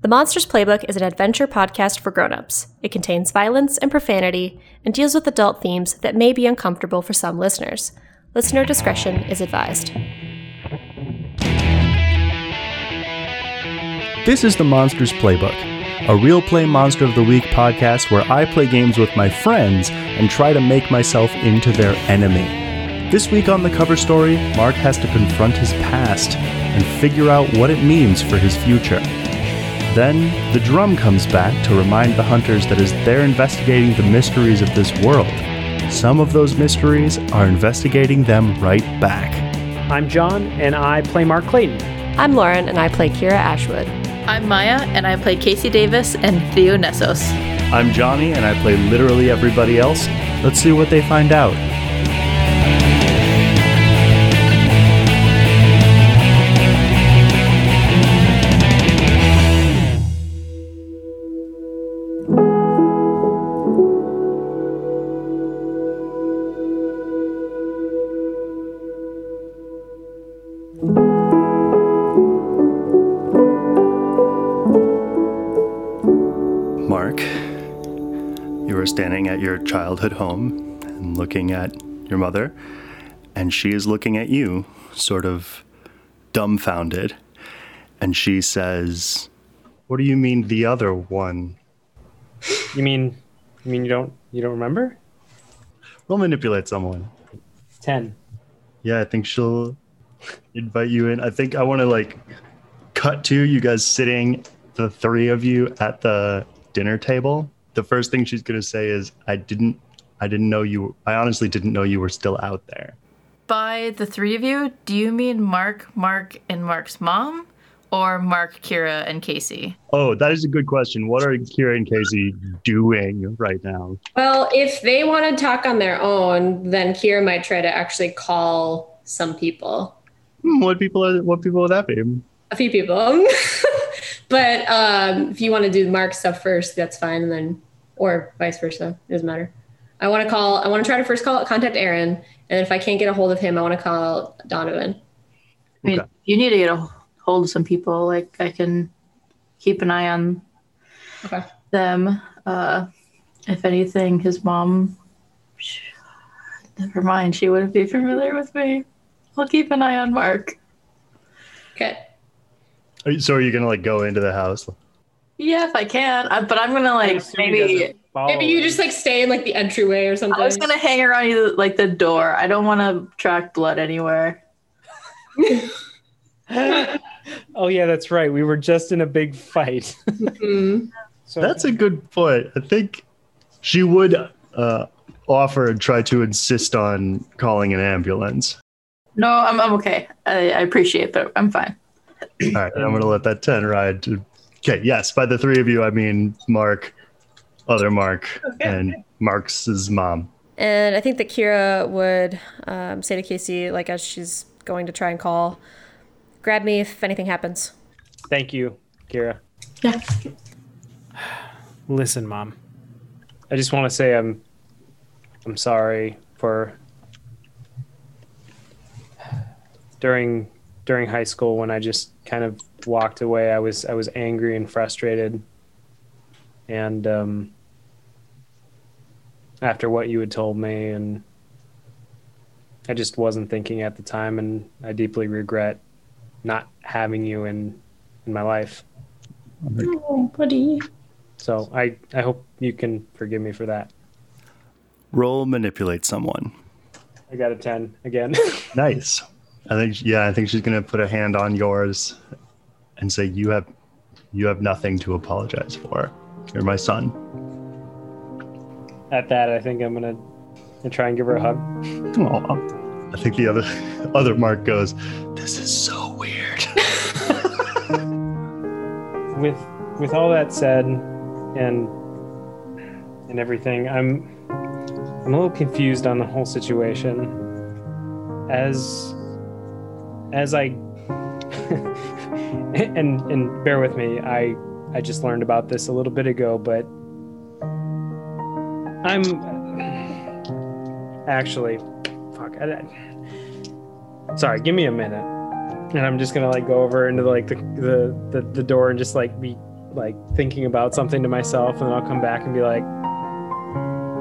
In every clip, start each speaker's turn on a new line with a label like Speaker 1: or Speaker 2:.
Speaker 1: The Monsters Playbook is an adventure podcast for grown-ups. It contains violence and profanity and deals with adult themes that may be uncomfortable for some listeners. Listener discretion is advised.
Speaker 2: This is the Monsters Playbook, a real play monster of the week podcast where I play games with my friends and try to make myself into their enemy. This week on the cover story, Mark has to confront his past and figure out what it means for his future. Then, the drum comes back to remind the hunters that as they're investigating the mysteries of this world, some of those mysteries are investigating them right back.
Speaker 3: I'm John, and I play Mark Clayton.
Speaker 1: I'm Lauren and I play Kira Ashwood.
Speaker 4: I'm Maya, and I play Casey Davis and Theo Nessos.
Speaker 2: I'm Johnny, and I play literally everybody else. Let's see what they find out. Mark, you are standing at your childhood home and looking at your mother, and she is looking at you, sort of dumbfounded. And she says, What do you mean the other one?
Speaker 3: You mean, you mean you don't you don't remember?
Speaker 2: We'll manipulate someone.
Speaker 3: Ten.
Speaker 2: Yeah, I think she'll invite you in. I think I want to like cut to you guys sitting, the three of you at the dinner table. The first thing she's gonna say is, "I didn't, I didn't know you. I honestly didn't know you were still out there."
Speaker 4: By the three of you, do you mean Mark, Mark, and Mark's mom, or Mark, Kira, and Casey?
Speaker 2: Oh, that is a good question. What are Kira and Casey doing right now?
Speaker 5: Well, if they want to talk on their own, then Kira might try to actually call some people,
Speaker 2: Hmm, What people are? What people would that be?
Speaker 5: a few people. but um, if you want to do Mark stuff first, that's fine, and then or vice versa, it doesn't matter. I want to call. I want to try to first call contact Aaron, and then if I can't get a hold of him, I want to call Donovan.
Speaker 4: I mean,
Speaker 2: Okay.
Speaker 4: you need to get a hold of some people. Like I can keep an eye on
Speaker 5: Okay.
Speaker 4: them. Uh, if anything, his mom. sh never mind. She wouldn't be familiar with me. I'll keep an eye on Mark.
Speaker 5: Okay.
Speaker 2: Are you- So are you gonna like go into the house?
Speaker 4: Yeah, if I can. I, but I'm gonna
Speaker 3: I
Speaker 4: like
Speaker 3: assume he
Speaker 4: maybe.
Speaker 3: doesn't follow
Speaker 5: Maybe you just like stay in like the entryway or something.
Speaker 4: I was gonna hang around you like the door. I don't want to track blood anywhere.
Speaker 3: them. oh yeah, that's right. We were just in a big fight.
Speaker 5: Mhm.
Speaker 3: So
Speaker 2: That's a good point. I think she would uh, offer and try to insist on calling an ambulance.
Speaker 4: No, I'm, I'm okay. I, I appreciate, but I'm fine.
Speaker 2: All right, and I'm gonna let that ten ride. To... Okay, yes, by the three of you, I mean Mark, other Mark, and Mark's mom.
Speaker 1: And I think that Kira would um, say to Casey, like as she's going to try and call, grab me if anything happens.
Speaker 3: thank you, Kira.
Speaker 4: Yeah.
Speaker 3: Listen, Mom. I just want to say I'm I'm sorry for during during high school when I just kind of walked away. I was I was angry and frustrated, and um, after what you had told me, and I just wasn't thinking at the time, and I deeply regret not having you in in my life.
Speaker 5: Oh, buddy.
Speaker 3: So I, I hope you can forgive me for that.
Speaker 2: Roll manipulate someone.
Speaker 3: I got a 10 again.
Speaker 2: Nice. I think yeah, I think she's gonna put a hand on yours and say you have you have nothing to apologize for. You're my son.
Speaker 3: At that, I think I'm going to try and give her a hug.
Speaker 2: Aw. I think the other other Mark goes, This is so weird.
Speaker 3: With with all that said and and everything, I'm I'm a little confused on the whole situation. As as I and and bear with me, I I just learned about this a little bit ago, but I'm actually fuck. I, I- sorry, give me a minute, and I'm just gonna like go over into like the the the, the door and just like be like thinking about something to myself, and then I'll come back and be like,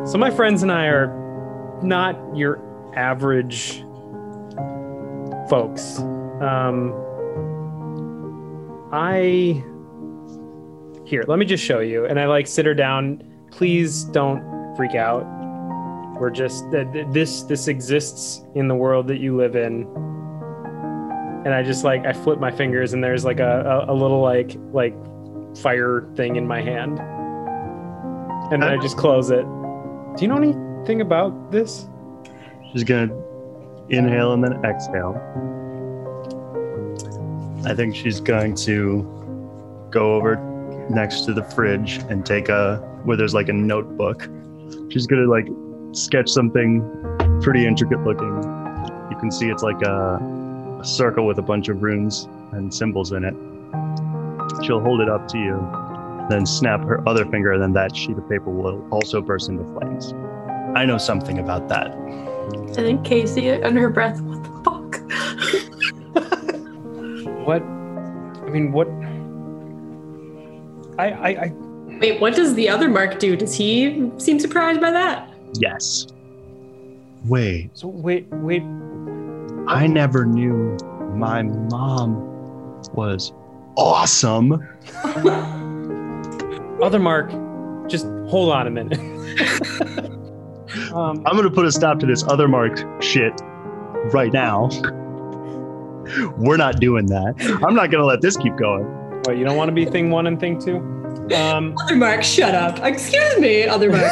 Speaker 3: "So my friends and I are not your average folks. Um, I here. Let me just show you." And I like sit her down. Please don't freak out. We're just th- th- this. This exists in the world that you live in and I just like I flip my fingers and there's like a, a, a little like like fire thing in my hand. And then I just close it. Do you know anything about this?
Speaker 2: She's gonna inhale and then exhale. I think she's going to go over next to the fridge and take a where there's like a notebook. She's gonna like sketch something pretty intricate looking. You can see it's like a, a circle with a bunch of runes and symbols in it. She'll hold it up to you, then snap her other finger, and then that sheet of paper will also burst into flames. I know something about that.
Speaker 4: I think Casey under her breath, what the fuck?
Speaker 3: What? I mean, what? I I, I
Speaker 5: Wait, what does the other Mark do? Does he seem surprised by that?
Speaker 2: Yes. Wait,
Speaker 3: so wait wait.
Speaker 2: I never knew my mom was awesome.
Speaker 3: Other Mark, just hold on a minute. um,
Speaker 2: I'm gonna put a stop to this other mark shit right now. We're not doing that. I'm not gonna let this keep going.
Speaker 3: what, you don't want to be thing one and thing two? Um,
Speaker 5: Other Mark, shut up. Excuse me, Other Mark.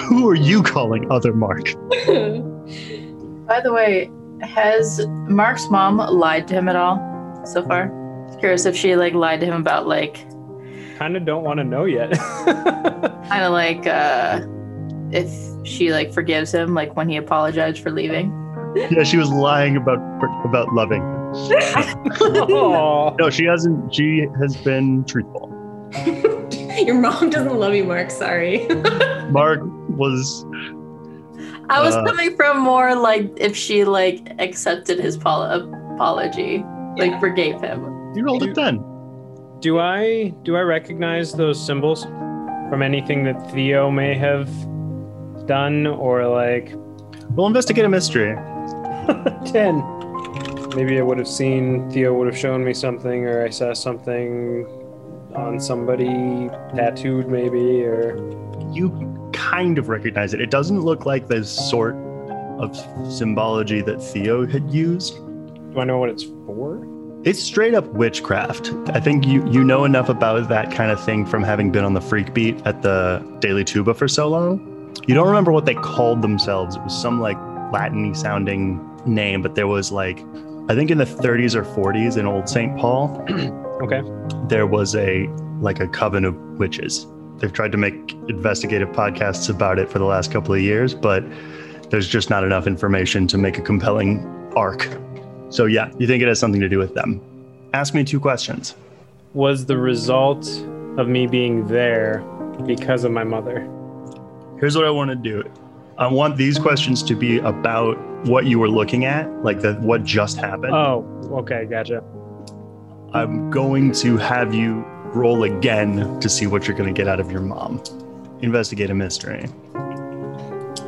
Speaker 2: Who are you calling other Mark?
Speaker 4: By the way, has Mark's mom lied to him at all so far? Curious if she like lied to him about like
Speaker 3: kind of don't want to know yet.
Speaker 4: kind of like uh if she like forgives him like when he apologized for leaving.
Speaker 2: Yeah, she was lying about about loving.
Speaker 3: Aw.
Speaker 2: No, she hasn't. She has been truthful.
Speaker 5: Your mom doesn't love you, Mark. Sorry.
Speaker 2: Mark was
Speaker 4: I was
Speaker 2: Uh.
Speaker 4: coming from more like if she like accepted his pol- apology, like
Speaker 5: Yeah.
Speaker 4: forgave him.
Speaker 2: you rolled a ten.
Speaker 3: Do I do I recognize those symbols from anything that Theo may have done or like
Speaker 2: We'll investigate a mystery.
Speaker 3: 10? Maybe I would have seen Theo would have shown me something or I saw something on somebody tattooed maybe or
Speaker 2: You kind of recognize it. It doesn't look like the sort of symbology that Theo had used.
Speaker 3: do I know what it's for?
Speaker 2: It's straight up witchcraft. I think you you know enough about that kind of thing from having been on the freak beat at the Daily Tuba for so long. You don't remember what they called themselves. It was some like Latin sounding name, but there was like I think in the 30s or 40s in Old St. Paul,
Speaker 3: Okay.
Speaker 2: there was a like a coven of witches. They've tried to make investigative podcasts about it for the last couple of years, but there's just not enough information to make a compelling arc. So yeah, you think it has something to do with them. Ask me two questions.
Speaker 3: Was the result of me being there because of my mother?
Speaker 2: Here's what I want to do. I want these questions to be about what you were looking at, like the what just happened.
Speaker 3: Oh, okay, gotcha.
Speaker 2: I'm going to have you roll again to see what you're going to get out of your mom. Investigate a mystery.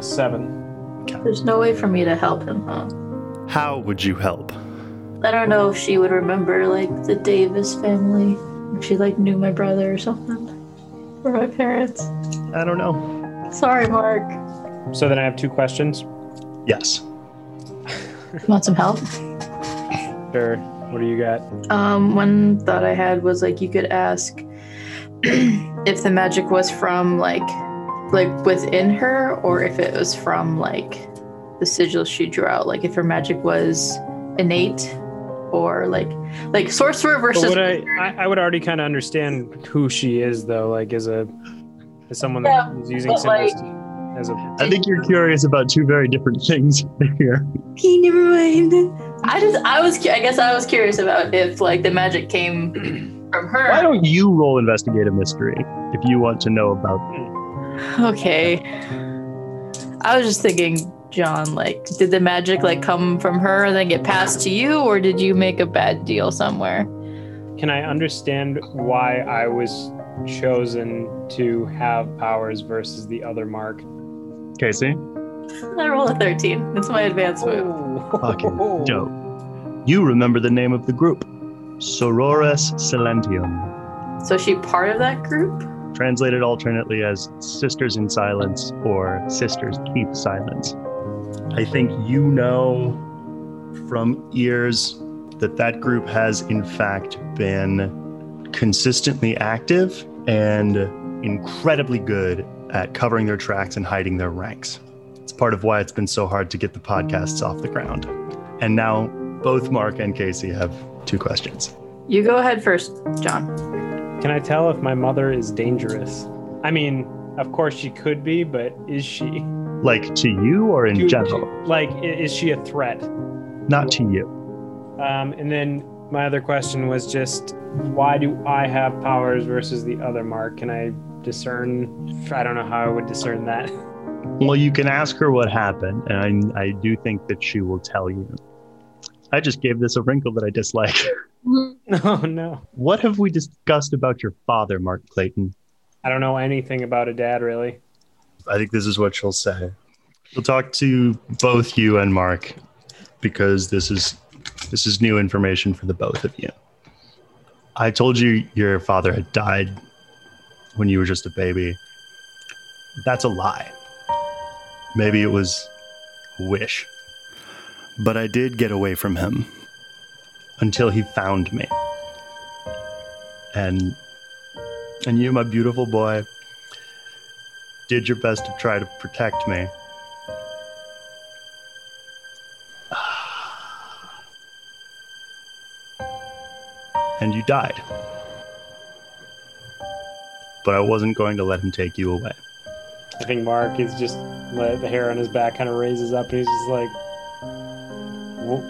Speaker 3: 7.
Speaker 4: There's no way for me to help him, huh?
Speaker 2: How would you help?
Speaker 4: I don't know if she would remember like the Davis family. If she like knew my brother or something. Or my parents.
Speaker 2: I don't know.
Speaker 4: Sorry, Mark.
Speaker 3: So then I have two questions.
Speaker 2: Yes.
Speaker 4: Want some help?
Speaker 3: Sure. What do you got?
Speaker 4: Um, one thought I had was like you could ask if the magic was from like like within her or if it was from like the sigil she drew out, like if her magic was innate or like like sorcerer
Speaker 3: But
Speaker 4: versus
Speaker 3: would I, I, I would already kind of understand who she is, though, like as a as someone
Speaker 4: Yeah,
Speaker 3: that is using
Speaker 4: but, like-
Speaker 3: symbols to- as a.
Speaker 2: I think you're curious about two very different things here.
Speaker 4: Okay, never mind. I just I was cu- I guess I was curious about if like the magic came from
Speaker 2: Why
Speaker 4: her.
Speaker 2: don't you roll investigate a mystery if you want to know about
Speaker 4: Okay. I was just thinking, John, like, did the magic like come from her and then get passed to you, or did you make a bad deal somewhere?
Speaker 3: Can I understand why I was chosen to have powers versus the other mark?
Speaker 2: Casey?
Speaker 4: I roll a 13. That's my advanced move.
Speaker 2: Fucking dope. You remember the name of the group Sorores Silentium,
Speaker 4: So is she part of that group?
Speaker 2: translated alternately as Sisters in Silence or Sisters Keep Silence. I think you know from ears that that group has, in fact, been consistently active and incredibly good at covering their tracks and hiding their ranks. It's part of why it's been so hard to get the podcasts off the ground. And now both Mark and Casey have two questions.
Speaker 4: You go ahead first, John.
Speaker 3: Can I tell if my mother is dangerous? I mean, of course she could be, but is she?
Speaker 2: Like to you or in
Speaker 3: Do-
Speaker 2: general?
Speaker 3: Like, i- is she a threat?
Speaker 2: Not to you.
Speaker 3: Um, and then my other question was just why do I have powers versus the other mark? Can I discern? I don't know how I would discern that.
Speaker 2: Well, you can ask her what happened, and I, I do think that she will tell you. I just gave this a wrinkle that I dislike.
Speaker 3: No, no.
Speaker 2: What have we discussed about your father, Mark Clayton?
Speaker 3: I don't know anything about a dad, really.
Speaker 2: I think this is what she'll say. She'll talk to both you and Mark because this is this is new information for the both of you. I told you your father had died when you were just a baby. That's a lie. Maybe it was a wish. But I did get away from him until he found me. And and you, my beautiful boy, did your best to try to protect me. And you died. But I wasn't going to let him take you away.
Speaker 3: I think Mark is just like, the hair on his back kind of raises up, and he's just like, "Wha-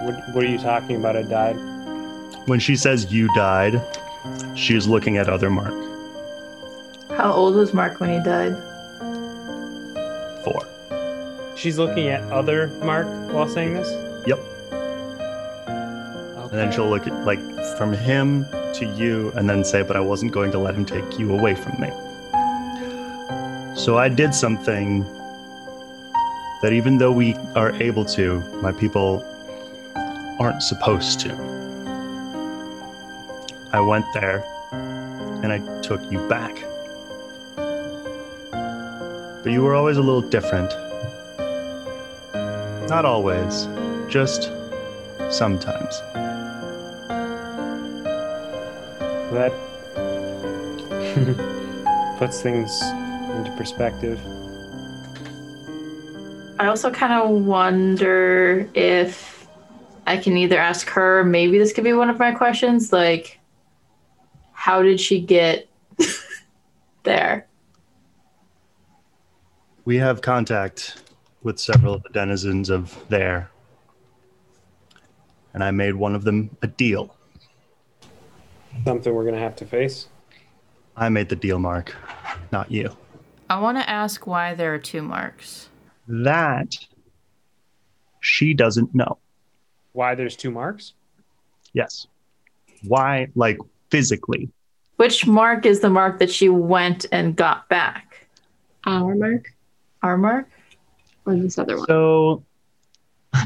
Speaker 3: "What? What are you talking about? I died."
Speaker 2: When she says you died, she is looking at other Mark.
Speaker 4: How old was Mark when he died?
Speaker 2: Four.
Speaker 3: She's looking at other Mark while saying this.
Speaker 2: Yep.
Speaker 3: Okay.
Speaker 2: And then she'll look at, like, from him to you and then say, But I wasn't going to let him take you away from me. So I did something that even though we are able to, my people aren't supposed to. I went there and I took you back. But you were always a little different. Not always, just sometimes.
Speaker 3: That puts things into perspective.
Speaker 4: I also kind of wonder if I can either ask her, maybe this could be one of my questions, like, how did she get there?
Speaker 2: We have contact with several of the denizens of there. And I made one of them a deal.
Speaker 3: Something we're gonna have to face.
Speaker 2: I made the deal, Mark, not you.
Speaker 6: I want to ask why there are two marks.
Speaker 2: That she doesn't know.
Speaker 3: Why there's two marks?
Speaker 2: Yes. Why, like physically?
Speaker 4: Which mark is the mark that she went and got back?
Speaker 5: Our mark
Speaker 4: Our mark?
Speaker 5: or this other one?
Speaker 2: So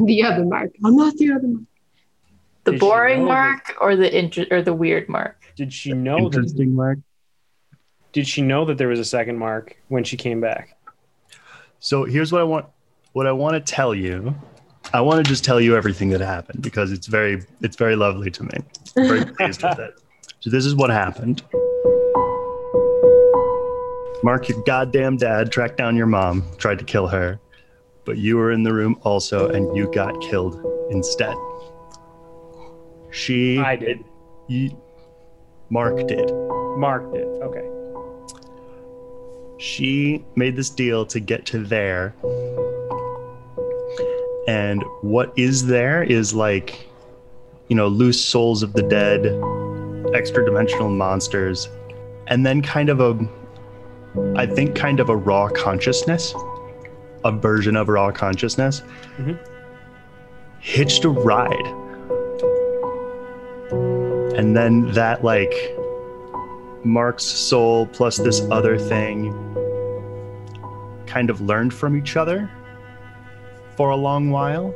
Speaker 5: the other mark. I'm not the other mark.
Speaker 4: The
Speaker 3: Did she
Speaker 4: boring
Speaker 3: know that-
Speaker 4: mark or the inter- or the weird mark?
Speaker 3: Did she know that?
Speaker 2: interesting, Mark.
Speaker 3: Did she know that there was a second mark when she came back?
Speaker 2: So here's what I want what I want to tell you. I want to just tell you everything that happened because it's very it's very lovely to me. I'm very pleased with it. So this is what happened. Mark, your goddamn dad tracked down your mom, tried to kill her, but you were in the room also and you got killed instead. She
Speaker 3: I did.
Speaker 2: you- Mark did.
Speaker 3: Mark did. Okay.
Speaker 2: she made this deal to get to there. And what is there is like, you know, loose souls of the dead, extra dimensional monsters, and then kind of a, I think, kind of a raw consciousness, a version of raw consciousness,
Speaker 3: Mhm.
Speaker 2: hitched a ride and then that like Mark's soul plus this other thing kind of learned from each other for a long while.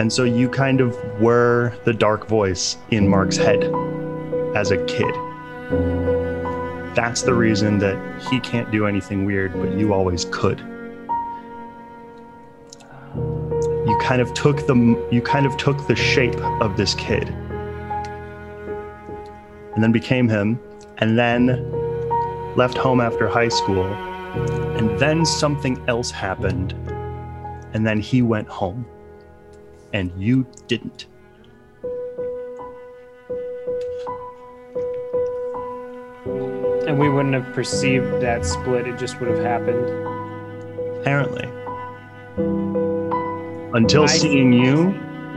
Speaker 2: And so you kind of were the dark voice in Mark's head as a kid. That's the reason that he can't do anything weird, but you always could. You kind of took the you kind of took the shape of this kid and then became him, and then left home after high school. And then something else happened, and then he went home, and you didn't.
Speaker 3: And we wouldn't have perceived that split, it just would have happened.
Speaker 2: Apparently. Until
Speaker 3: I-
Speaker 2: seeing you,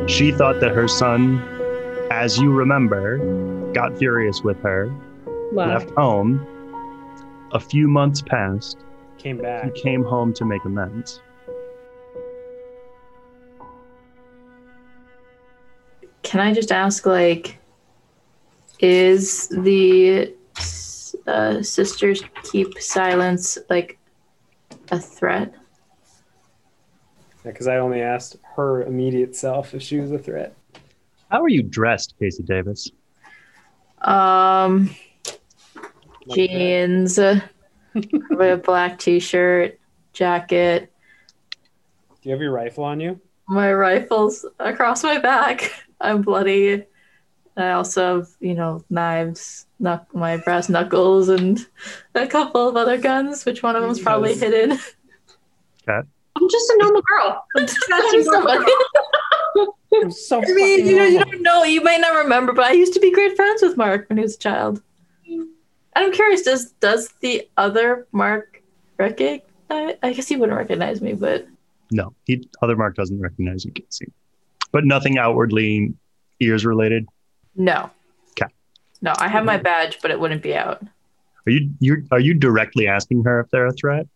Speaker 2: she thought that her son, as you remember, got furious with her,
Speaker 5: Wow.
Speaker 2: left home. A few months passed.
Speaker 3: Came
Speaker 2: He
Speaker 3: back.
Speaker 2: came home to make amends.
Speaker 4: Can I just ask, like, is the uh, sisters keep silence like a threat?
Speaker 3: Because I only asked her immediate self if she was a threat.
Speaker 2: How are you dressed, Casey Davis?
Speaker 4: Um,
Speaker 3: Like that.
Speaker 4: jeans, probably a black t-shirt, jacket,
Speaker 3: Do you have your rifle on you?
Speaker 4: my rifles across my back. I'm bloody. I also have, you know, knives, knuck- my brass knuckles, and a couple of other guns, which one of them's probably
Speaker 3: Yes.
Speaker 4: hidden.
Speaker 5: I'm just a normal girl.
Speaker 3: I'm so
Speaker 4: I mean,
Speaker 3: fucking
Speaker 4: you know, you
Speaker 3: normal.
Speaker 4: don't know, you might not remember, but I used to be great friends with Mark when he was a child. And I'm curious, does does the other Mark recognize? I guess he wouldn't recognize me, but
Speaker 2: No, he other Mark doesn't recognize you, Casey. But nothing outwardly ears related.
Speaker 4: no.
Speaker 2: 'Kay.
Speaker 4: No, I have my
Speaker 2: Mm-hmm.
Speaker 4: badge, but it wouldn't be out.
Speaker 2: Are you you are you directly asking her if they're a threat?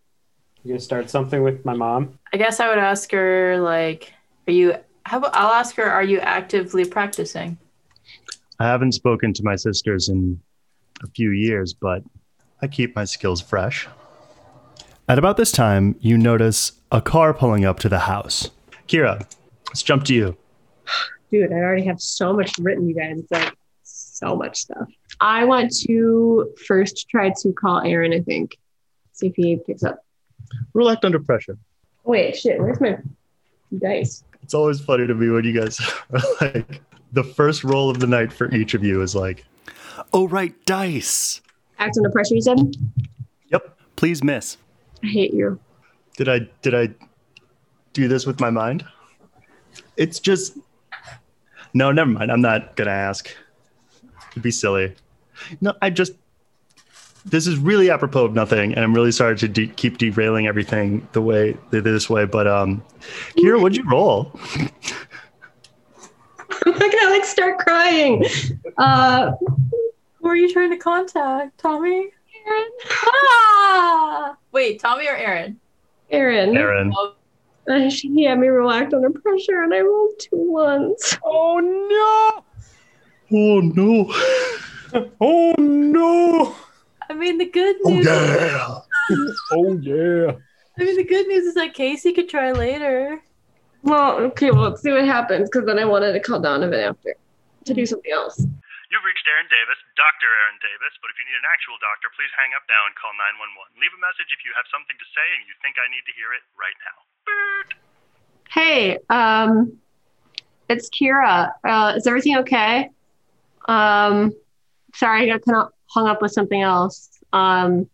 Speaker 3: You gonna start something with my mom?
Speaker 4: I guess I would ask her, like, are you? How about I'll ask her, are you actively practicing?
Speaker 2: I haven't spoken to my sisters in a few years, but I keep my skills fresh.
Speaker 7: At about this time, you notice a car pulling up to the house.
Speaker 2: Kira, let's jump to you.
Speaker 8: dude, I already have so much written, you guys. It's Like so much stuff. I want to first try to call Aaron, I think. See if he picks up.
Speaker 2: Relax under pressure.
Speaker 8: Wait, shit, where's my dice?
Speaker 2: It's always funny to me when you guys are like the first roll of the night for each of you is like,
Speaker 7: Oh, right, dice.
Speaker 8: Act under pressure, you said?
Speaker 2: Yep.
Speaker 7: Please miss.
Speaker 8: I hate you.
Speaker 2: Did I did I do this with my mind? It's just No, never mind. I'm not gonna ask. It'd be silly. No, I just this is really apropos of nothing, and I'm really sorry to de- keep derailing everything the way this way. But um, Kira, what'd you roll?
Speaker 8: I'm gonna like start crying. Uh,
Speaker 4: Who are you trying to contact? Tommy?
Speaker 8: Aaron?
Speaker 4: Ah! Wait, Tommy or Aaron?
Speaker 8: Aaron.
Speaker 2: Aaron,
Speaker 8: Uh, she- he had me relax under pressure and I rolled two ones.
Speaker 3: Oh
Speaker 2: Oh no!
Speaker 3: no! Oh no!
Speaker 4: I mean, the good
Speaker 2: Oh
Speaker 4: news.
Speaker 2: yeah!
Speaker 3: Oh yeah!
Speaker 4: I mean, the good news is that Casey could try later.
Speaker 8: Well, okay, well, let's see what happens because then I wanted to call Donovan after to do something else.
Speaker 9: You've reached Aaron Davis, Dr. Aaron Davis, but if you need an actual doctor, please hang up now and call 911. Leave a message if you have something to say and you think I need to hear it right now.
Speaker 8: Hey, um, it's Kira. Uh, is everything okay? Um, sorry, I got kind of hung up with something else. Um,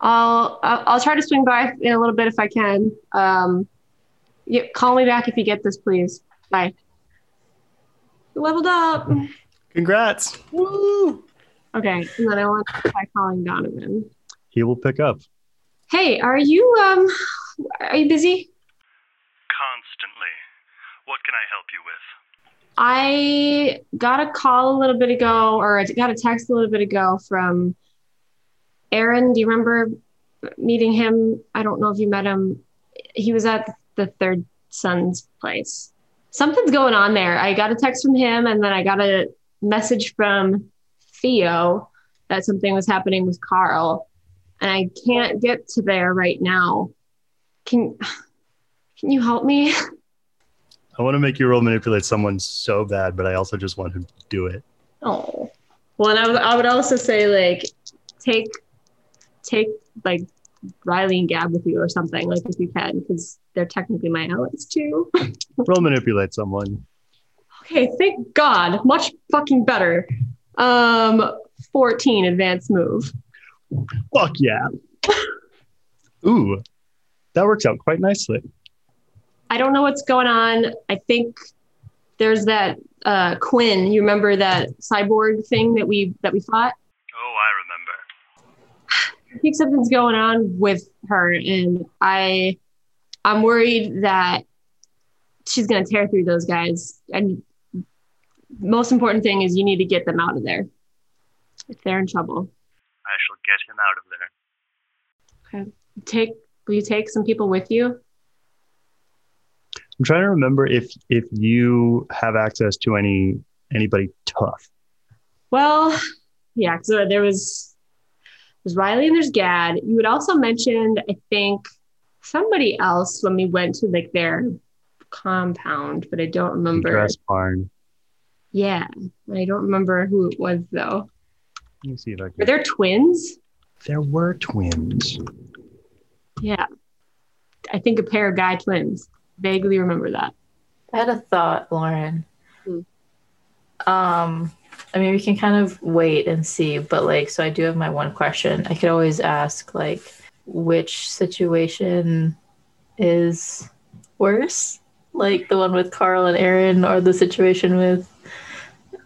Speaker 8: I'll I'll I'll try to swing by in a little bit if I can. Um, yeah, call me back if you get this, please. Bye. Leveled up.
Speaker 2: Congrats!
Speaker 8: Okay, and then I want to try calling Donovan.
Speaker 2: He will pick up.
Speaker 8: Hey, are you um, are you busy?
Speaker 9: Constantly. What can I help you with?
Speaker 8: I got a call a little bit ago, or I got a text a little bit ago from Aaron. Do you remember meeting him? I don't know if you met him. He was at the third son's place. Something's going on there. I got a text from him, and then I got a message from Theo that something was happening with Carl, and I can't get to there right now. Can Can you help me?
Speaker 2: I want to make you roll manipulate someone so bad, but I also just want him to do it.
Speaker 8: Oh. Well, and I would, I would also say like take take like Riley and Gab with you or something like if you can because they're technically my allies too.
Speaker 2: Roll manipulate someone.
Speaker 8: okay, thank God, much fucking better. Um, fourteen advanced move.
Speaker 2: Fuck yeah. Ooh, that works out quite nicely.
Speaker 8: I don't know what's going on. I think there's that uh, Quinn. You remember that cyborg thing that we that we fought?
Speaker 9: Oh, I remember.
Speaker 8: I think something's going on with her, and I I'm worried that she's gonna tear through those guys. And most important thing is you need to get them out of there if they're in trouble.
Speaker 9: I shall get him out of there.
Speaker 8: Take will you take some people with you?
Speaker 2: I'm trying to remember if if you have access to any anybody tough.
Speaker 8: Well, yeah. So there was there's Riley and there's Gad. You had also mentioned, I think, somebody else when we went to like their compound, but I don't
Speaker 2: in
Speaker 8: remember.
Speaker 2: Grass barn.
Speaker 8: Yeah, I don't remember who it was though.
Speaker 2: Let me see if I can.
Speaker 8: Were there twins?
Speaker 2: there were twins.
Speaker 8: Yeah, I think a pair of guy twins. Vaguely remember that.
Speaker 4: I had a thought, Lauren.
Speaker 8: Hmm.
Speaker 4: Um, I mean, we can kind of wait and see, but like, so I do have my one question. I could always ask, like, which situation is worse? Like the one with Carl and Aaron, or the situation with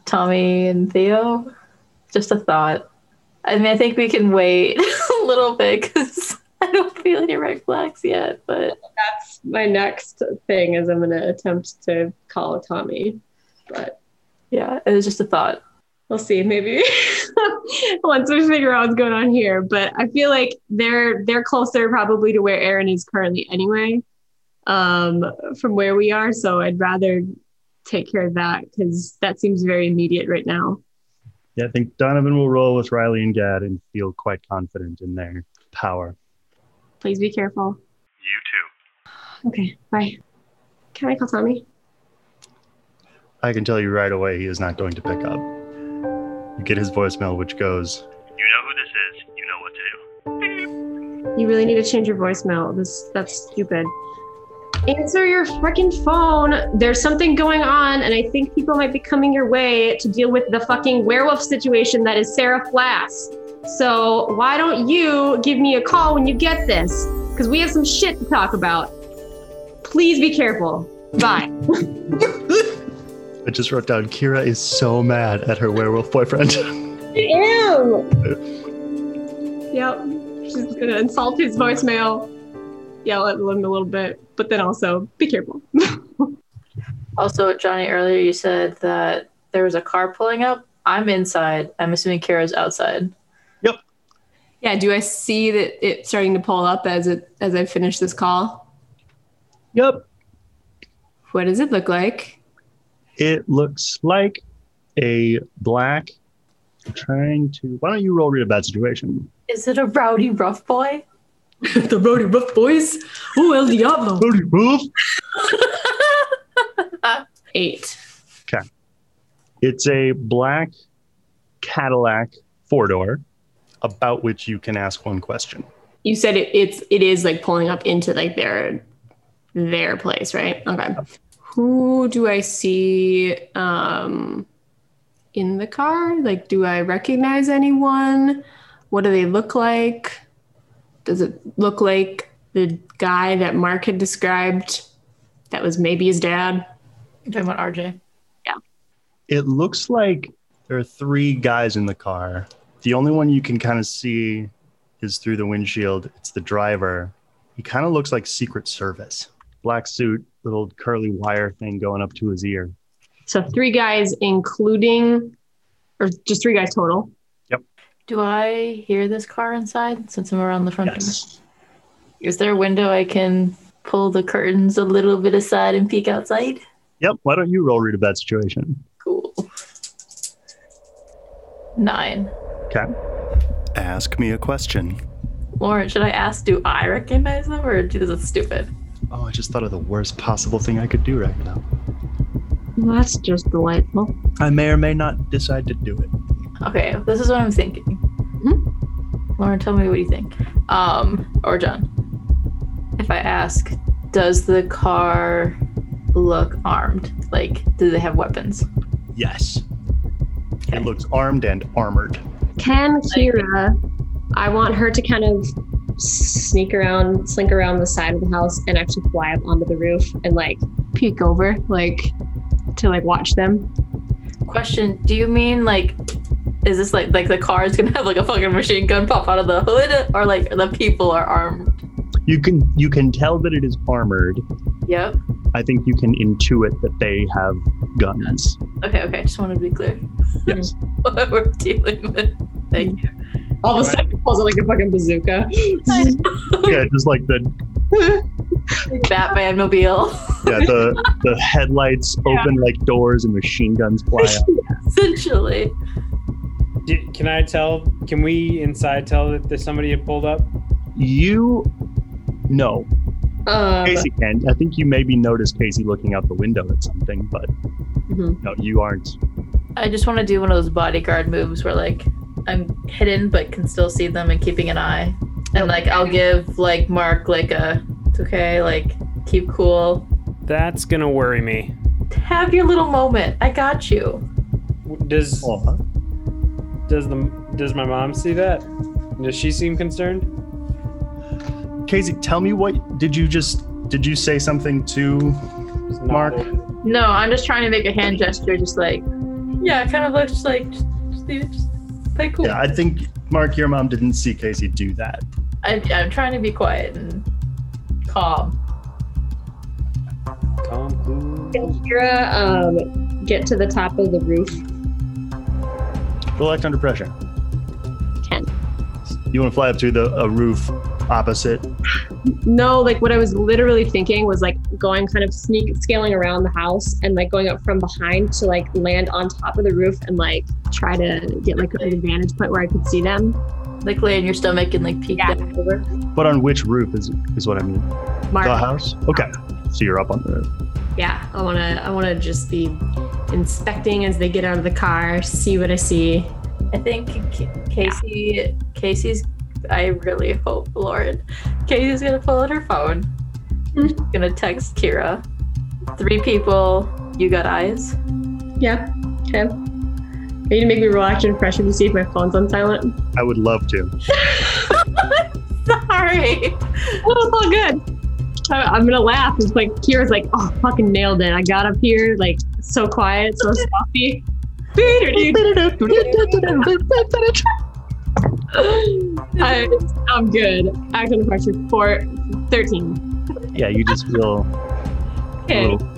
Speaker 4: Tommy and Theo? Just a thought. I mean, I think we can wait a little bit because I don't feel any red flags yet, but
Speaker 8: That's my next thing is I'm gonna attempt to call Tommy, but
Speaker 4: yeah, it was just a thought.
Speaker 8: we'll see maybe once we figure out what's going on here but i feel like they're they're closer probably to where aaron is currently anyway um from where we are so i'd rather take care of that because that seems very immediate right now
Speaker 2: Yeah, I think Donovan will roll with Riley and Gad and feel quite confident in their power.
Speaker 8: please be careful
Speaker 9: You too.
Speaker 8: okay bye can i call tommy
Speaker 2: I can tell you right away he is not going to pick up. You get his voicemail, which goes,
Speaker 9: You know who this is. You know what to do.
Speaker 8: you really need to change your voicemail this that's stupid answer your freaking phone there's something going on and i think people might be coming your way to deal with the fucking werewolf situation that is sarah flass so why don't you give me a call when you get this because we have some shit to talk about please be careful bye
Speaker 2: I just wrote down, Kira is so mad at her werewolf boyfriend.
Speaker 8: yep she's gonna insult his voicemail yell at him a little bit but then also be careful
Speaker 4: Also, Johnny, earlier you said that there was a car pulling up. I'm inside. I'm assuming Kara's outside.
Speaker 5: Yeah, do I see that it starting to pull up as it as I finish this call?
Speaker 2: yep.
Speaker 5: What does it look like?
Speaker 2: It looks like a black. I'm trying to. Why don't you roll read a bad situation?
Speaker 4: Is it a rowdy rough boy?
Speaker 5: the road and rough boys. Ooh, El Diablo.
Speaker 2: Booty wolf.
Speaker 5: Eight.
Speaker 2: It's a black Cadillac four door, about which you can ask one question.
Speaker 5: You said it, it's it is like pulling up into like their their place, right? Okay. Who do I see um in the car? Like do I recognize anyone? What do they look like? Does it look like the guy that Mark had described that was maybe his dad?
Speaker 4: You're talking about RJ.
Speaker 2: It looks like there are three guys in the car. The only one you can kind of see is through the windshield. It's the driver. He kind of looks like Secret Service. Black suit, little curly wire thing going up to his ear.
Speaker 8: so three guys including or just three guys total
Speaker 4: Do I hear this car inside since I'm around the front?
Speaker 2: Yes.
Speaker 4: door? Is there a window I can pull the curtains a little bit aside and peek outside?
Speaker 2: Yep. Why don't you roll read a bad situation?
Speaker 4: Cool. Nine.
Speaker 2: Okay. Ask me a question.
Speaker 4: Lauren, should I ask, do I recognize them or is it stupid?
Speaker 2: Oh, I just thought of the worst possible thing I could do right now.
Speaker 10: Well, that's just delightful.
Speaker 2: I may or may not decide to do it.
Speaker 4: Okay, this is what I'm thinking. Lauren, tell me what you think. Um, or John. If I ask, does the car look armed? Like, do they have weapons?
Speaker 2: Yes.
Speaker 4: Okay.
Speaker 2: It looks armed and armored.
Speaker 8: Can Kira, I want her to kind of sneak around, slink around the side of the house and actually fly up onto the roof and like
Speaker 10: Peek over, like, to like watch them.
Speaker 4: Question, do you mean like is this like like the car is gonna have like a fucking machine gun pop out of the hood or like the people are armed?
Speaker 2: You can you can tell that it is armored.
Speaker 4: Yep.
Speaker 2: I think you can intuit that they have guns.
Speaker 4: Okay, okay, just wanted to be clear.
Speaker 2: Yes.
Speaker 4: what we're dealing with. Thank you.
Speaker 8: all of a sudden pulls out like a fucking bazooka.
Speaker 2: yeah, just like the
Speaker 4: Batman mobile.
Speaker 2: yeah, the the headlights open like doors and machine guns fly out.
Speaker 4: Essentially.
Speaker 3: D- Can I tell? Can we inside tell that there's somebody had pulled up?
Speaker 2: You no.
Speaker 8: Um,
Speaker 2: Casey can. I think you maybe noticed Casey looking out the window at something, but
Speaker 8: Mhm.
Speaker 2: no, you aren't.
Speaker 4: I just wanna do one of those bodyguard moves where like I'm hidden but can still see them and keeping an eye. And like I'll give like Mark like a it's okay, like keep cool.
Speaker 3: That's gonna worry me.
Speaker 4: Have your little moment. I got you.
Speaker 3: W- Does
Speaker 2: Aw.
Speaker 3: does the does my mom see that? Does she seem concerned?
Speaker 2: Casey, tell me what did you just did you say something to
Speaker 3: Just
Speaker 2: Mark?
Speaker 3: nodded.
Speaker 4: No, I'm just trying to make a hand gesture, just like, yeah, it kind of looks like, just, just, do- just play cool.
Speaker 2: Yeah, I think Mark, your mom didn't see Casey do that.
Speaker 4: I, I'm trying to be quiet and calm.
Speaker 3: Calm,
Speaker 8: Can
Speaker 3: cool.
Speaker 8: Kira um, get to the top of the roof?
Speaker 2: We'll act under pressure.
Speaker 8: Ten.
Speaker 2: You want to fly up to the a roof opposite?
Speaker 8: No, like what I was literally thinking was like going kind of sneak scaling around the house and like going up from behind to like land on top of the roof and like try to get like an advantage point where I could see them.
Speaker 4: Like lay in your stomach and like peek
Speaker 8: Yeah,
Speaker 4: down.
Speaker 8: over.
Speaker 2: But on which roof is is what I mean? The
Speaker 8: Mark.
Speaker 2: house. Okay, so you're up on the roof.
Speaker 8: Yeah, I wanna I wanna just be inspecting as they get out of the car, see what I see.
Speaker 4: I think K- Casey, Casey's, I really hope, Lauren, Casey's gonna pull out her phone. She's gonna text Kira. Three people, you got eyes?
Speaker 8: Yeah. Okay. Are you gonna make me roll action pressure to see if my phone's on silent?
Speaker 2: I would love to.
Speaker 4: Sorry.
Speaker 8: Oh, it's all good. I, I'm gonna laugh. It's like Kira's like, oh, fucking nailed it. I got up here like so quiet, so sloppy. I, I'm good. Action pressure for 13.
Speaker 2: Yeah, you just feel a
Speaker 8: Okay,
Speaker 2: little.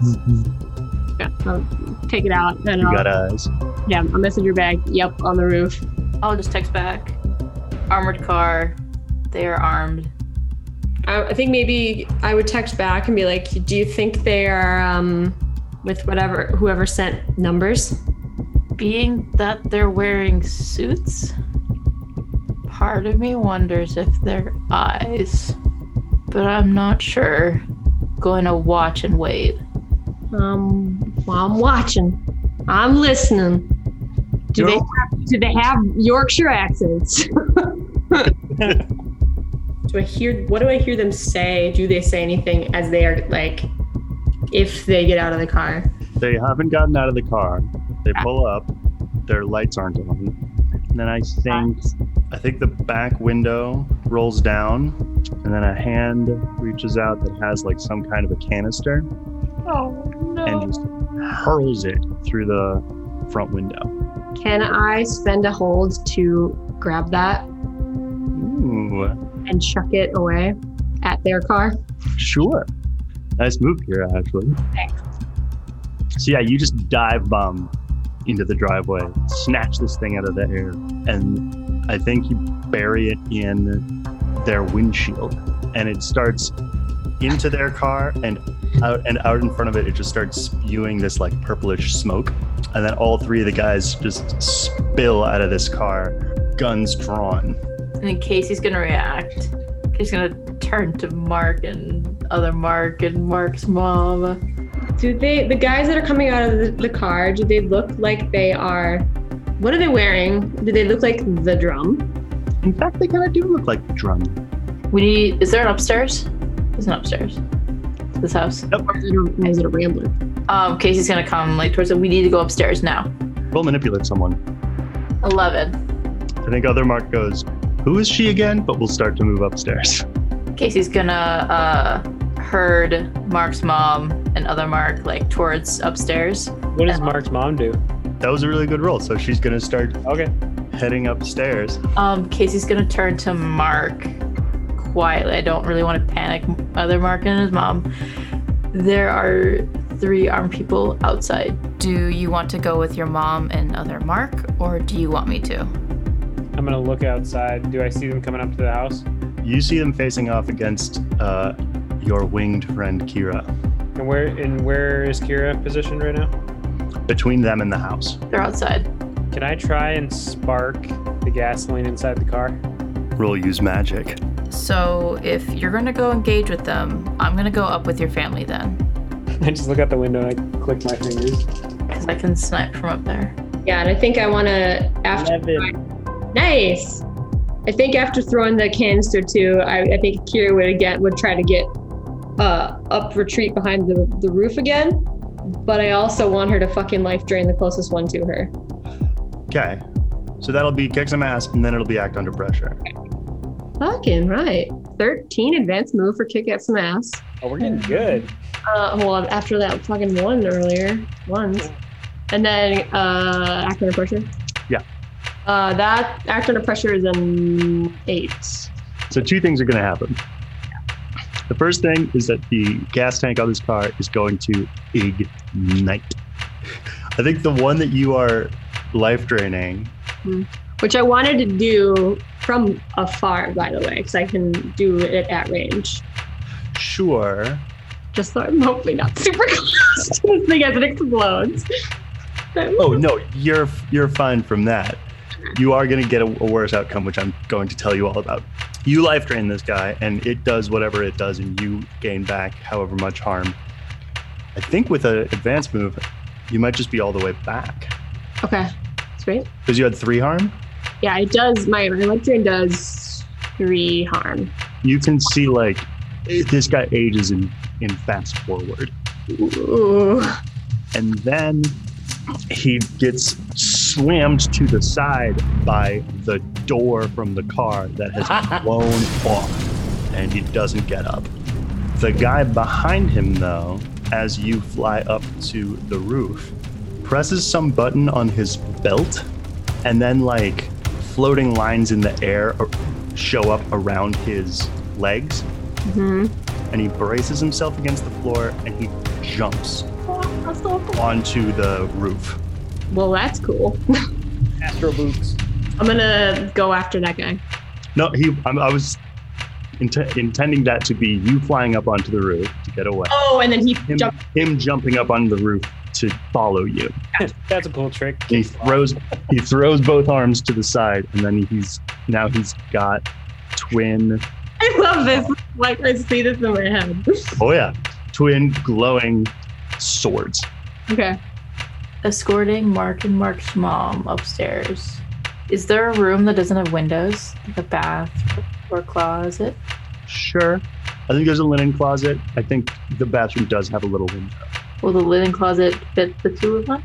Speaker 8: yeah, I'll take it out and
Speaker 2: You
Speaker 8: I'll,
Speaker 2: got eyes.
Speaker 8: yeah, I'll message her back. Yep, on the roof.
Speaker 4: I'll just text back. Armored car, they are armed.
Speaker 5: I, I think maybe I would text back and be like, "Do you think they are um, with whatever whoever sent numbers?"
Speaker 4: Being that they're wearing suits, part of me wonders if they're eyes, but I'm not sure. Going to watch and wait.
Speaker 5: Um, well, I'm watching. I'm listening. Do they
Speaker 2: You're-
Speaker 5: have, do they have Yorkshire accents?
Speaker 8: Do I hear what do I hear them say? Do they say anything as they are like if they get out of the car?
Speaker 2: They haven't gotten out of the car. They pull up. Their lights aren't on. And then I think I think the back window rolls down, and then a hand reaches out that has like some kind of a canister
Speaker 4: Oh
Speaker 2: and just hurls it through the front window.
Speaker 5: Can I spend a hold to grab that
Speaker 2: Ooh,
Speaker 5: and chuck it away at their car?
Speaker 2: sure. Nice move here, actually. So yeah, you just dive bomb into the driveway, snatch this thing out of the air, and I think you bury it in their windshield, and it starts into their car and out and out in front of it. It just starts spewing this like purplish smoke, And then all three of the guys just spill out of this car, guns drawn.
Speaker 4: And then Casey's gonna react. He's gonna turn to Mark and other Mark and Mark's mom.
Speaker 5: Do they, the guys that are coming out of the, the car, do they look like they are, what are they wearing? Do they look like the drum?
Speaker 2: In fact, they kind of do look like drum.
Speaker 4: We need. Is there an upstairs? There's an upstairs. to This house.
Speaker 5: Or is it a, is it a rambler?
Speaker 4: Um, Casey's gonna come like towards it. We need to go upstairs now.
Speaker 2: We'll manipulate someone.
Speaker 4: Eleven.
Speaker 2: I think other Mark goes, Who is she again? But we'll start to move upstairs.
Speaker 4: Casey's gonna uh herd Mark's mom and other Mark like towards upstairs.
Speaker 3: What does Mark's mom do?
Speaker 2: That was a really good roll. So she's going to start
Speaker 3: Okay.
Speaker 2: heading upstairs.
Speaker 4: Um, Casey's gonna turn to Mark quietly. I don't really want to panic other Mark and his mom. There are three armed people outside.
Speaker 6: Do you want to go with your mom and other Mark, or do you want me to?
Speaker 3: I'm gonna look outside. Do I see them coming up to the house?
Speaker 2: You see them facing off against uh, your winged friend Kira.
Speaker 3: And where and where is Kira positioned right now?
Speaker 2: Between them and the house.
Speaker 4: They're outside.
Speaker 3: Can I try and spark the gasoline inside the car?
Speaker 2: Roll use magic.
Speaker 6: So if you're gonna go engage with them, I'm gonna go up with your family then.
Speaker 3: I just look out the window and I click my fingers.
Speaker 4: Because I can snipe from up there.
Speaker 5: Yeah, and I think I want to after. Nice. I think after throwing the canister too, I, I think Kira would again would try to get uh, up retreat behind the, the roof again. But I also want her to fucking life drain the closest one to her.
Speaker 2: Okay. So that'll be kick some ass, and then it'll be act under pressure.
Speaker 5: Fucking right. Thirteen advanced move for kick at some ass.
Speaker 3: Oh, we're getting good.
Speaker 5: Uh, well, after that fucking one earlier, ones, and then uh, act under pressure.
Speaker 2: Yeah.
Speaker 5: Uh, that act under pressure is an eight.
Speaker 2: So two things are going to happen. The first thing is that the gas tank on this car is going to ignite. I think the one that you are life draining.
Speaker 5: which I wanted to do from afar, by the way, because I can do it at range.
Speaker 2: Sure.
Speaker 5: Just so I'm hopefully not super close to this thing as it explodes.
Speaker 2: Oh no, you're you're fine from that. You are going to get a, a worse outcome, which I'm going to tell you all about. You life drain this guy, and it does whatever it does, and you gain back however much harm. I think with an advanced move, you might just be all the way back
Speaker 5: Okay, sweet.
Speaker 2: because you had three harm.
Speaker 5: Yeah, it does. My my lectern does three harm.
Speaker 2: you can see like this guy ages in in fast forward
Speaker 5: Ooh.
Speaker 2: and then he gets slammed to the side by the door from the car that has blown off and he doesn't get up the guy behind him though as you fly up to the roof presses some button on his belt and then like floating lines in the air ar- show up around his legs and he braces himself against the floor and he jumps onto the roof.
Speaker 5: Well, that's cool.
Speaker 3: Astro boots.
Speaker 5: I'm gonna go after that guy.
Speaker 2: No, he. I'm, I was int- intending that to be you flying up onto the roof to get away.
Speaker 5: Oh, and then he
Speaker 2: Him,
Speaker 5: jumped.
Speaker 2: him jumping up onto the roof to follow you.
Speaker 3: That's a cool trick.
Speaker 2: He throws. he throws both arms to the side, and then he's now he's got twin.
Speaker 5: I love this. Like I see this in my head.
Speaker 2: Oh yeah, twin glowing swords.
Speaker 5: Okay.
Speaker 4: Escorting Mark and Mark's mom upstairs. Is there a room that doesn't have windows? Like a bath or closet?
Speaker 2: Sure. I think there's a linen closet. I think the bathroom does have a little window.
Speaker 4: Will the linen closet fit the two of them?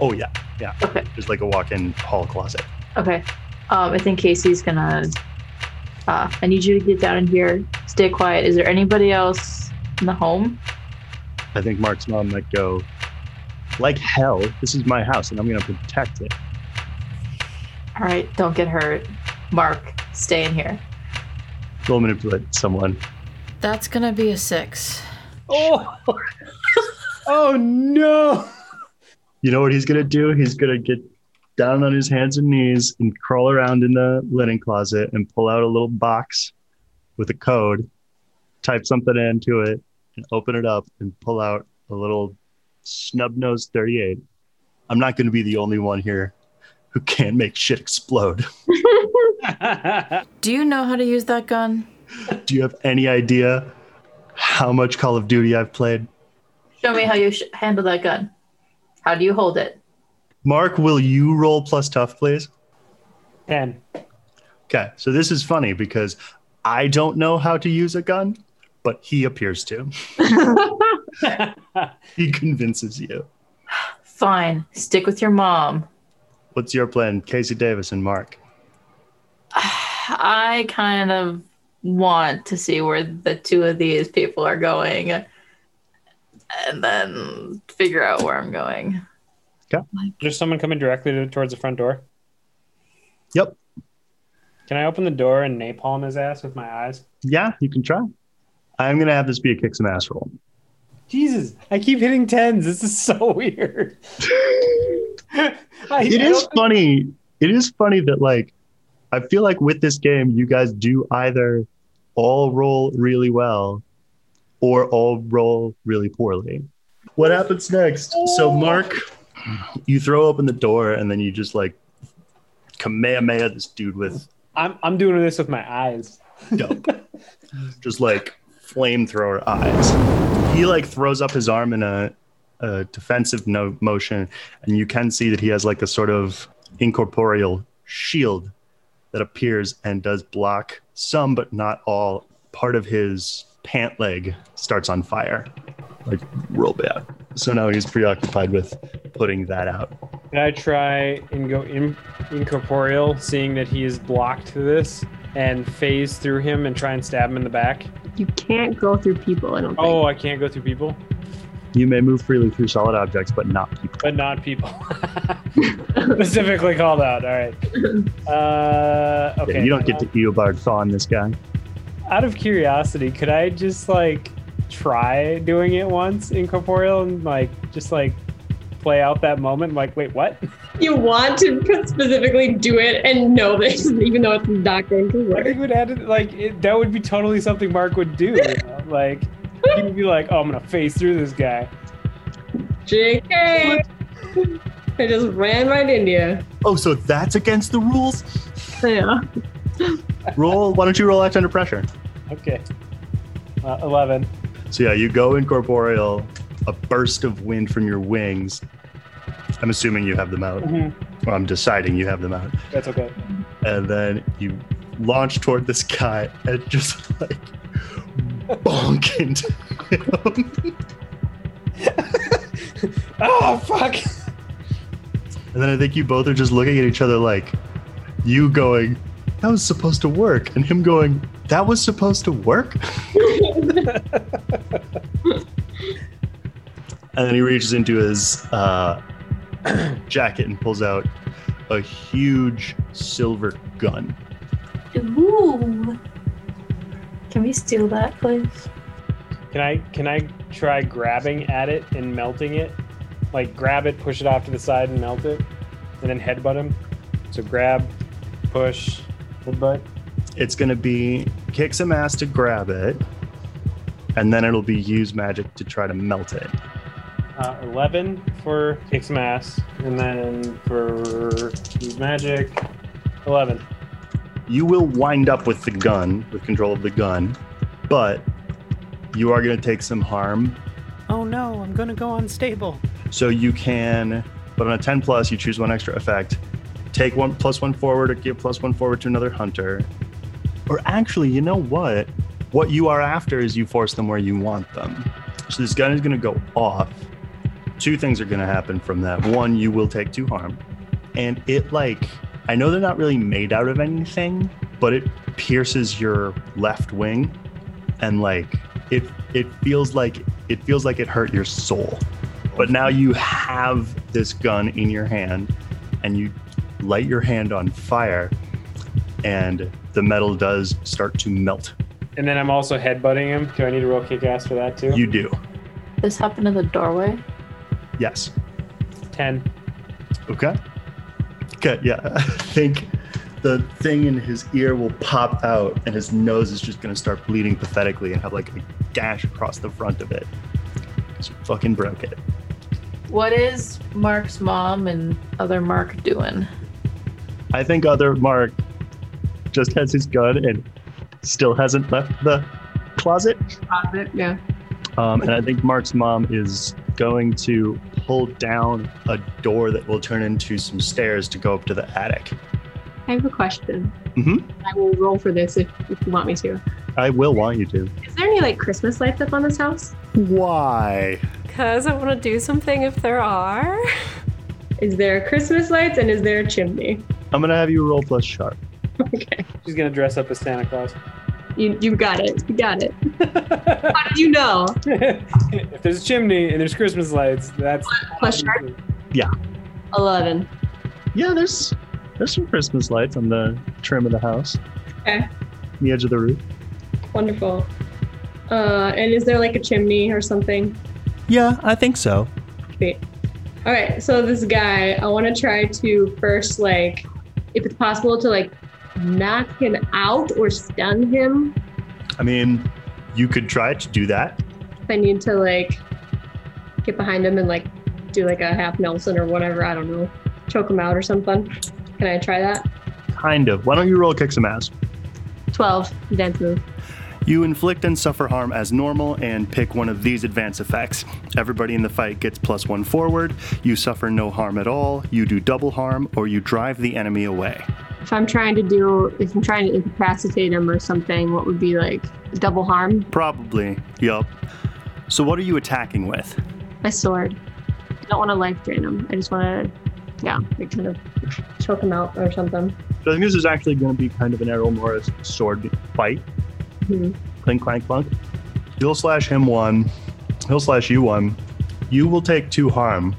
Speaker 2: Oh yeah, yeah.
Speaker 4: Okay.
Speaker 2: There's like a walk-in hall closet.
Speaker 4: Okay. Um, I think Casey's gonna. Uh, I need you to get down in here. Stay quiet. Is there anybody else in the home?
Speaker 2: I think Mark's mom might go, like hell, this is my house and I'm going to protect it.
Speaker 4: All right. Don't get hurt. Mark, stay in here.
Speaker 2: Roll manipulate someone.
Speaker 6: That's gonna be a six.
Speaker 3: Oh. oh no.
Speaker 2: You know what he's going to do? He's going to get down on his hands and knees and crawl around in the linen closet and pull out a little box with a code, type something into it, and open it up and pull out a little snub nosed 38 I'm not going to be the only one here who can't make shit explode.
Speaker 6: Do you know how to use that gun?
Speaker 2: Do you have any idea how much Call of Duty I've played?
Speaker 4: Show me how you sh- handle that gun. How do you hold it?
Speaker 2: Mark, will you roll plus tough, please?
Speaker 3: Ten.
Speaker 2: Okay, so this is funny because I don't know how to use a gun, but he appears to. he convinces you.
Speaker 4: Fine. Stick with your mom.
Speaker 2: What's your plan, Casey Davis and Mark?
Speaker 4: I kind of want to see where the two of these people are going and then figure out where I'm going.
Speaker 3: There's someone coming directly to, towards the front door.
Speaker 2: Yep.
Speaker 3: Can I open the door and napalm his ass with my eyes?
Speaker 2: Yeah, you can try. I'm gonna have this be a kick some ass roll.
Speaker 3: Jesus, I keep hitting tens. This is so weird. I,
Speaker 2: It is funny. It is funny that like I feel like with this game, you guys do either all roll really well or all roll really poorly. What happens next? So Mark, you throw open the door and then you just like Kamehameha this dude with
Speaker 3: I'm I'm doing this with my eyes.
Speaker 2: dope. just like flamethrower eyes. He like throws up his arm in a, a defensive no- motion, and you can see that he has like a sort of incorporeal shield that appears and does block some, but not all. Part of his pant leg starts on fire, like real bad. So now he's preoccupied with putting that out.
Speaker 3: Did I try and go in, incorporeal, seeing that he is blocked to this, and phase through him and try and stab him in the back?
Speaker 8: You can't go through people, I don't think.
Speaker 3: Oh, I can't go through people,
Speaker 2: You may move freely through solid objects, but not people.
Speaker 3: but not people. Specifically called out. All right. Uh, okay.
Speaker 2: you don't get to Eobard Thawne this guy.
Speaker 3: out of curiosity, could I just like try doing it once incorporeal and like just like play out that moment? Like, wait, what?
Speaker 5: You want to specifically do it and know this, even though it's not going to
Speaker 3: I
Speaker 5: work.
Speaker 3: think would add to, like it, that would be totally something Mark would do. you know? Like he would be like, "Oh, I'm gonna phase through this guy."
Speaker 5: JK. I just ran right into you.
Speaker 2: Oh, so that's against the rules?
Speaker 8: Yeah.
Speaker 2: roll why don't you roll act under pressure
Speaker 3: Okay, uh, eleven.
Speaker 2: so yeah you go incorporeal a burst of wind from your wings i'm assuming you have them out or i'm deciding you have them out
Speaker 3: Mm-hmm. That's okay.
Speaker 2: and then you launch toward this guy and just like bonk into him
Speaker 3: Oh fuck!
Speaker 2: and then i think you both are just looking at each other like you going that was supposed to work and him going that was supposed to work and then he reaches into his uh, jacket and pulls out a huge silver gun.
Speaker 4: Ooh. Can we steal that, please?
Speaker 3: Can I can I try grabbing at it and melting it? Like grab it, push it off to the side and melt it, and then headbutt him. So grab, push, headbutt.
Speaker 2: It's going to be kick some ass to grab it, and then it'll be use magic to try to melt it.
Speaker 3: Uh, 11 for kick some ass, and then for use magic, 11.
Speaker 2: You will wind up with the gun, with control of the gun, but you are going to take some harm.
Speaker 11: Oh no, I'm gonna go unstable.
Speaker 2: So you can, but on a 10 plus, you choose one extra effect. Take one plus one forward or give plus one forward to another hunter. Or actually, you know what? What you are after is you force them where you want them. So this gun is going to go off. Two things are going to happen from that. One, you will take two harm. And it, like, I know they're not really made out of anything, but it pierces your left wing. And, like, it, it feels like it feels like it hurt your soul but now you have this gun in your hand and you light your hand on fire and the metal does start to melt
Speaker 3: And then I'm also headbutting him. Do I need to roll kick ass for that too?
Speaker 2: you do
Speaker 4: This happened in the doorway.
Speaker 2: yes
Speaker 3: 10.
Speaker 2: okay okay yeah i think the thing in his ear will pop out and his nose is just going to start bleeding pathetically and have like a gash across the front of it 'Cause you fucking broke it
Speaker 4: What is Mark's mom and other Mark doing?
Speaker 2: I think other Mark just has his gun and still hasn't left the closet.
Speaker 8: Closet, yeah.
Speaker 2: Um, and I think Mark's mom is going to pull down a door that will turn into some stairs to go up to the attic.
Speaker 8: I have a question.
Speaker 2: Mhm.
Speaker 8: I will roll for this if, if you want me to.
Speaker 2: I will want you to.
Speaker 8: Is there any like Christmas lights up on this house?
Speaker 7: Why?
Speaker 12: Because I want to do something if there are.
Speaker 8: Is there Christmas lights and is there a chimney?
Speaker 2: I'm gonna have you roll plus sharp.
Speaker 8: Okay.
Speaker 3: She's gonna dress up as Santa Claus.
Speaker 8: You you got it. You got it. How did you know?
Speaker 3: if there's a chimney and there's Christmas lights, that's
Speaker 8: Plus sharp? Eleven.
Speaker 2: Yeah, there's there's some Christmas lights on the trim of the house.
Speaker 8: Okay.
Speaker 2: The edge of the roof.
Speaker 8: Wonderful. Uh, and is there like a chimney or something?
Speaker 7: Yeah, I think so.
Speaker 8: Wait. All right. So this guy, I want to try to first like, if it's possible to like, knock him out or stun him.
Speaker 2: I mean, you could try to do that.
Speaker 8: If I need to like, get behind him and like, do like a half Nelson or whatever. I don't know. Choke him out or something. Can I try that?
Speaker 2: Kind of. Why don't you roll kick some ass?
Speaker 8: Twelve. Dance move.
Speaker 2: You inflict and suffer harm as normal and pick one of these advance effects. Everybody in the fight gets plus one forward, you suffer no harm at all, you do double harm, or you drive the enemy away.
Speaker 8: If I'm trying to do, if I'm trying to incapacitate him or something, what would be like double harm?
Speaker 2: Probably. Yup. So, what are you attacking with?
Speaker 8: My sword. I don't want to life drain him. I just want to, yeah, like kind of choke him out or something.
Speaker 2: So, I think this is actually going to be kind of an Errol Morris sword fight.
Speaker 8: Mhm.
Speaker 2: Clink, clank, clunk. You'll slash him one, he'll slash you one. You will take two harm,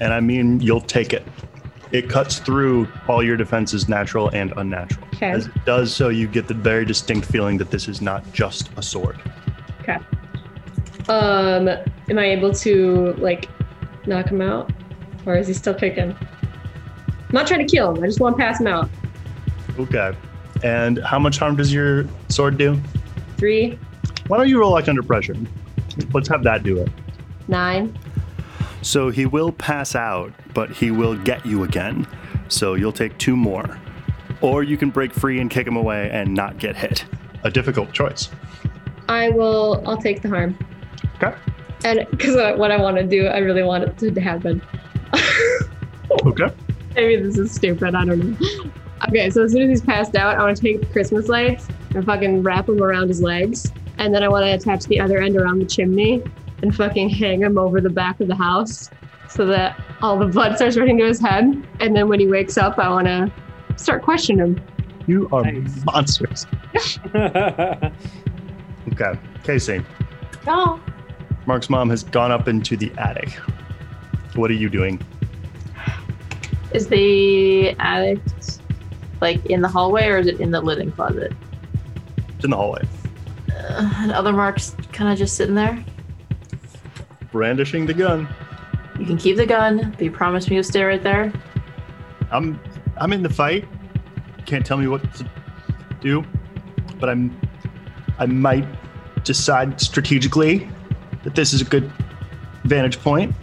Speaker 2: and I mean, you'll take it. It cuts through all your defenses, natural and unnatural.
Speaker 8: Okay.
Speaker 2: As it does so, you get the very distinct feeling that this is not just a sword.
Speaker 8: Um, am I able to like knock him out, or is he still kicking? I'm not trying to kill him. I just want to pass him out.
Speaker 2: Okay. And how much harm does your sword do?
Speaker 8: Three,
Speaker 2: Why don't you roll act under pressure? Let's have that do it.
Speaker 8: nine.
Speaker 2: So he will pass out, but he will get you again. So you'll take two more. Or you can break free and kick him away and not get hit. A difficult choice.
Speaker 8: I will. I'll take the harm.
Speaker 2: Okay.
Speaker 8: And because what I want to do, I really want it to happen.
Speaker 2: Okay.
Speaker 8: Maybe this is stupid. I don't know. Okay, so as soon as he's passed out, I want to take Christmas lights and fucking wrap them around his legs, and then I want to attach the other end around the chimney and fucking hang him over the back of the house so that all the blood starts running to his head. And then when he wakes up, I want to start questioning him.
Speaker 2: You are
Speaker 3: Nice.
Speaker 2: monsters. Okay. Casey,
Speaker 4: No.
Speaker 2: Mark's mom has gone up into the attic. What are you doing?
Speaker 4: Is the addict like in the hallway or is it in the linen closet?
Speaker 2: It's in the hallway.
Speaker 4: Uh, and other Mark's kind of just sitting there.
Speaker 2: Brandishing the gun.
Speaker 4: You can keep the gun, but you promised me you'll stay right there.
Speaker 2: I'm I'm in the fight. Can't tell me what to do, but I'm I might decide strategically that this is a good vantage point.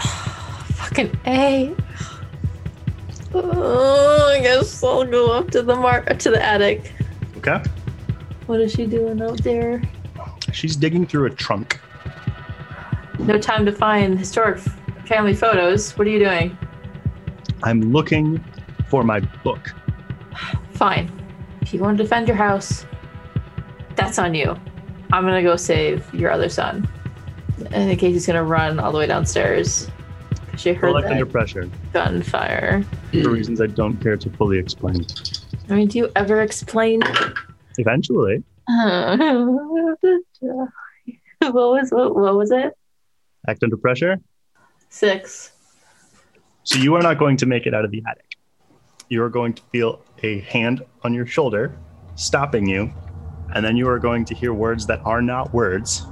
Speaker 4: Fucking A. Oh, I guess I'll go up to the mark to the attic.
Speaker 2: Okay.
Speaker 4: What is she doing out there?
Speaker 2: She's digging through a trunk.
Speaker 4: No time to find historic f- family photos. What are you doing?
Speaker 2: I'm looking for my book.
Speaker 4: Fine. If you want to defend your house, that's on you. I'm gonna go save your other son. And think Casey's gonna run all the way downstairs. She heard
Speaker 2: Left
Speaker 4: that
Speaker 2: under pressure
Speaker 4: gunfire.
Speaker 2: for reasons I don't care to fully explain.
Speaker 4: I mean, do you ever explain?
Speaker 2: Eventually,
Speaker 4: what was what, what was it?
Speaker 2: act under pressure.
Speaker 4: Six.
Speaker 2: So you are not going to make it out of the attic. You are going to feel a hand on your shoulder stopping you, and then you are going to hear words that are not words,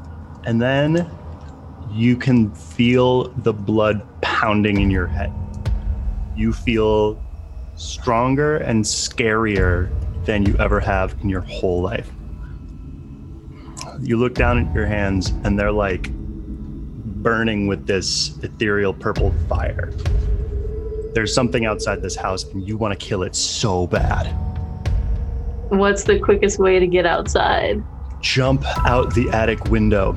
Speaker 2: and then you can feel the blood pounding in your head. You feel stronger and scarier than you ever have in your whole life. You look down at your hands, and they're like burning with this ethereal purple fire. There's something outside this house, and you want to kill it so bad.
Speaker 4: What's the quickest way to get outside?
Speaker 2: Jump out the attic window,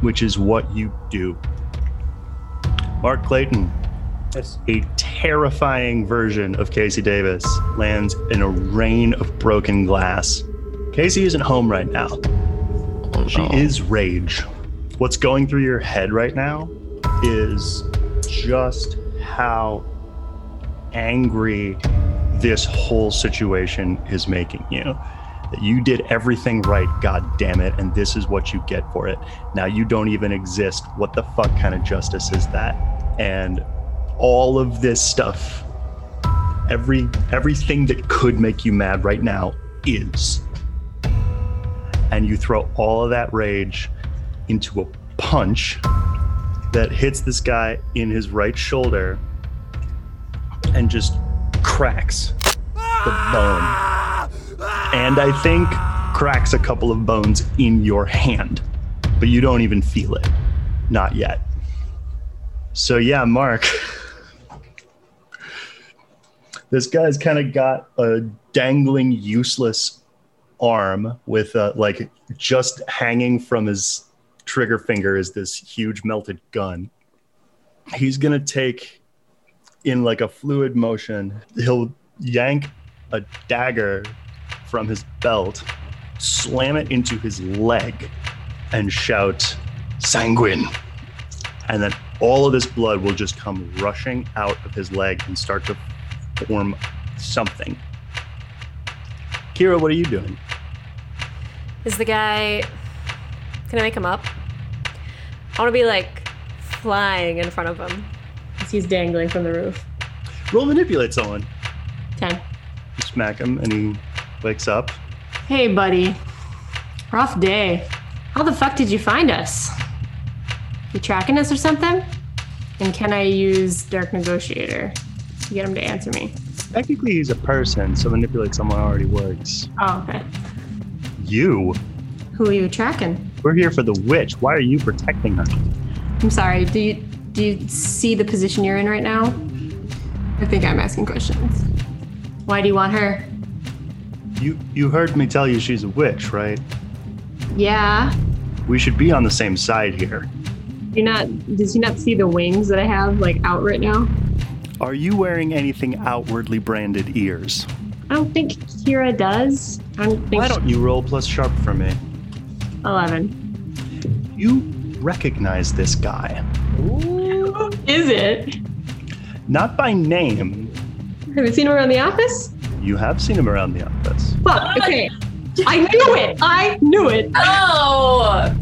Speaker 2: which is what you do. Mark Clayton,
Speaker 3: Yes.
Speaker 2: a terrifying version of Casey Davis lands in a rain of broken glass. Casey isn't home right now. She is rage. What's going through your head right now is just how angry this whole situation is making you. That you did everything right, god damn it, and this is what you get for it. Now you don't even exist. What the fuck kind of justice is that? And all of this stuff every everything that could make you mad right now is and you throw all of that rage into a punch that hits this guy in his right shoulder and just cracks the bone and i think cracks a couple of bones in your hand but you don't even feel it not yet so yeah, Mark. This guy's kind of got a dangling, useless arm with uh, like just hanging from his trigger finger is this huge melted gun. He's gonna take in like a fluid motion. He'll yank a dagger from his belt, slam it into his leg, and shout, "Sanguine!" and then all of this blood will just come rushing out of his leg and start to form something. Kira, what are you doing?
Speaker 13: Is the guy. Can I make him up? I want to be like flying in front of him.
Speaker 8: He's dangling from the roof.
Speaker 2: Roll manipulate someone.
Speaker 8: Ten.
Speaker 2: You smack him, and he wakes up.
Speaker 8: Hey, buddy. Rough day. How the fuck did you find us? You tracking us or something? And can I use Dark Negotiator to get him to answer me?
Speaker 2: Technically, he's a person, so manipulate someone already works.
Speaker 8: Oh, okay.
Speaker 2: You?
Speaker 8: Who are you tracking?
Speaker 2: We're here for the witch. Why are you protecting her?
Speaker 8: I'm sorry. Do you do you see the position you're in right now? I think I'm asking questions. Why do you want her?
Speaker 2: You you heard me tell you she's a witch, right?
Speaker 8: Yeah.
Speaker 2: We should be on the same side here.
Speaker 8: You not does he not see the wings that I have like out right now?
Speaker 2: Are you wearing anything outwardly branded ears?
Speaker 8: I don't think Kira does. I don't think
Speaker 2: Why don't you roll plus sharp for me?
Speaker 8: eleven.
Speaker 2: You recognize this guy,
Speaker 8: Is it?
Speaker 2: not by name.
Speaker 8: Have you seen him around the office?
Speaker 2: You have seen him around the office.
Speaker 8: Fuck. Okay. I knew it. I knew it.
Speaker 14: Oh!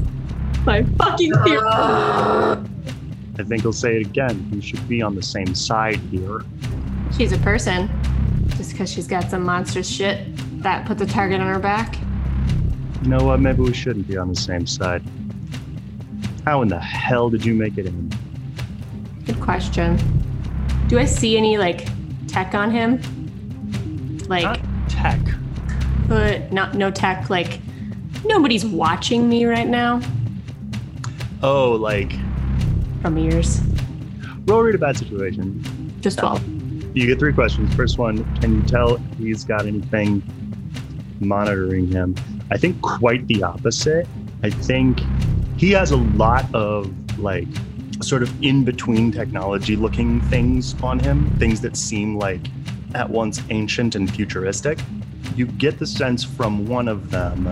Speaker 8: My fucking fear.
Speaker 2: Uh. I think he'll say it again. You should be on the same side here.
Speaker 8: She's a person. Just because she's got some monstrous shit that puts a target on her back.
Speaker 2: You know what? Maybe we shouldn't be on the same side. How in the hell did you make it in?
Speaker 8: Good question. Do I see any like tech on him? Like,
Speaker 2: Not tech.
Speaker 8: but not no tech. Like, nobody's watching me right now
Speaker 2: Oh, like
Speaker 8: from ears.
Speaker 2: roll read a bad situation.
Speaker 8: Just twelve.
Speaker 2: You get three questions. First one, can you tell if he's got anything monitoring him? I think quite the opposite. I think he has a lot of like sort of in between technology looking things on him, things that seem like at once ancient and futuristic. You get the sense from one of them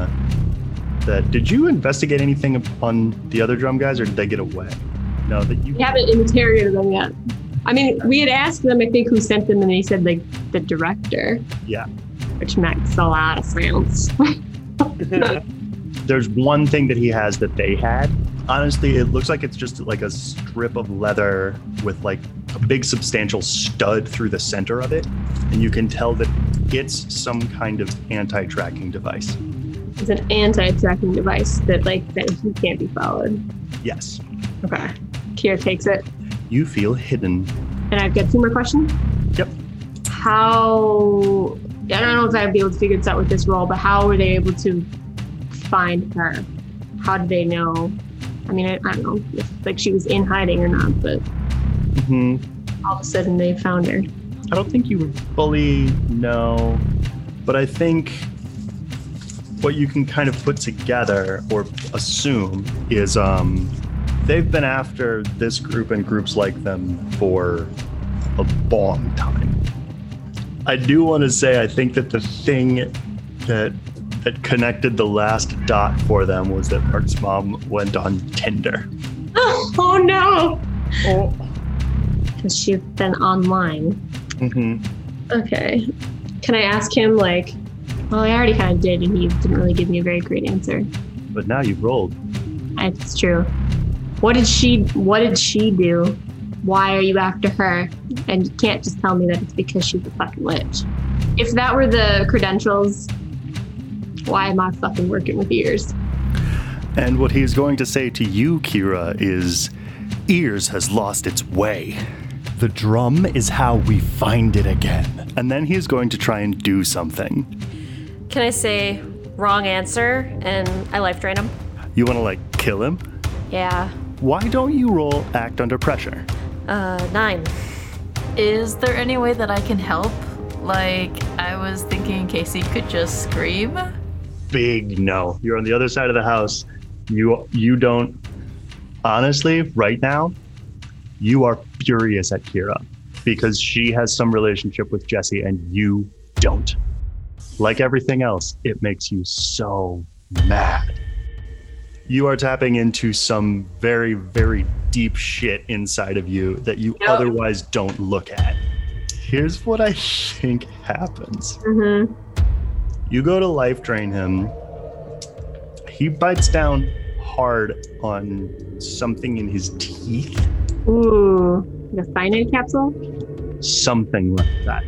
Speaker 2: that did you investigate anything on the other drum guys or did they get away? No, that you
Speaker 8: We haven't interrogated them yet. I mean, we had asked them, I think, who sent them, and they said like the director.
Speaker 2: Yeah.
Speaker 8: Which makes a lot of sense.
Speaker 2: there's one thing that he has that they had. Honestly, it looks like it's just like a strip of leather with like a big substantial stud through the center of it. And you can tell that it's some kind of anti tracking device.
Speaker 8: It's an anti-tracking device that like that he can't be followed.
Speaker 2: Yes,
Speaker 8: Okay. Kira takes it,
Speaker 2: you feel hidden.
Speaker 8: and I've got two more questions.
Speaker 2: Yep.
Speaker 8: How I don't know if I'd be able to figure this out with this role, but how were they able to find her? How did they know? I mean, I, I don't know if, like she was in hiding or not, but
Speaker 2: hmm
Speaker 8: all of a sudden they found her.
Speaker 2: I don't think you fully know, but I think what you can kind of put together or assume is um, they've been after this group and groups like them for a long time. I do want to say I think that the thing that that connected the last dot for them was that Mark's mom went on Tinder.
Speaker 8: Oh no! Because she's been online.
Speaker 2: hmm
Speaker 8: Okay. Can I ask him, like, well, I already kind of did, and he didn't really give me a very great answer.
Speaker 2: But now you've rolled.
Speaker 8: It's true. What did she What did she do? Why are you after her? And you can't just tell me that it's because she's a fucking witch. If that were the credentials, why am I fucking working with ears?
Speaker 2: And what he's going to say to you, Kira, is Ears has lost its way. The drum is how we find it again. And then he's going to try and do something.
Speaker 12: Can I say wrong answer and I life drain him?
Speaker 2: You want to, like, kill him?
Speaker 12: Yeah.
Speaker 2: Why don't you roll act under pressure?
Speaker 12: Uh, nine.
Speaker 6: Is there any way that I can help? Like, I was thinking Casey could just scream.
Speaker 2: Big no. You're on the other side of the house. You you don't honestly right now you are furious at Kira because she has some relationship with Jesse and you don't. Like everything else, it makes you so mad. You are tapping into some very very deep shit inside of you that you
Speaker 8: Yep.
Speaker 2: otherwise don't look at. Here's what I think happens.
Speaker 8: Mm-hmm.
Speaker 2: You go to life drain him. He bites down hard on something in his teeth,
Speaker 8: Ooh, the cyanide capsule.
Speaker 2: something like that.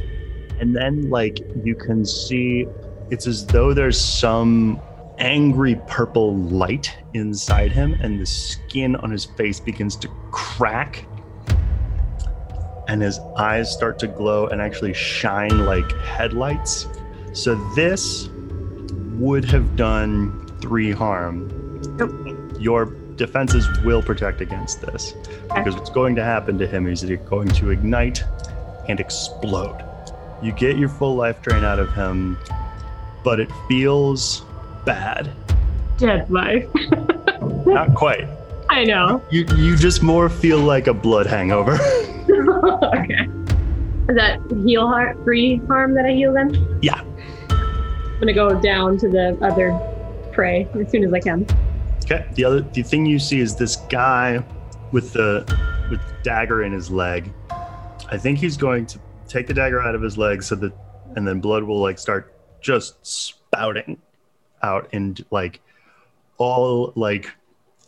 Speaker 2: And then, like, you can see it's as though there's some angry purple light inside him, and the skin on his face begins to crack. And his eyes start to glow and actually shine like headlights. So this would have done three harm. Your defenses will protect against this because what's going to happen to him is that you're going to ignite and explode. You get your full life drain out of him, but it feels bad.
Speaker 8: Dead life.
Speaker 2: Not quite.
Speaker 8: I know.
Speaker 2: You you just more feel like a blood hangover.
Speaker 8: okay. Is that heal har free harm that I heal them?
Speaker 2: Yeah.
Speaker 8: I'm gonna go down to the other prey as soon as I can.
Speaker 2: Okay. The other the thing you see is this guy with the with the dagger in his leg. I think he's going to take the dagger out of his leg so that and then blood will like start just spouting out and like all like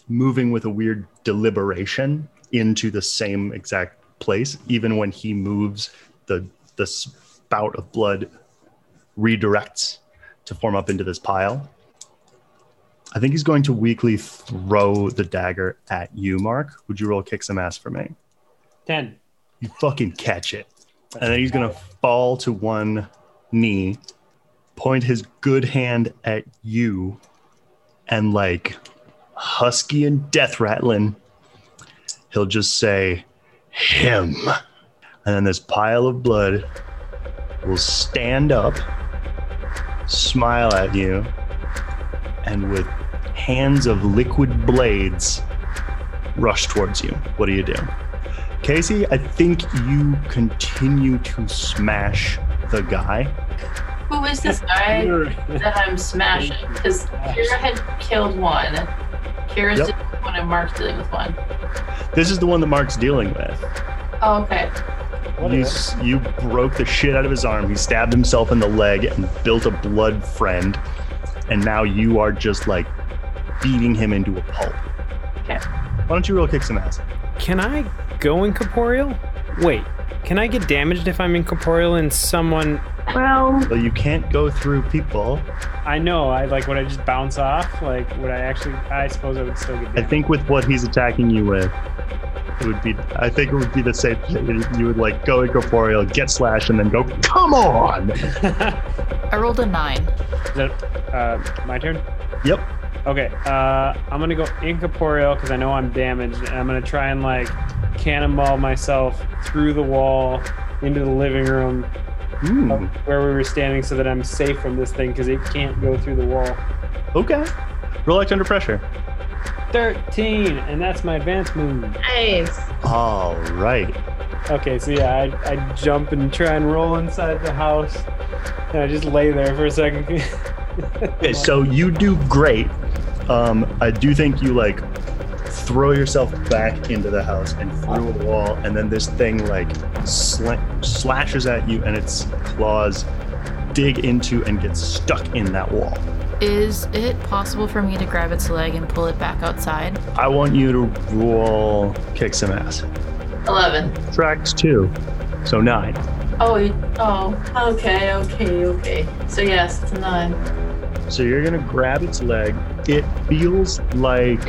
Speaker 2: moving with a weird deliberation into the same exact place even when he moves the the spout of blood redirects to form up into this pile I think he's going to weakly throw the dagger at you, Mark. Would you roll kick some ass for me?
Speaker 3: Ten.
Speaker 2: You fucking catch it. And then he's going to fall to one knee, point his good hand at you, and like husky and death rattling, he'll just say, him. And then this pile of blood will stand up, smile at you, and with hands of liquid blades rush towards you. What do you do? Casey, I think you continue to smash the guy.
Speaker 4: Who is this guy that I'm smashing? Because Kira had killed one. Kira's
Speaker 2: Yep.
Speaker 4: dealing with one and Mark's dealing with one.
Speaker 2: This is the one that Mark's dealing with.
Speaker 4: Oh, okay.
Speaker 2: You, s- you broke the shit out of his arm. He stabbed himself in the leg and built a blood friend. And now you are just like beating him into a pulp.
Speaker 4: Okay.
Speaker 2: Why don't you roll kick some ass?
Speaker 11: Can I go incorporeal? Wait, can I get damaged if I'm incorporeal and someone.
Speaker 8: Well,
Speaker 2: Well, you can't go through people.
Speaker 3: I know. I like. Would I just bounce off? Like, would I actually? I suppose I would still get.
Speaker 2: I
Speaker 3: Damaged.
Speaker 2: think with what he's attacking you with, it would be. I think it would be the same thing. You would like go incorporeal, get slashed, and then go. Come on.
Speaker 6: I rolled a nine.
Speaker 3: Is that uh, my turn?
Speaker 2: Yep.
Speaker 3: Okay, uh, I'm gonna go incorporeal because I know I'm damaged, and I'm gonna try and like cannonball myself through the wall into the living room of
Speaker 7: Hmm.
Speaker 3: where we were standing, so that I'm safe from this thing because it can't go through the wall.
Speaker 7: Okay. Relax under pressure.
Speaker 3: Thirteen, and that's my advance move.
Speaker 5: Nice.
Speaker 7: All right.
Speaker 3: Okay, so yeah, I, I jump and try and roll inside the house, and I just lay there for a second.
Speaker 2: Okay, so you do great. Um, I do think you like throw yourself back into the house and through a wall, and then this thing like sla- slashes at you, and its claws dig into and get stuck in that wall.
Speaker 6: Is it possible for me to grab its leg and pull it back outside?
Speaker 2: I want you to roll kick some ass.
Speaker 4: Eleven.
Speaker 2: Tracks two, so nine.
Speaker 4: Oh, you- oh, okay, okay, okay. So yes, it's a nine.
Speaker 2: So you're gonna grab its leg. It feels like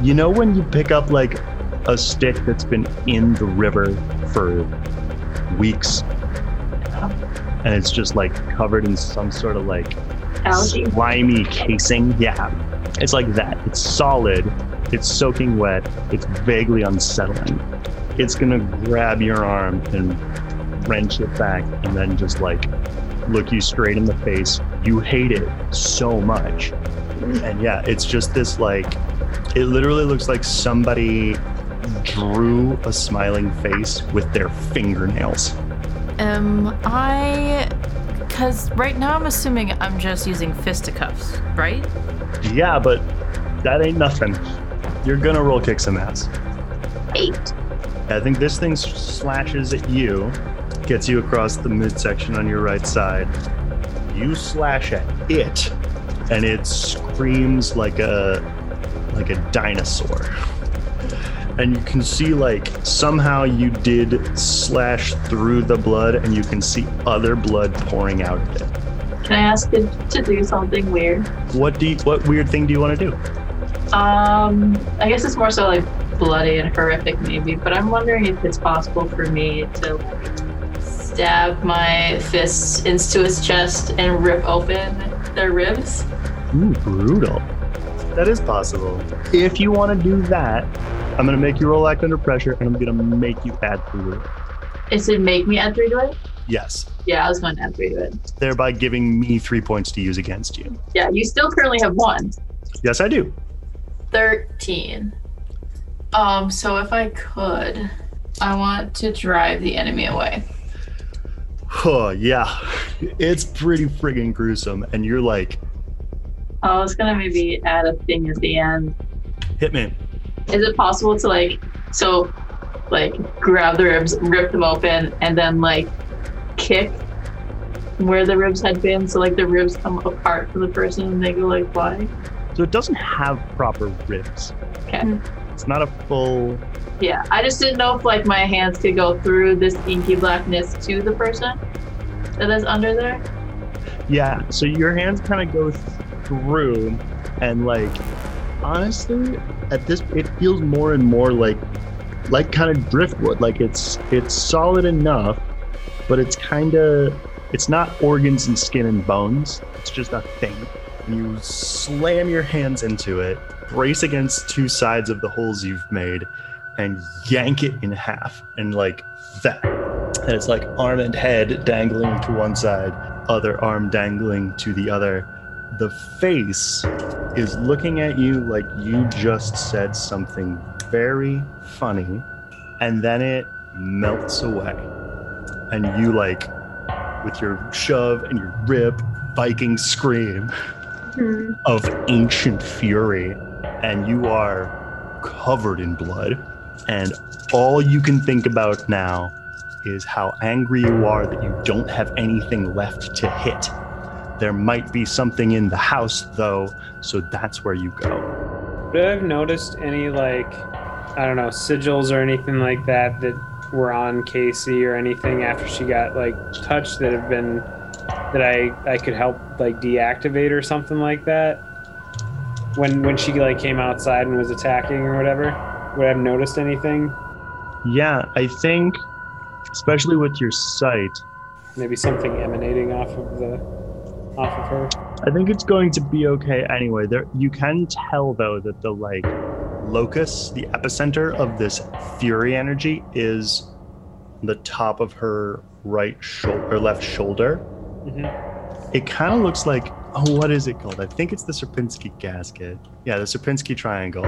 Speaker 2: you know when you pick up like a stick that's been in the river for weeks, and it's just like covered in some sort of like
Speaker 8: Algae.
Speaker 2: slimy casing. Yeah, it's like that. It's solid. It's soaking wet. It's vaguely unsettling. It's gonna grab your arm and wrench it back, and then just like look you straight in the face. You hate it so much. And yeah, it's just this like, it literally looks like somebody drew a smiling face with their fingernails.
Speaker 6: Am Um, I. Because right now I'm assuming I'm just using fisticuffs, right?
Speaker 2: Yeah, but that ain't nothing. You're gonna roll kick some ass.
Speaker 8: Eight.
Speaker 2: I think this thing slashes at you, gets you across the midsection on your right side. You slash at it, and it screams like a like a dinosaur. And you can see like somehow you did slash through the blood, and you can see other blood pouring out of it.
Speaker 4: Can I ask it to do something weird?
Speaker 2: What do you, what weird thing do you want to do?
Speaker 4: Um, I guess it's more so like bloody and horrific, maybe. But I'm wondering if it's possible for me to like, stab my fists into its chest and rip open their ribs.
Speaker 2: Ooh, brutal. That is possible. If you want to do that, I'm going to make you roll act under pressure and I'm going to make you add three to it.
Speaker 4: It said make me add three to it.
Speaker 2: Yes.
Speaker 4: Yeah, I was going to add three to it.
Speaker 2: Thereby giving me three points to use against you.
Speaker 4: Yeah, you still currently have one.
Speaker 2: Yes, I do.
Speaker 4: 13. Um, so if I could, I want to drive the enemy away.
Speaker 2: Oh, yeah. It's pretty friggin' gruesome. And you're like,
Speaker 4: I was Oh, gonna maybe add a thing at the end.
Speaker 2: Hitman,
Speaker 4: Is it possible to like, so, like, grab the ribs, rip them open, and then like, kick where the ribs had been? So like, the ribs come apart from the person, and they go like, why?
Speaker 2: so it doesn't have proper ribs.
Speaker 4: Okay.
Speaker 2: It's not a full.
Speaker 4: Yeah, I just didn't know if like my hands could go through this inky blackness to the person that is under there.
Speaker 2: Yeah. So your hands kind of go through, and like, honestly, at this, it feels more and more like, like kind of driftwood. Like it's it's solid enough, but it's kind of it's not organs and skin and bones. It's just a thing. And you slam your hands into it, brace against two sides of the holes you've made, and yank it in half, and like that. And it's like arm and head dangling to one side other arm dangling to the other. The face is looking at you like you just said something very funny, and then it melts away. And you, like, with your shove and your rip, Viking scream of ancient fury, and you are covered in blood. And all you can think about now is how angry you are that you don't have anything left to hit. There might be something in the house, though, so that's where you go.
Speaker 3: Would I have noticed any like I don't know sigils or anything like that that were on Casey or anything after she got like touched that have been that I I could help like deactivate or something like that when when she like came outside and was attacking or whatever would I have noticed anything
Speaker 2: Yeah, I think, especially with your sight,
Speaker 3: maybe something emanating off of the off of her.
Speaker 2: I think it's going to be okay anyway. There, you can tell though that the like locus, the epicenter of this fury energy, is the top of her right shoulder, or left shoulder.
Speaker 3: Mhm.
Speaker 2: It kind of looks like oh, what is it called? I think it's the Sierpinski gasket. Yeah, the Sierpinski triangle.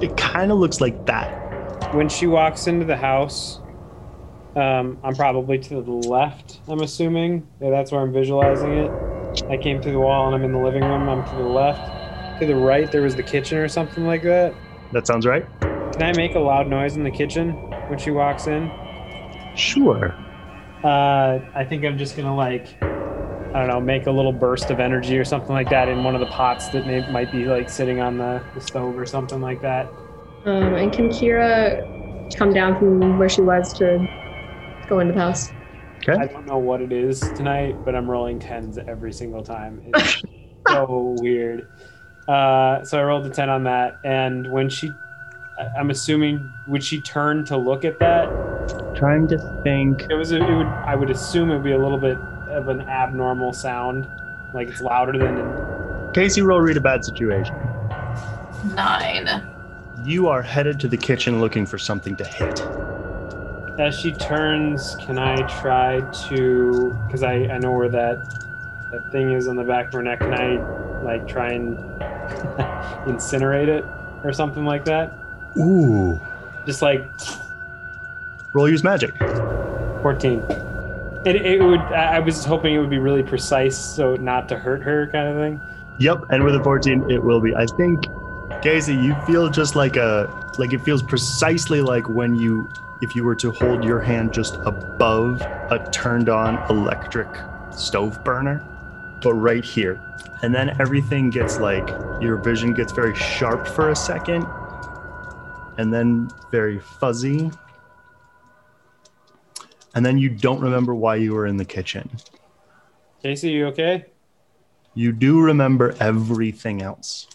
Speaker 2: It kind of looks like that.
Speaker 3: When she walks into the house, um, I'm probably to the left. I'm assuming yeah, that's where I'm visualizing it. I came through the wall and I'm in the living room. I'm to the left. To the right, there was the kitchen or something like that.
Speaker 2: That sounds right.
Speaker 3: Can I make a loud noise in the kitchen when she walks in?
Speaker 2: Sure.
Speaker 3: Uh, I think I'm just gonna like, I don't know, make a little burst of energy or something like that in one of the pots that may, might be like sitting on the, the stove or something like that.
Speaker 5: Um, and can Kira come down from where she was to go into the house?
Speaker 3: I don't know what it is tonight, but I'm rolling tens every single time. It's so weird. Uh, so I rolled a ten on that, and when she, I- I'm assuming, would she turn to look at that?
Speaker 2: Trying to think.
Speaker 3: It was. A, it would. I would assume it would be a little bit of an abnormal sound, like it's louder than.
Speaker 2: Casey, roll read a bad situation.
Speaker 4: Nine.
Speaker 2: You are headed to the kitchen looking for something to hit.
Speaker 3: As she turns, can I try to? Because I, I know where that that thing is on the back of her neck. Can I like try and incinerate it or something like that?
Speaker 2: Ooh.
Speaker 3: Just like
Speaker 2: Roll use magic.
Speaker 3: 14. It, it would. I I was hoping it would be really precise, so not to hurt her, kind of thing.
Speaker 2: Yep, and with a 14, it will be. I think, Casey, you feel just like a, like it feels precisely like when you, if you were to hold your hand just above a turned on electric stove burner, but right here. And then everything gets like, your vision gets very sharp for a second, and then very fuzzy. And then you don't remember why you were in the kitchen.
Speaker 3: Casey, you okay?
Speaker 2: You do remember everything else.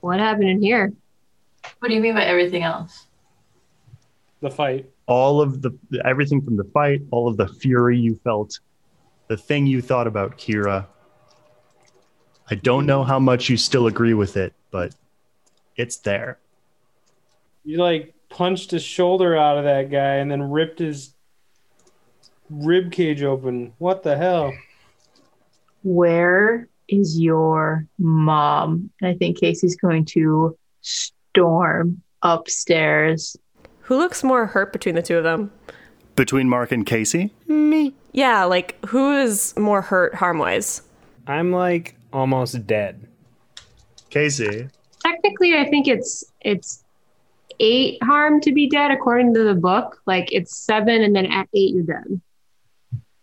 Speaker 8: What happened in here?
Speaker 4: What do you mean by everything else?
Speaker 3: The fight.
Speaker 2: all of the everything from the fight, all of the fury you felt, the thing you thought about Kira. I don't know how much you still agree with it, but it's there.
Speaker 3: You like punched his shoulder out of that guy and then ripped his rib cage open. What the hell?
Speaker 4: Where is your mom? And I think Casey's going to storm upstairs.
Speaker 12: Who looks more hurt between the two of them?
Speaker 2: Between Mark and Casey,
Speaker 12: Me. Yeah, like who is more hurt harm wise?
Speaker 11: I'm like almost dead.
Speaker 2: Casey,
Speaker 8: Technically, I think it's it's eight harm to be dead according to the book. Like it's seven, and then at eight you're dead.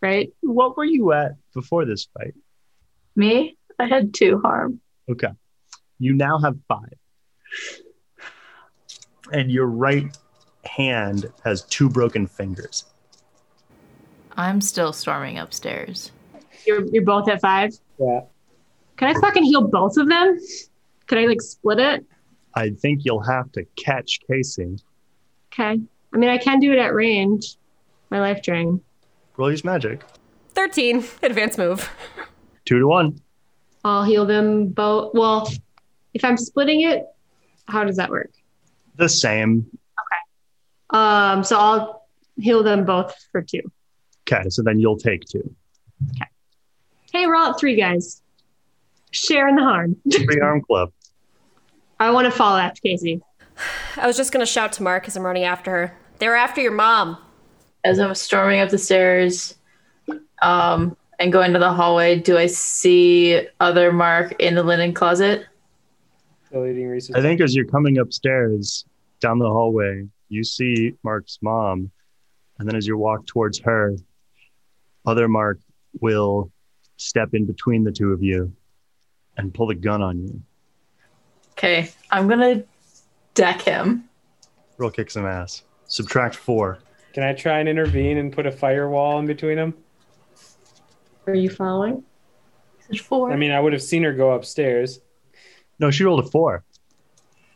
Speaker 8: Right?
Speaker 2: what were you at before this fight?
Speaker 4: Me? I had two harm.
Speaker 2: Okay. You now have five. And your right hand has two broken fingers.
Speaker 6: I'm still storming upstairs.
Speaker 8: You're you're both at five.
Speaker 3: Yeah.
Speaker 8: Can I fucking heal both of them? Could I like split it?
Speaker 2: I think you'll have to catch Casey.
Speaker 8: Okay. I mean, I can do it at range. My life drain.
Speaker 2: Roll use magic.
Speaker 12: 13. Advance move.
Speaker 2: Two to one.
Speaker 8: I'll heal them both. Well, if I'm splitting it, how does that work?
Speaker 2: The same.
Speaker 8: Um, so I'll heal them both for two.
Speaker 2: Okay, so then you'll take two.
Speaker 8: Hey, we're all at three guys. Share in the harm.
Speaker 2: Three arm club.
Speaker 8: I want to fall after Casey.
Speaker 12: I was just going to shout to Mark as I'm running after her. They were after your mom.
Speaker 4: As I'm storming up the stairs um, and going to the hallway, do I see other Mark in the linen closet?
Speaker 3: Deleting research.
Speaker 2: I think as you're coming upstairs down the hallway, you see Mark's mom. And then as you walk towards her, other Mark will step in between the two of you and pull the gun on you.
Speaker 4: Okay, I'm gonna deck him.
Speaker 2: Roll kick some ass. Subtract four.
Speaker 3: Can I try and intervene and put a firewall in between them?
Speaker 5: Are you following?
Speaker 4: There's four.
Speaker 3: I mean, I would have seen her go upstairs.
Speaker 2: No, she rolled a four.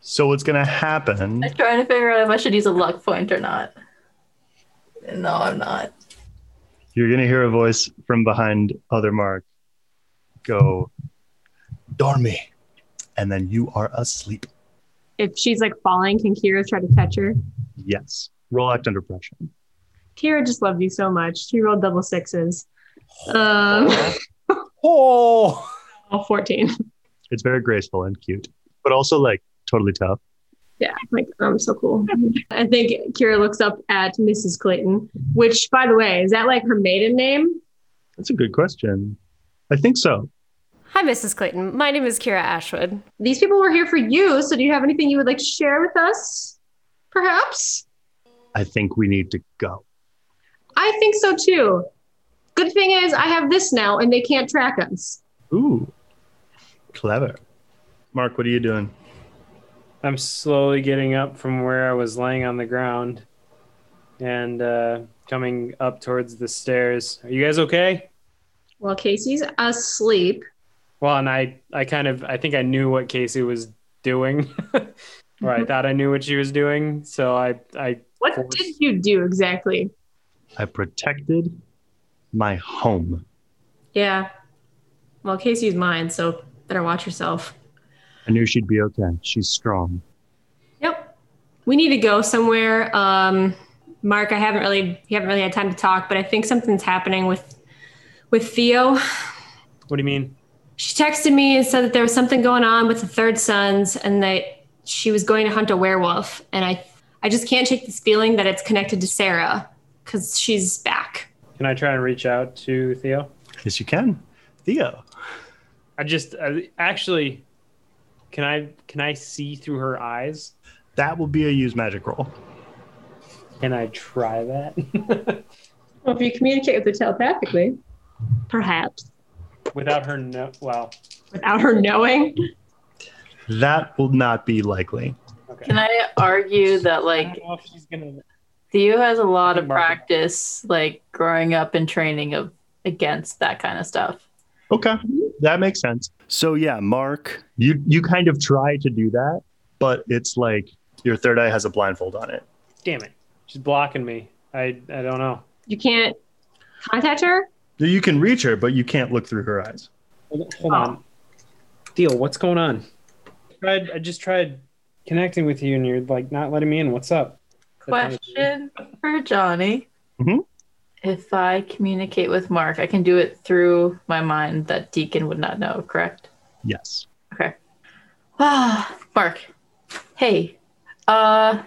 Speaker 2: So what's gonna happen?
Speaker 4: I'm trying to figure out if I should use a luck point or not. No, I'm not.
Speaker 2: You're gonna hear a voice from behind other Mark. go, Dormi. And then you are asleep.
Speaker 8: If she's like falling, can Kira try to catch her?
Speaker 2: Yes. Roll act under pressure.
Speaker 8: Kira just loved you so much. She rolled double sixes. Um,
Speaker 11: Oh,
Speaker 8: all 14.
Speaker 2: It's very graceful and cute, but also like totally tough.
Speaker 8: Yeah, like I'm so cool. I think Kira looks up at Mrs. Clayton, which, by the way, is that like her maiden name?
Speaker 2: That's a good question. I think so.
Speaker 12: Hi, Mrs. Clayton. My name is Kira Ashwood.
Speaker 8: These people were here for you, so do you have anything you would like to share with us? Perhaps?
Speaker 2: I think we need to go.
Speaker 8: I think so too. Good thing is, I have this now, and they can't track us.
Speaker 2: Ooh, clever. Mark, what are you doing?
Speaker 3: I'm slowly getting up from where I was laying on the ground and uh, coming up towards the stairs. Are you guys okay?
Speaker 8: Well, Casey's asleep.
Speaker 3: Well, and I, I kind of, I think I knew what Casey was doing, or I thought I knew what she was doing. So I, I,
Speaker 8: What
Speaker 3: Force.
Speaker 8: did you do exactly?
Speaker 2: I protected my home.
Speaker 5: Yeah. Well, Casey's mine, so better watch yourself.
Speaker 2: I knew she'd be okay. She's strong.
Speaker 5: Yep. We need to go somewhere. Um, Mark, I haven't really you haven't really had time to talk, but I think something's happening with with Theo.
Speaker 3: what do you mean?
Speaker 5: She texted me and said that there was something going on with the third sons and that she was going to hunt a werewolf. And I I just can't shake this feeling that it's connected to Sarah because she's back.
Speaker 3: Can I try and reach out to Theo?
Speaker 2: Yes, you can. Theo.
Speaker 3: I just, I, actually, can I, can I see through her eyes?
Speaker 2: That will be a use magic roll.
Speaker 3: Can I try that
Speaker 8: Well, if you communicate with her telepathically, perhaps
Speaker 3: without her? No. Wow.
Speaker 8: without her knowing.
Speaker 2: That will not be likely.
Speaker 3: Okay.
Speaker 4: Can I argue that
Speaker 3: I
Speaker 4: like
Speaker 3: don't know if she's gonna.
Speaker 4: Theo has a lot of
Speaker 3: Mark.
Speaker 4: practice, like growing up and training of against that kind of stuff?
Speaker 2: Okay, that makes sense. So yeah, Mark, you you kind of try to do that, but it's like your third eye has a blindfold on it.
Speaker 3: Damn it. She's blocking me. I, I don't know.
Speaker 8: You can't contact her.
Speaker 2: You can reach her, but you can't look through her eyes.
Speaker 3: Hold hold on. Theo, what's going on? tried, I just tried connecting with you and you're like not letting me in. What's up?
Speaker 4: Question for Johnny.
Speaker 2: Mhm.
Speaker 4: If I communicate with Mark, I can do it through my mind that Deacon would not know, correct?
Speaker 2: Yes.
Speaker 4: Okay. Ah, Mark. Hey. Uh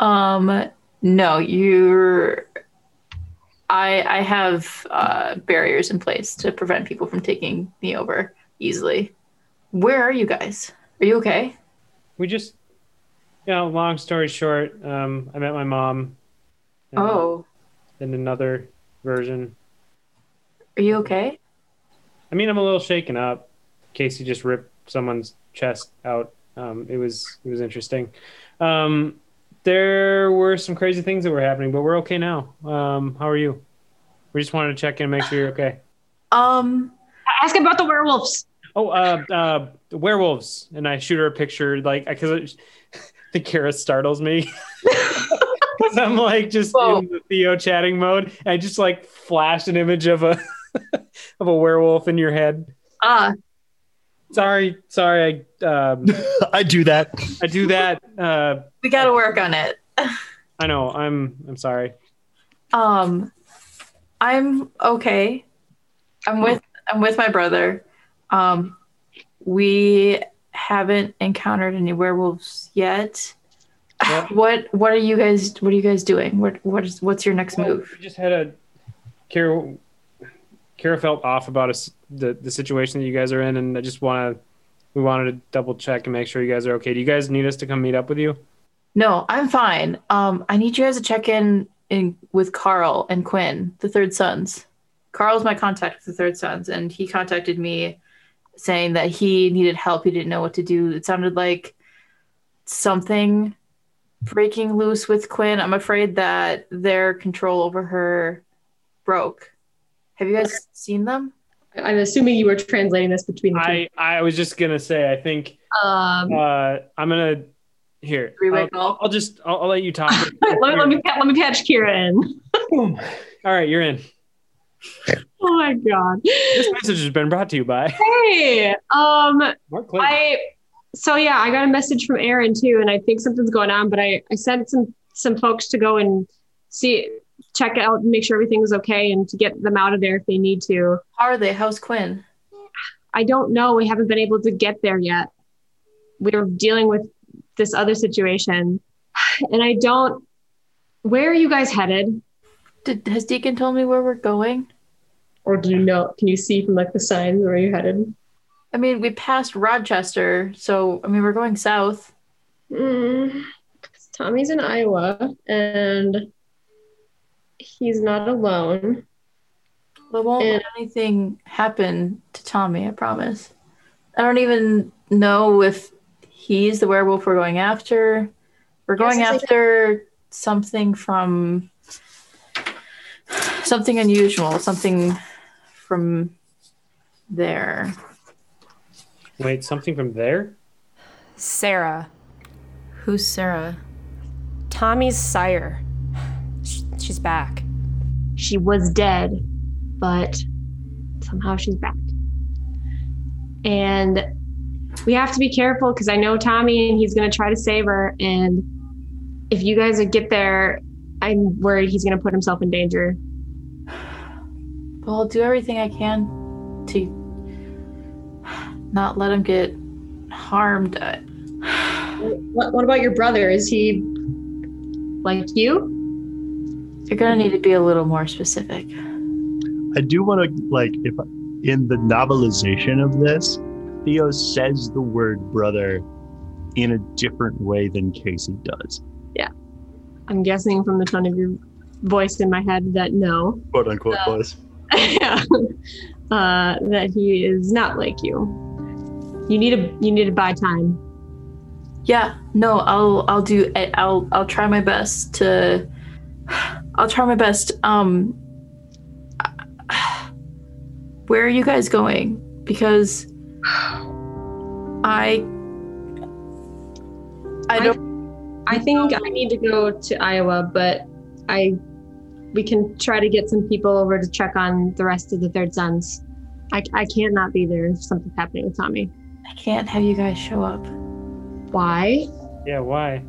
Speaker 4: um no, you're I I have uh barriers in place to prevent people from taking me over easily. Where are you guys? Are you okay?
Speaker 3: We just, you know, long story short, um, I met my mom. and
Speaker 4: Oh,
Speaker 3: In another version.
Speaker 4: are you okay?
Speaker 3: I mean, I'm a little shaken up. Casey just ripped someone's chest out. Um, it was it was interesting. Um, there were some crazy things that were happening, but we're okay now. Um, how are you? We just wanted to check in and make sure you're okay.
Speaker 4: Um
Speaker 8: Ask about the werewolves.
Speaker 3: Oh, uh, uh, werewolves, and I shoot her a picture, like because the Kara startles me because I'm like just
Speaker 4: Whoa.
Speaker 3: in the Theo chatting mode. I just like flash an image of a of a werewolf in your head.
Speaker 8: Ah,
Speaker 3: Sorry, sorry, I um,
Speaker 2: I do that.
Speaker 3: I do that. Uh,
Speaker 4: we got to work on it.
Speaker 3: I know. I'm I'm sorry.
Speaker 4: Um, I'm okay. I'm with I'm with my brother. Um, we haven't encountered any werewolves yet.
Speaker 3: Yeah.
Speaker 4: What What are you guys What are you guys doing? What What is What's your next move?
Speaker 3: Oh, We just had a Kara. Kara felt off about us the the situation that you guys are in, and I just want to. We wanted to double check and make sure you guys are okay. Do you guys need us to come meet up with you?
Speaker 4: No, I'm fine. Um, I need you guys to check in in with Carl and Quinn, the third sons. Carl's my contact with the third sons, and he contacted me saying that he needed help. He didn't know what to do. It sounded like something breaking loose with Quinn. I'm afraid that their control over her broke. Have you guys seen them?
Speaker 5: I'm assuming you were translating this between the two.
Speaker 3: I I was just gonna say I think
Speaker 8: um,
Speaker 3: uh, I'm gonna here.
Speaker 4: Three-way
Speaker 3: I'll,
Speaker 4: call?
Speaker 3: I'll just I'll, I'll let you talk.
Speaker 8: Uh, let me let me, let me catch Kira in.
Speaker 3: All right, you're in.
Speaker 8: Oh my god.
Speaker 11: This message has been brought to you by
Speaker 8: Hey, um,
Speaker 11: Mark Clay.
Speaker 8: I so yeah, I got a message from Aaron too, and I think something's going on. But I I sent some some folks to go and see, check out, make sure everything's okay, and to get them out of there if they need to.
Speaker 4: How are they? How's Quinn?
Speaker 8: I don't know. We haven't been able to get there yet. We're dealing with this other situation, and I don't. Where are you guys headed?
Speaker 4: Did, has Deacon told me where we're going?
Speaker 8: Or do you know? Can you see from like the sign where you're headed?
Speaker 4: I mean, we passed Rochester, so I mean, we're going south.
Speaker 8: Mm, Tommy's in Iowa and he's not alone.
Speaker 4: But won't let anything happen to Tommy, I promise. I don't even know if he's the werewolf we're going after. We're going
Speaker 5: it's like-
Speaker 4: after something from something unusual, something from there.
Speaker 11: Wait, something from there?
Speaker 12: Sarah,
Speaker 6: Who's Sarah?
Speaker 12: Tommy's sire. Sh- She's back.
Speaker 8: She was dead, but somehow she's back. And we have to be careful because I know Tommy and he's going to try to save her. And if you guys get there, I'm worried he's going to put himself in danger.
Speaker 4: Well, I'll do everything I can to not let him get harmed. I-
Speaker 5: What, what about your brother? Is he
Speaker 8: like you?
Speaker 4: You're gonna need to be a little more specific.
Speaker 2: I do want to like if in the novelization of this, Theo says the word brother in a different way than Casey does,
Speaker 8: I'm guessing from the tone of your voice in my head that no.
Speaker 2: quote unquote. was.
Speaker 8: yeah. uh, that he is not like you. You need to you need to buy time.
Speaker 4: Yeah, no, I'll I'll do I- I'll I'll try my best to I'll try my best. Um Where are you guys going? Because I I don't
Speaker 8: I think I need to go to Iowa, but I we can try to get some people over to check on the rest of the Third Sons. I, I can't not be there if something's happening with Tommy.
Speaker 4: I can't have you guys show up.
Speaker 8: Why?
Speaker 11: Yeah, why?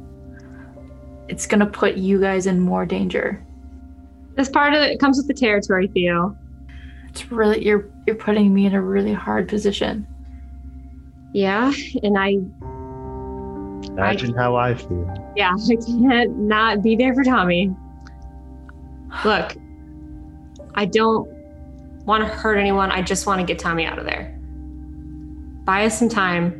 Speaker 4: It's going to put you guys in more danger.
Speaker 8: This part of it comes with the territory, Theo.
Speaker 4: It's really you're you're putting me in a really hard position.
Speaker 8: Yeah, and I
Speaker 2: Imagine how I feel.
Speaker 8: Yeah, I can't not be there for Tommy. Look, I don't want to hurt anyone. I just want to get Tommy out of there. Buy us some time.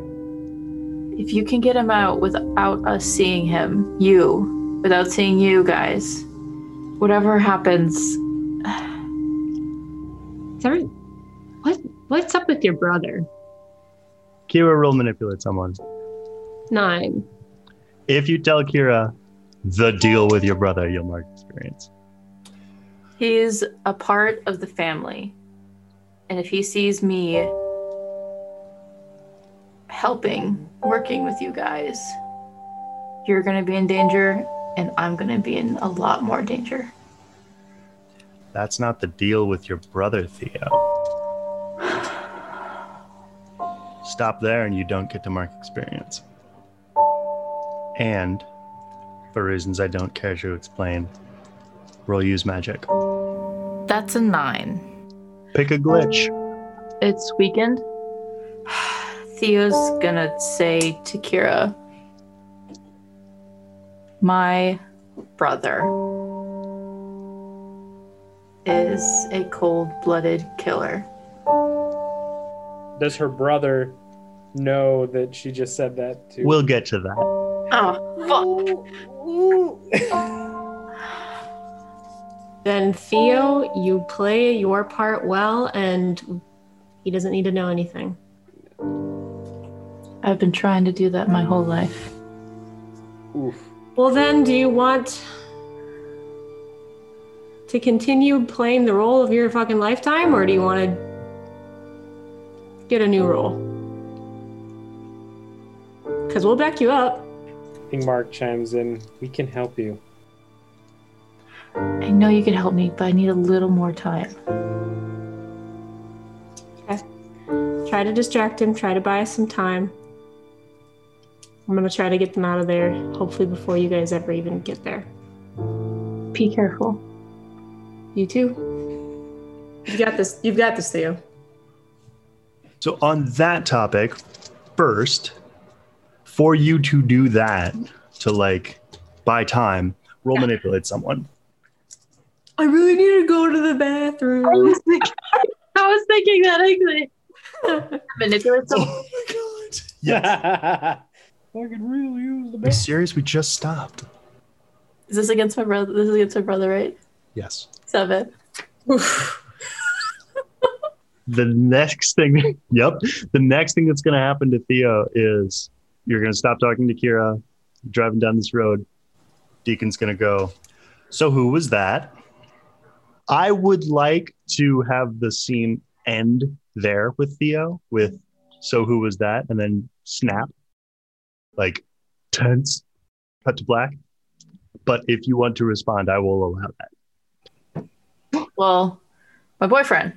Speaker 4: If you can get him out without us seeing him, you, without seeing you guys, whatever happens,
Speaker 8: Is every- what what's up with your brother?
Speaker 2: Kira will manipulate someone.
Speaker 8: Nine.
Speaker 2: If you tell Kira the deal with your brother, you'll mark experience.
Speaker 4: he's a part of the family. And if he sees me helping, working with you guys, you're going to be in danger, and I'm going to be in a lot more danger.
Speaker 2: That's not the deal with your brother, Theo. Stop there and you don't get to mark experience. And for reasons I don't care to explain, roll use magic.
Speaker 6: That's a nine.
Speaker 2: Pick a glitch.
Speaker 4: It's weekend. Theo's gonna say to Kira, My brother is a cold blooded killer.
Speaker 11: Does her brother know that she just said that to
Speaker 2: We'll get to that.
Speaker 4: Oh,
Speaker 5: then
Speaker 8: Theo, you play your part well and he doesn't need to know anything.
Speaker 4: fuck. I've been trying to do that my whole life.
Speaker 8: Well then, do you want to continue playing the role of your fucking lifetime or do you want to get a new role? Cuz we'll back you up.
Speaker 11: I think Mark chimes in. We can help you.
Speaker 4: I know you can help me, but I need a little more time.
Speaker 8: Try to distract him, try to buy us some time. I'm gonna try to get them out of there, hopefully, before you guys ever even get there.
Speaker 15: Be careful.
Speaker 8: You too. You got this. You've got this, Theo.
Speaker 16: So, on that topic, first, for you to do that, to like buy time, roll manipulate someone.
Speaker 8: I really need to go to the bathroom.
Speaker 15: I was thinking, I was thinking that actually. Manipulate
Speaker 2: Oh
Speaker 15: someone.
Speaker 16: Yes.
Speaker 3: I could really use
Speaker 16: Are
Speaker 3: the
Speaker 16: you
Speaker 3: best.
Speaker 16: serious? We just stopped.
Speaker 4: Is this against my brother? This is against my brother, right?
Speaker 16: Yes.
Speaker 4: Seven.
Speaker 16: The next thing, yep. The next thing that's going to happen to Theo is you're going to stop talking to Kira, driving down this road. Deacon's going to go, So, who was that? I would like to have the scene end there with Theo, with So, who was that? And then snap, like tense, cut to black. But if you want to respond, I will allow that.
Speaker 4: Well, my boyfriend.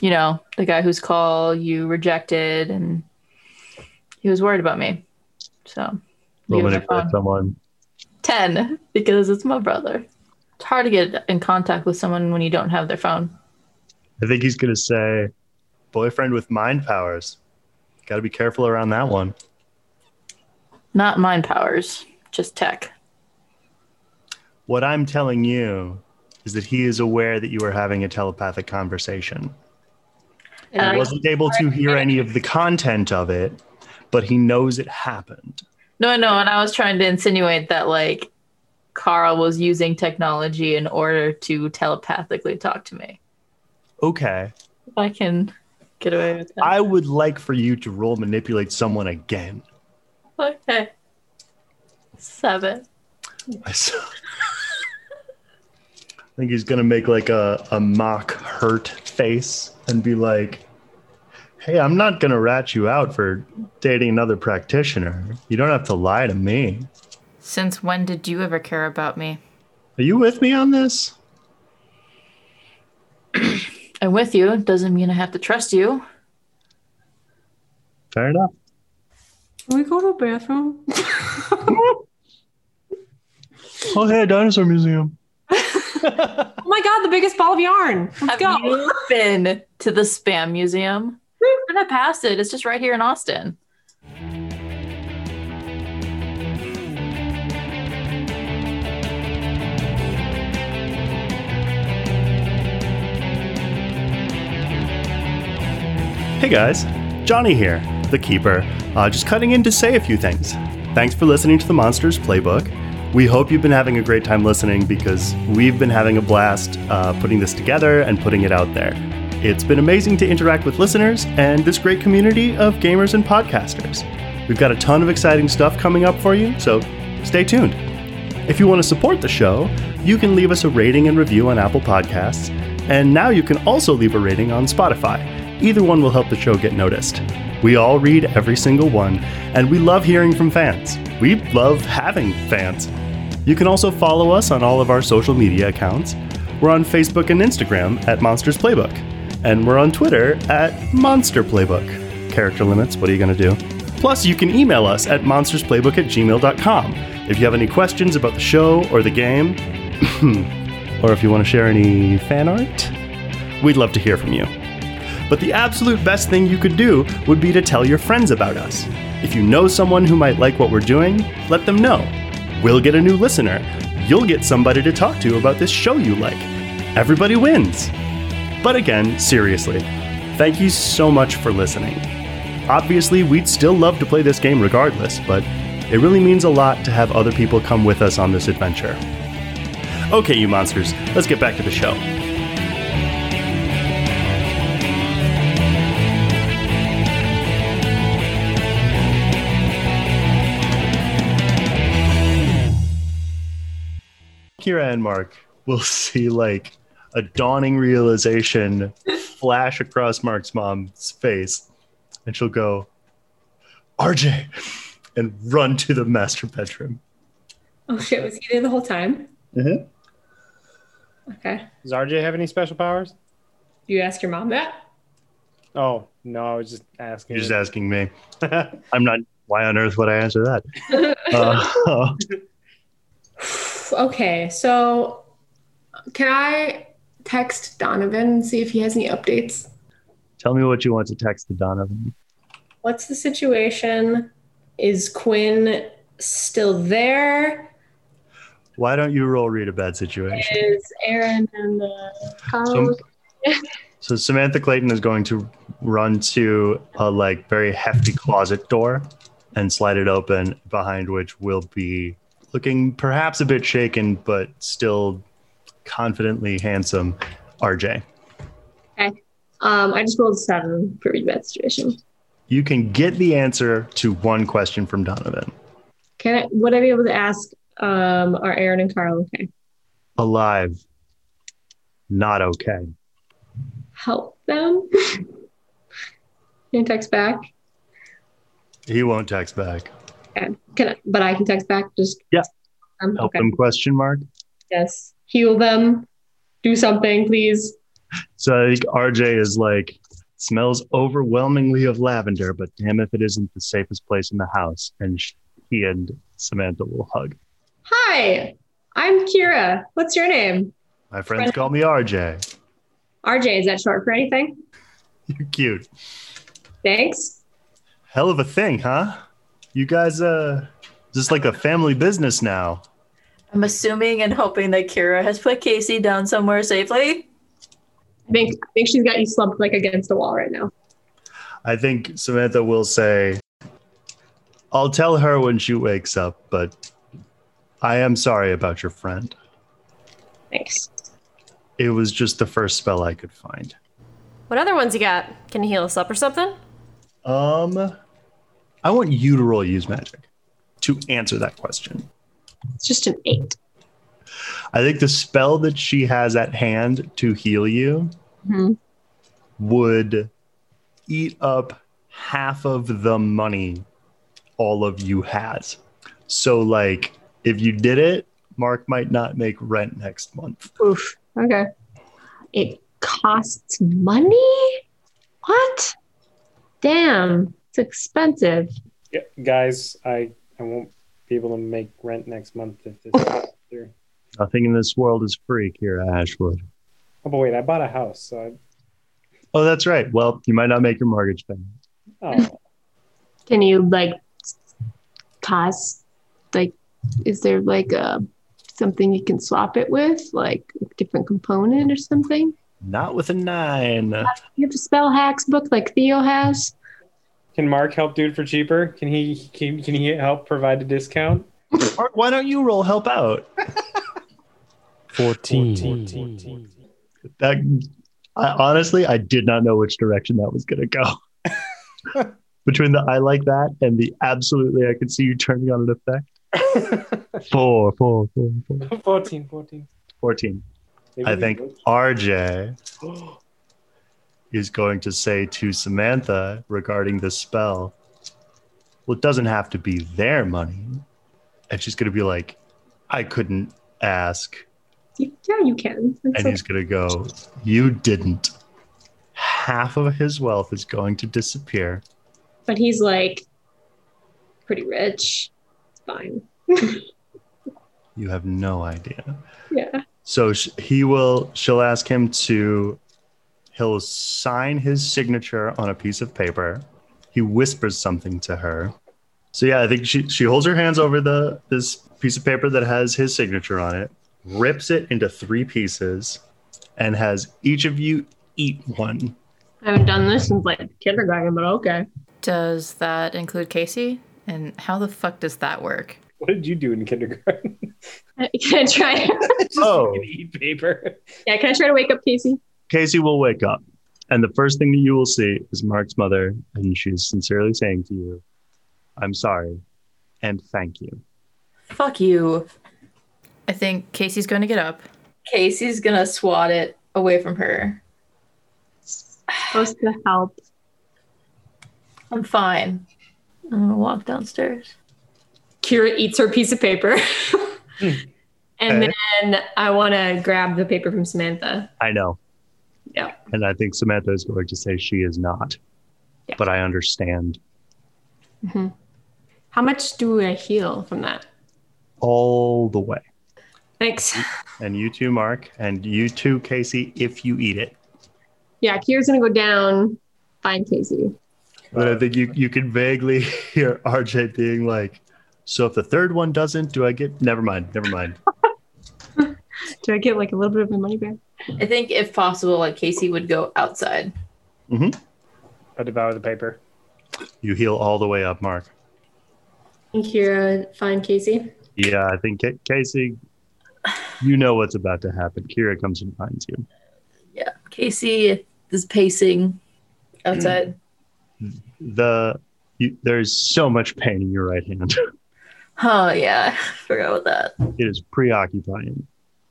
Speaker 4: You know, the guy whose call you rejected and he was worried about me. So
Speaker 16: Roll
Speaker 4: leave my
Speaker 16: manipulate
Speaker 4: phone.
Speaker 16: someone.
Speaker 4: "Oh, ten because it's my brother. It's hard to get in contact with someone when you don't have their phone.
Speaker 16: I think he's going to say, boyfriend with mind powers. Got to be careful around that one.
Speaker 4: Not mind powers, just tech.
Speaker 16: What I'm telling you is that he is aware that you are having a telepathic conversation.
Speaker 12: And
Speaker 16: He
Speaker 12: I-
Speaker 16: wasn't able to hear any of the content of it, but he knows it happened.
Speaker 4: No, I know, and I was trying to insinuate that like Carl was using technology in order to telepathically talk to me.
Speaker 16: Okay.
Speaker 4: If I can get away with that.
Speaker 16: I would like for you to roll manipulate someone again.
Speaker 4: Okay. Seven.
Speaker 16: I s- I think he's gonna make like a, a mock hurt face and be like, Hey, I'm not gonna rat you out for dating another practitioner. You don't have to lie to me.
Speaker 17: Since when did you ever care about me?
Speaker 16: Are you with me on this?
Speaker 4: I'm with you. Doesn't mean I have to trust you.
Speaker 16: Fair enough.
Speaker 8: Can we go to the bathroom?
Speaker 16: Oh hey, dinosaur museum.
Speaker 8: Oh my god, the biggest ball of yarn. Let's
Speaker 4: Have
Speaker 8: go.
Speaker 4: you been to the spam museum? And I passed it. It's just right here in Austin.
Speaker 2: Hey guys, Johnny here, the Keeper, uh, just cutting in to say a few things. Thanks for listening to the Monsters Playbook. We hope you've been having a great time listening because we've been having a blast uh, putting this together and putting it out there. It's been amazing to interact with listeners and this great community of gamers and podcasters. We've got a ton of exciting stuff coming up for you, so stay tuned. If you want to support the show, you can leave us a rating and review on Apple Podcasts, and now you can also leave a rating on Spotify. Either one will help the show get noticed. We all read every single one, and we love hearing from fans. We love having fans. You can also follow us on all of our social media accounts. We're on Facebook and Instagram at Monsters Playbook, and we're on Twitter at Monster Playbook. Character limits, what are you going to do? Plus, you can email us at monstersplaybook at gmail.com if you have any questions about the show or the game, or if you want to share any fan art. We'd love to hear from you. But the absolute best thing you could do would be to tell your friends about us. If you know someone who might like what we're doing, let them know. We'll get a new listener. You'll get somebody to talk to about this show you like. Everybody wins. But again, seriously, thank you so much for listening. Obviously, we'd still love to play this game regardless, but it really means a lot to have other people come with us on this adventure. Okay, you monsters, let's get back to the show.
Speaker 16: Kira and Mark will see like a dawning realization flash across Mark's mom's face, and she'll go, RJ, and run to the master bedroom.
Speaker 12: oh shit, was he there the whole time?
Speaker 16: Mhm.
Speaker 12: Okay.
Speaker 3: Does RJ have any special powers?
Speaker 12: You ask your mom that?
Speaker 3: Oh no, I was just asking.
Speaker 2: You're just asking me. I'm not. Why on earth would I answer that? Uh,
Speaker 5: Okay, so can I text Donovan and see if he has any updates?
Speaker 2: tell me what you want to text to Donovan.
Speaker 5: What's the situation? Is Quinn still there?
Speaker 2: Why don't you roll read a bad situation?
Speaker 5: Is Aaron and the
Speaker 2: So, so Samantha Clayton is going to run to a like very hefty closet door and slide it open, behind which will be looking perhaps a bit shaken, but still confidently handsome RJ.
Speaker 5: um, I just rolled a seven for read bad situation.
Speaker 2: You can get the answer to one question from Donovan.
Speaker 5: Can I would I be able to ask um are Aaron and Carl okay?
Speaker 2: Alive. Not okay.
Speaker 5: Help them? can I text back?
Speaker 2: He won't text back.
Speaker 5: Okay. Can I, but I can text back just
Speaker 2: Yeah.
Speaker 5: Um,
Speaker 2: Help
Speaker 5: okay.
Speaker 2: him question mark.
Speaker 5: Yes. Heal them. Do something, please.
Speaker 2: So I think RJ is like, smells overwhelmingly of lavender, but damn if it isn't the safest place in the house. And sh- he and Samantha will hug.
Speaker 5: Hi, I'm Kira. What's your name?
Speaker 2: My friends call me RJ.
Speaker 5: RJ, is that short for anything?
Speaker 2: You're cute.
Speaker 5: Thanks.
Speaker 2: Hell of a thing, huh? You guys, uh, just like a family business now.
Speaker 4: I'm assuming and hoping that Kira has put Casey down somewhere safely.
Speaker 5: I think I think she's got you slumped like against the wall right now.
Speaker 2: I think Samantha will say, I'll tell her when she wakes up, but I am sorry about your friend.
Speaker 5: Thanks.
Speaker 2: It was just the first spell I could find.
Speaker 12: What other ones you got? Can you heal us up or something?
Speaker 2: Um, I want you to roll use magic to answer that question.
Speaker 5: It's just an eight.
Speaker 2: I think the spell that she has at hand to heal you
Speaker 5: Mhm.
Speaker 2: would eat up half of the money all of you has. So, like, if you did it, Mark might not make rent next month.
Speaker 5: Oof. Okay. It costs money? What? Damn. It's expensive.
Speaker 3: Yeah, guys, I I won't be able to make rent next month if this. goes through.
Speaker 2: Nothing in this world is free, Kira Ashwood.
Speaker 3: oh, but wait, I bought a house, so I,
Speaker 2: Oh, that's right. Well, you might not make your mortgage payment.
Speaker 3: oh,
Speaker 8: Can you like cost like is there like a something you can swap it with like a different component or something?
Speaker 2: Not with a nine.
Speaker 8: You have a spell hacks book like Theo has.
Speaker 3: can Mark help dude for cheaper? Can he can, can he help provide a discount?
Speaker 2: Mark, why don't you roll help out?
Speaker 11: 14.
Speaker 2: That I, honestly, I did not know which direction that was going to go. Between the I like that and the absolutely, I could see you turning on an effect. Four, four, four, four.
Speaker 3: 14, 14.
Speaker 2: 14.
Speaker 3: Maybe
Speaker 2: I
Speaker 3: we
Speaker 2: think
Speaker 3: both-
Speaker 2: RJ is going to say to Samantha regarding this spell, well, it doesn't have to be their money. And she's going to be like, I couldn't ask.
Speaker 5: You- Yeah, you can. It's
Speaker 2: and
Speaker 5: okay.
Speaker 2: he's going to go, You didn't. Half of his wealth is going to disappear.
Speaker 5: but he's like pretty rich. It's fine.
Speaker 2: You have no idea.
Speaker 5: Yeah.
Speaker 2: So sh- he will, she'll ask him to, he'll sign his signature on a piece of paper. He whispers something to her. So yeah, I think she, she holds her hands over the this piece of paper that has his signature on it, rips it into three pieces, and has each of you eat one.
Speaker 5: I haven't done this since like kindergarten, but okay.
Speaker 6: Does that include Casey? And how the fuck does that work?
Speaker 3: What did you do in kindergarten?
Speaker 5: Can I try?
Speaker 3: Just
Speaker 2: Oh.
Speaker 3: fucking eat paper.
Speaker 5: Yeah, can I try to wake up Casey?
Speaker 2: Casey will wake up, and the first thing that you will see is Mark's mother, and she's sincerely saying to you, I'm sorry, and thank you.
Speaker 4: Fuck you.
Speaker 6: I think Casey's going to get up.
Speaker 4: Casey's gonna swat it away from her.
Speaker 8: Supposed to help.
Speaker 4: I'm fine. I'm gonna walk downstairs.
Speaker 5: Kira eats her piece of paper. and
Speaker 2: Okay.
Speaker 5: then I want to grab the paper from Samantha.
Speaker 2: I know.
Speaker 5: Yeah.
Speaker 2: And I think Samantha is going to say she is not.
Speaker 5: Yeah.
Speaker 2: But I understand.
Speaker 5: Mhm. How much do I heal from that?
Speaker 2: all the way.
Speaker 5: Thanks.
Speaker 2: And you too, Mark, and you too, Casey, if you eat it.
Speaker 8: Yeah, Kira's gonna go down. Find Casey.
Speaker 2: But I think you you can vaguely hear RJ being like, "So if the third one doesn't, do I get? Never mind, never mind."
Speaker 8: Do I get like a little bit of my money back?
Speaker 4: I think if possible, like Casey would go outside.
Speaker 3: I devour the paper.
Speaker 2: You heal all the way up, Mark.
Speaker 5: And Kira, find Casey.
Speaker 2: Yeah, I think Ca- Casey, you know what's about to happen. Kira comes and finds you.
Speaker 4: Casey is pacing outside.
Speaker 2: The you, there's so much pain in your right hand.
Speaker 4: oh yeah, forgot about that.
Speaker 2: it is preoccupying.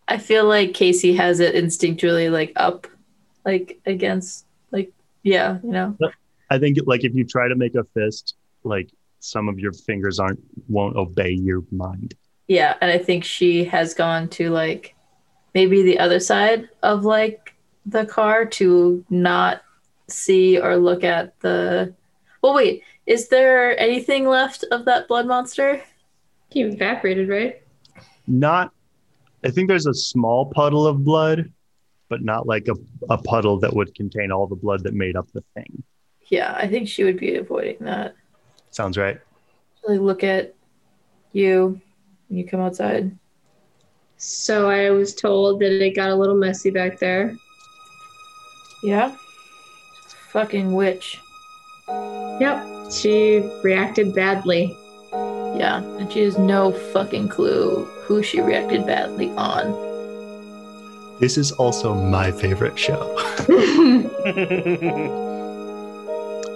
Speaker 4: I feel like Casey has it instinctually like up, like against, like yeah, you know.
Speaker 2: I think like if you try to make a fist, like some of your fingers aren't won't obey your mind.
Speaker 4: Yeah, and I think she has gone to like maybe the other side of like the car to not see or look at the. Well, wait, is there anything left of that blood monster?
Speaker 5: He evaporated, right?
Speaker 2: Not I think there's a small puddle of blood, but not like a, a puddle that would contain all the blood that made up the thing.
Speaker 4: Yeah, I think she would be avoiding that.
Speaker 2: Sounds right.
Speaker 4: Like look at you when you come outside.
Speaker 5: So I was told that it got a little messy back there.
Speaker 4: Yeah. Fucking witch.
Speaker 5: Yep. She reacted badly.
Speaker 4: Yeah, and she has no fucking clue who she reacted badly on.
Speaker 2: This is also my favorite show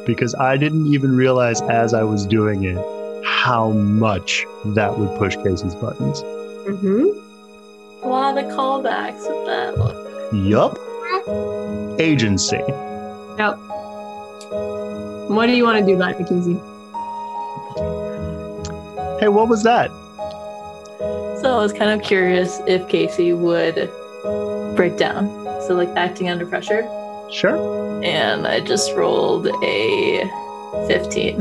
Speaker 2: because I didn't even realize as I was doing it how much that would push Casey's buttons.
Speaker 5: Mm-hmm.
Speaker 4: A lot of callbacks with that one.
Speaker 2: Yup. Agency.
Speaker 8: Yep. What do you want to do about it, Casey?
Speaker 2: Hey, what was that?
Speaker 4: So I was kind of curious if Casey would break down. So like acting under pressure.
Speaker 2: Sure.
Speaker 4: And I just rolled a 15.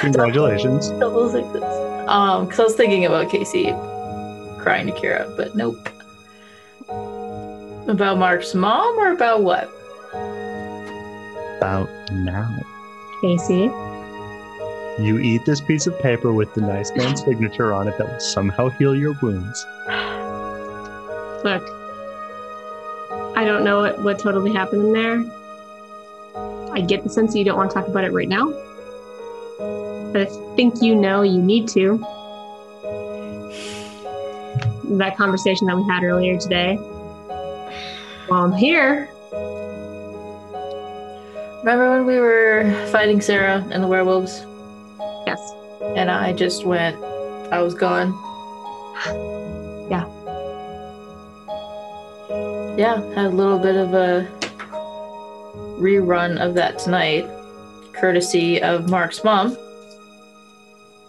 Speaker 2: Congratulations.
Speaker 4: Double sixes. Um, because I was thinking about Casey crying to Kira, but nope. About Mark's mom or about what?
Speaker 2: About now.
Speaker 5: Casey.
Speaker 2: You eat this piece of paper with the nice man's signature on it that will somehow heal your wounds.
Speaker 8: Look, I don't know what, what totally happened in there. I get the sense that you don't want to talk about it right now. But I think you know you need to. That conversation that we had earlier today. While I'm here,
Speaker 4: Remember when we were fighting Sarah and the werewolves?
Speaker 8: yes.
Speaker 4: and I just went. I was gone.
Speaker 8: Yeah.
Speaker 4: Yeah, had a little bit of a rerun of that tonight, courtesy of Mark's mom.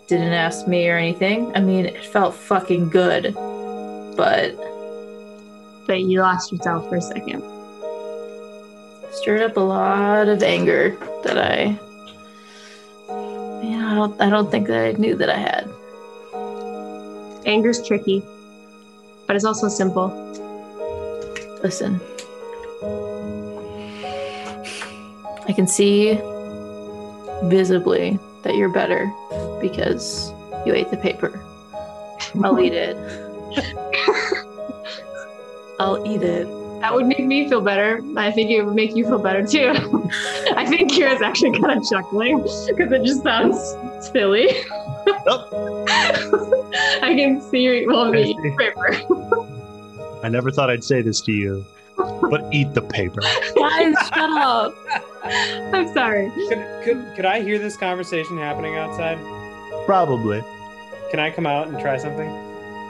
Speaker 4: Didn't ask me or anything. I mean, it felt fucking good, but
Speaker 8: But you lost yourself for a second.
Speaker 4: stirred up a lot of anger that I. Yeah, I don't. I don't think that I knew that I had.
Speaker 8: Anger's tricky, but it's also simple.
Speaker 4: Listen. I can see visibly that you're better because you ate the paper. I'll eat it. I'll eat it.
Speaker 8: That would make me feel better. I think it would make you feel better too. I think Kira's actually kind of chuckling because it just sounds silly. I can see you. Well,
Speaker 2: I
Speaker 8: me,
Speaker 2: see.
Speaker 8: River.
Speaker 2: I never thought I'd say this to you, but eat the paper.
Speaker 4: Guys, shut up.
Speaker 8: I'm sorry.
Speaker 3: Could, could, could I hear this conversation happening outside?
Speaker 2: Probably.
Speaker 3: Can I come out and try something?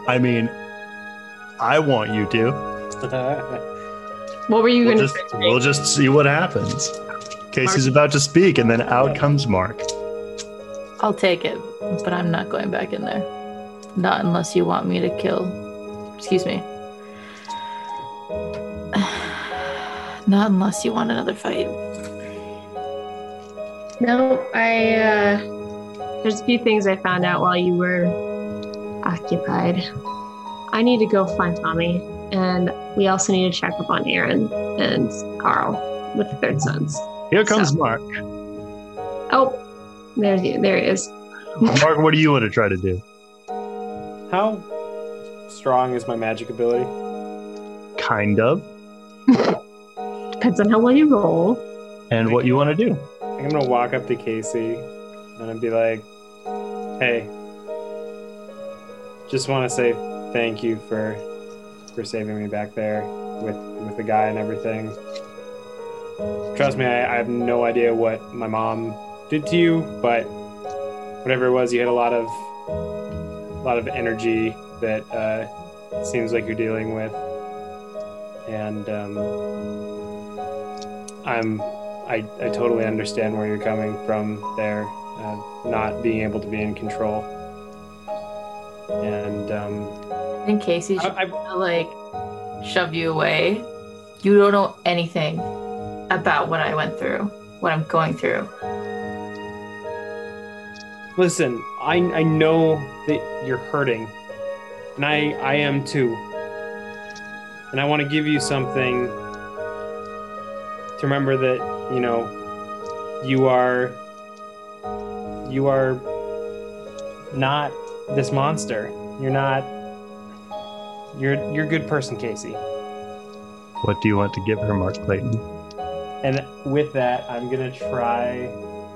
Speaker 2: I mean, I want you to.
Speaker 8: What were you
Speaker 2: We'll
Speaker 8: going to
Speaker 2: just, we'll just see what happens. Casey's about to speak, and then out comes Mark.
Speaker 4: I'll take it, but I'm not going back in there. Not unless you want me to kill. Excuse me. Not unless you want another fight.
Speaker 8: No, I, uh, there's a few things I found out while you were occupied. I need to go find Tommy, and we also need to check up on Aaron and Carl with the third sons.
Speaker 2: Here comes Mark.
Speaker 8: Oh, there's you. There he is.
Speaker 2: Mark, what do you want to try to do?
Speaker 3: How strong is my magic ability?
Speaker 2: Kind of.
Speaker 8: Depends on how well you roll.
Speaker 2: And what you want to do?
Speaker 3: I think I'm gonna walk up to Casey and I'm be like, "Hey, just want to say thank you for for saving me back there with with the guy and everything. Trust me, I, I have no idea what my mom did to you, but whatever it was, you had a lot of a lot of energy that uh, seems like you're dealing with, and um, I'm I, I totally understand where you're coming from there, uh, not being able to be in control. And um,
Speaker 4: In case he's
Speaker 3: I, I,
Speaker 4: to like shove you away. You don't know anything about what I went through, what I'm going through.
Speaker 3: listen, I, I know that you're hurting, and I, I am too. And I want to give you something to remember that, you know, you are you are not this monster. You're not you're you're a good person, Casey.
Speaker 2: What do you want to give her, Mark Clayton?
Speaker 3: And with that, I'm gonna try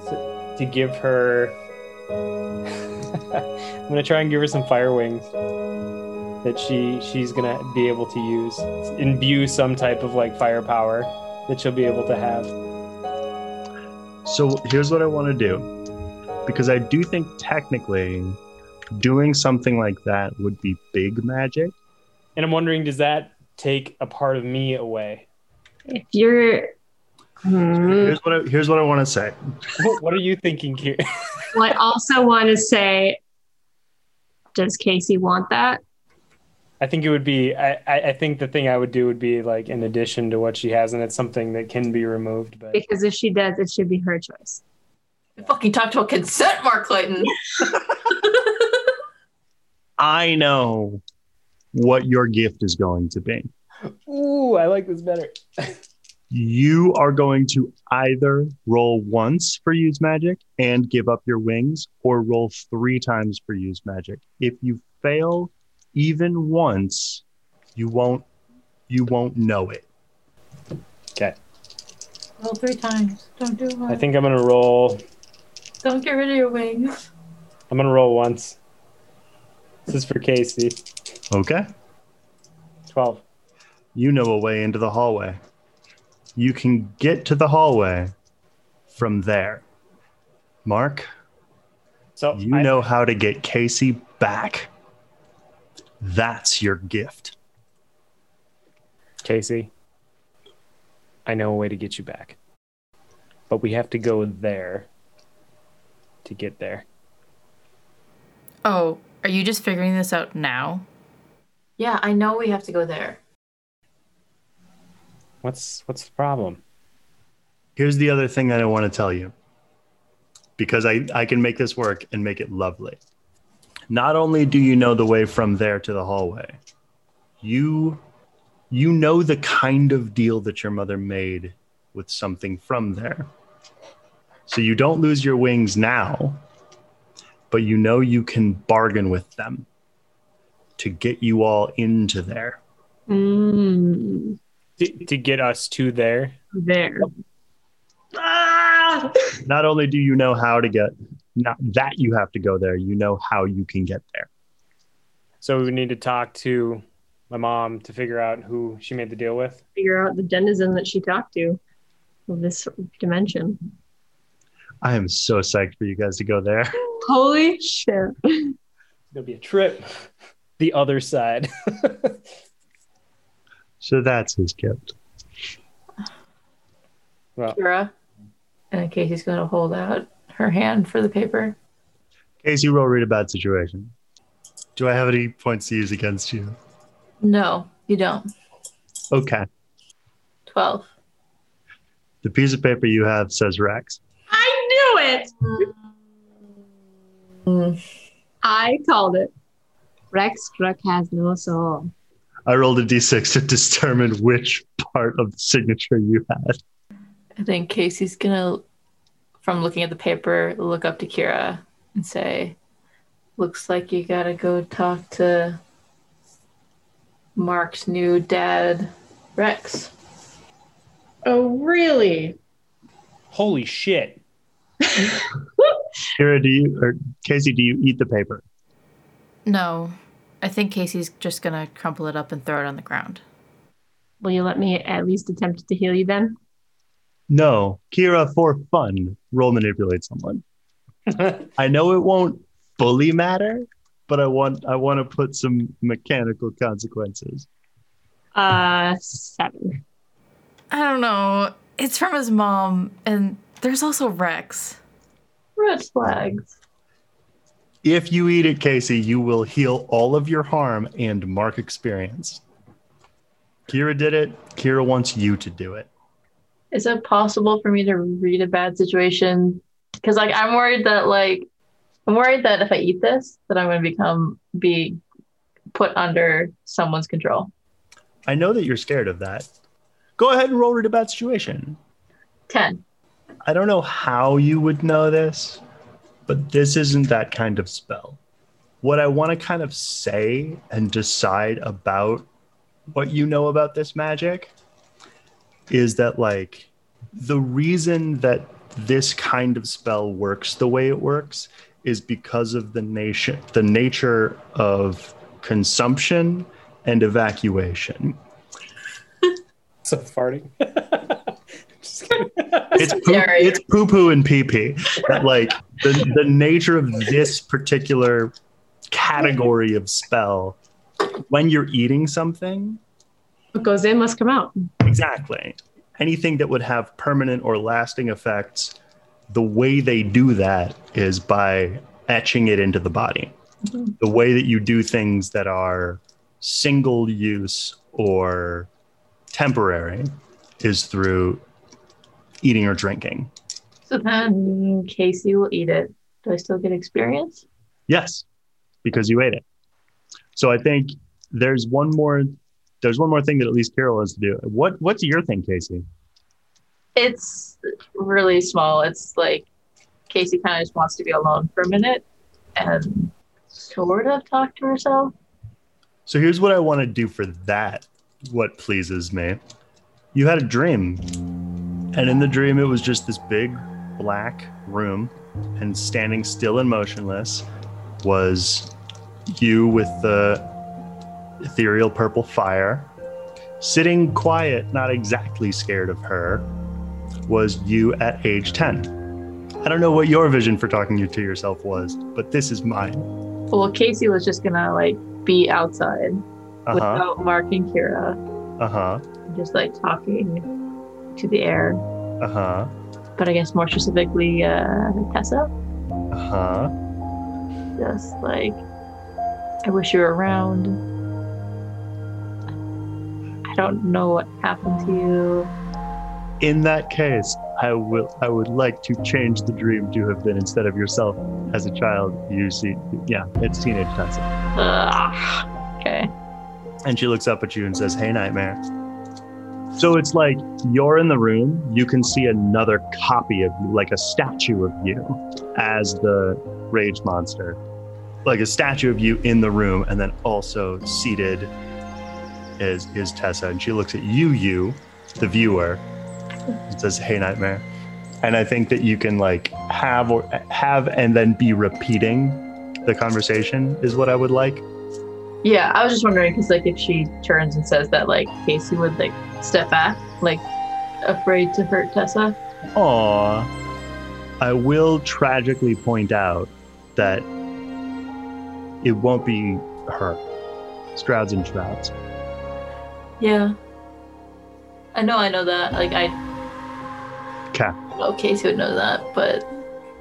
Speaker 3: to, to give her. I'm gonna try and give her some fire wings that she she's gonna be able to use, imbue some type of like firepower that she'll be able to have.
Speaker 2: So here's what I want to do. Because I do think technically doing something like that would be big magic.
Speaker 3: And I'm wondering, does that take a part of me away?
Speaker 8: If you're, hmm.
Speaker 2: Here's what I, here's what I want to say.
Speaker 3: what, what are you thinking here?
Speaker 8: Well, I also want to say, does Casey want that?
Speaker 3: I think it would be. I, I I think the thing I would do would be like in addition to what she has, and it's something that can be removed. But
Speaker 8: Because if she does, it should be her choice.
Speaker 4: You fucking talked about consent, Mark Clayton.
Speaker 2: I know what your gift is going to be.
Speaker 3: ooh, I like this better.
Speaker 2: You are going to either roll once for use magic and give up your wings, or roll three times for use magic. If you fail even once, you won't you won't know it.
Speaker 4: Roll three times. Don't do one.
Speaker 3: I think I'm gonna roll
Speaker 4: Don't get rid of your wings.
Speaker 3: I'm gonna roll once. This is for Casey.
Speaker 2: Okay.
Speaker 3: Twelve.
Speaker 2: you know a way into the hallway. You can get to the hallway from there. Mark,
Speaker 3: So
Speaker 2: you
Speaker 3: I,
Speaker 2: know how to get Casey back. That's your gift.
Speaker 3: Casey. I know a way to get you back, but we have to go there to get there.
Speaker 6: Oh, are you just figuring this out now?
Speaker 4: Yeah, I know we have to go there.
Speaker 3: What's what's the problem?
Speaker 2: Here's the other thing that I want to tell you because I, I can make this work and make it lovely. Not only do you know the way from there to the hallway, you you know the kind of deal that your mother made with something from there. So you don't lose your wings now, but you know you can bargain with them to get you all into there.
Speaker 8: Mm,
Speaker 3: To, to get us to there.
Speaker 8: there. Ah!
Speaker 2: Not only do you know how to get not that you have to go there, you know how you can get there.
Speaker 3: So we need to talk to my mom to figure out who she made the deal with.
Speaker 8: Figure out the denizen that she talked to of this dimension.
Speaker 2: I am so psyched for you guys to go there.
Speaker 8: Holy shit.
Speaker 3: It'll be a trip. The other side.
Speaker 2: So that's his gift.
Speaker 4: Kira. And Casey's gonna hold out her hand for the paper.
Speaker 2: Casey, roll read a bad situation. Do I have any points to use against you?
Speaker 4: No, you don't.
Speaker 2: Okay.
Speaker 4: Twelve.
Speaker 2: The piece of paper you have says Rax.
Speaker 8: I knew it. Mm. I called it. Rex Truck has no soul.
Speaker 2: I rolled a d6 to determine which part of the signature you had.
Speaker 4: I think Casey's gonna, from looking at the paper, look up to Kira and say, "Looks like you gotta go talk to Mark's new dad, Rex."
Speaker 5: Oh, really?
Speaker 11: Holy shit.
Speaker 2: Kira, do you or Casey? Do you eat the paper?
Speaker 6: No. I think Casey's just gonna crumple it up and throw it on the ground.
Speaker 8: Will you let me at least attempt to heal you then?
Speaker 2: No, Kira, for fun, roll manipulate someone. I know it won't fully matter, but I want I want to put some mechanical consequences.
Speaker 8: Uh, seven.
Speaker 6: I don't know. It's from his mom, and there's also Rex.
Speaker 4: Red flags.
Speaker 2: If you eat it, Casey, you will heal all of your harm and mark experience. Kira did it. Kira wants you to do it.
Speaker 4: Is it possible for me to read a bad situation? Because like I'm worried that like I'm worried that if I eat this, that I'm gonna become be put under someone's control.
Speaker 2: I know that you're scared of that. Go ahead and roll it about situation.
Speaker 4: Ten.
Speaker 2: I don't know how you would know this, but this isn't that kind of spell. What I want to kind of say and decide about what you know about this magic is that, like, the reason that this kind of spell works the way it works is because of the nation, the nature of consumption and evacuation.
Speaker 3: So farting. Just kidding.
Speaker 2: it's poo,
Speaker 4: Sorry.
Speaker 2: it's poo poo and pee pee. But like the the nature of this particular category of spell, when you're eating something,
Speaker 8: What goes in must come out.
Speaker 2: exactly anything that would have permanent or lasting effects, the way they do that is by etching it into the body. The way that you do things that are single use or temporary is through eating or drinking.
Speaker 4: So then Casey will eat it. Do I still get experience?
Speaker 2: Yes, because you ate it. So I think there's one more there's one more thing that at least Carol has to do. What what's your thing, Casey?
Speaker 4: It's really small. It's like Casey kind of just wants to be alone for a minute and sort of talk to herself.
Speaker 2: So here's what I want to do for that. What pleases me. You had a dream. And in the dream it was just this big black room and standing still and motionless was you with the ethereal purple fire. Sitting quiet, not exactly scared of her, was you at age 10. I don't know what your vision for talking you to yourself was, but this is mine.
Speaker 4: Well, Casey was just gonna like be outside
Speaker 2: Uh huh.
Speaker 4: without Mark and Kira,
Speaker 2: Uh huh.
Speaker 4: just like talking to the air.
Speaker 2: Uh huh.
Speaker 4: But I guess more specifically, uh, Tessa,
Speaker 2: Uh huh.
Speaker 4: just like, I wish you were around. I don't know what happened to you.
Speaker 2: In that case, I will. I would like to change the dream to have been instead of yourself as a child. You see, yeah, it's teenage Tessa.
Speaker 4: Ugh. Okay.
Speaker 2: And she looks up at you and says, "Hey, nightmare." So it's like you're in the room. You can see another copy of you, like a statue of you, as the rage monster, like a statue of you in the room, and then also seated is is Tessa, and she looks at you, you, the viewer, and says, "Hey, nightmare." And I think that you can like have or have and then be repeating the conversation is what I would like.
Speaker 4: Yeah, I was just wondering because, like, if she turns and says that, like, Casey would like step back, like, afraid to hurt Tessa.
Speaker 2: Aw. I will tragically point out that it won't be her. Strouds and Shrouds.
Speaker 4: Yeah. I know, I know that. Like, I.
Speaker 2: 'Kay.
Speaker 4: I know Casey would know that, but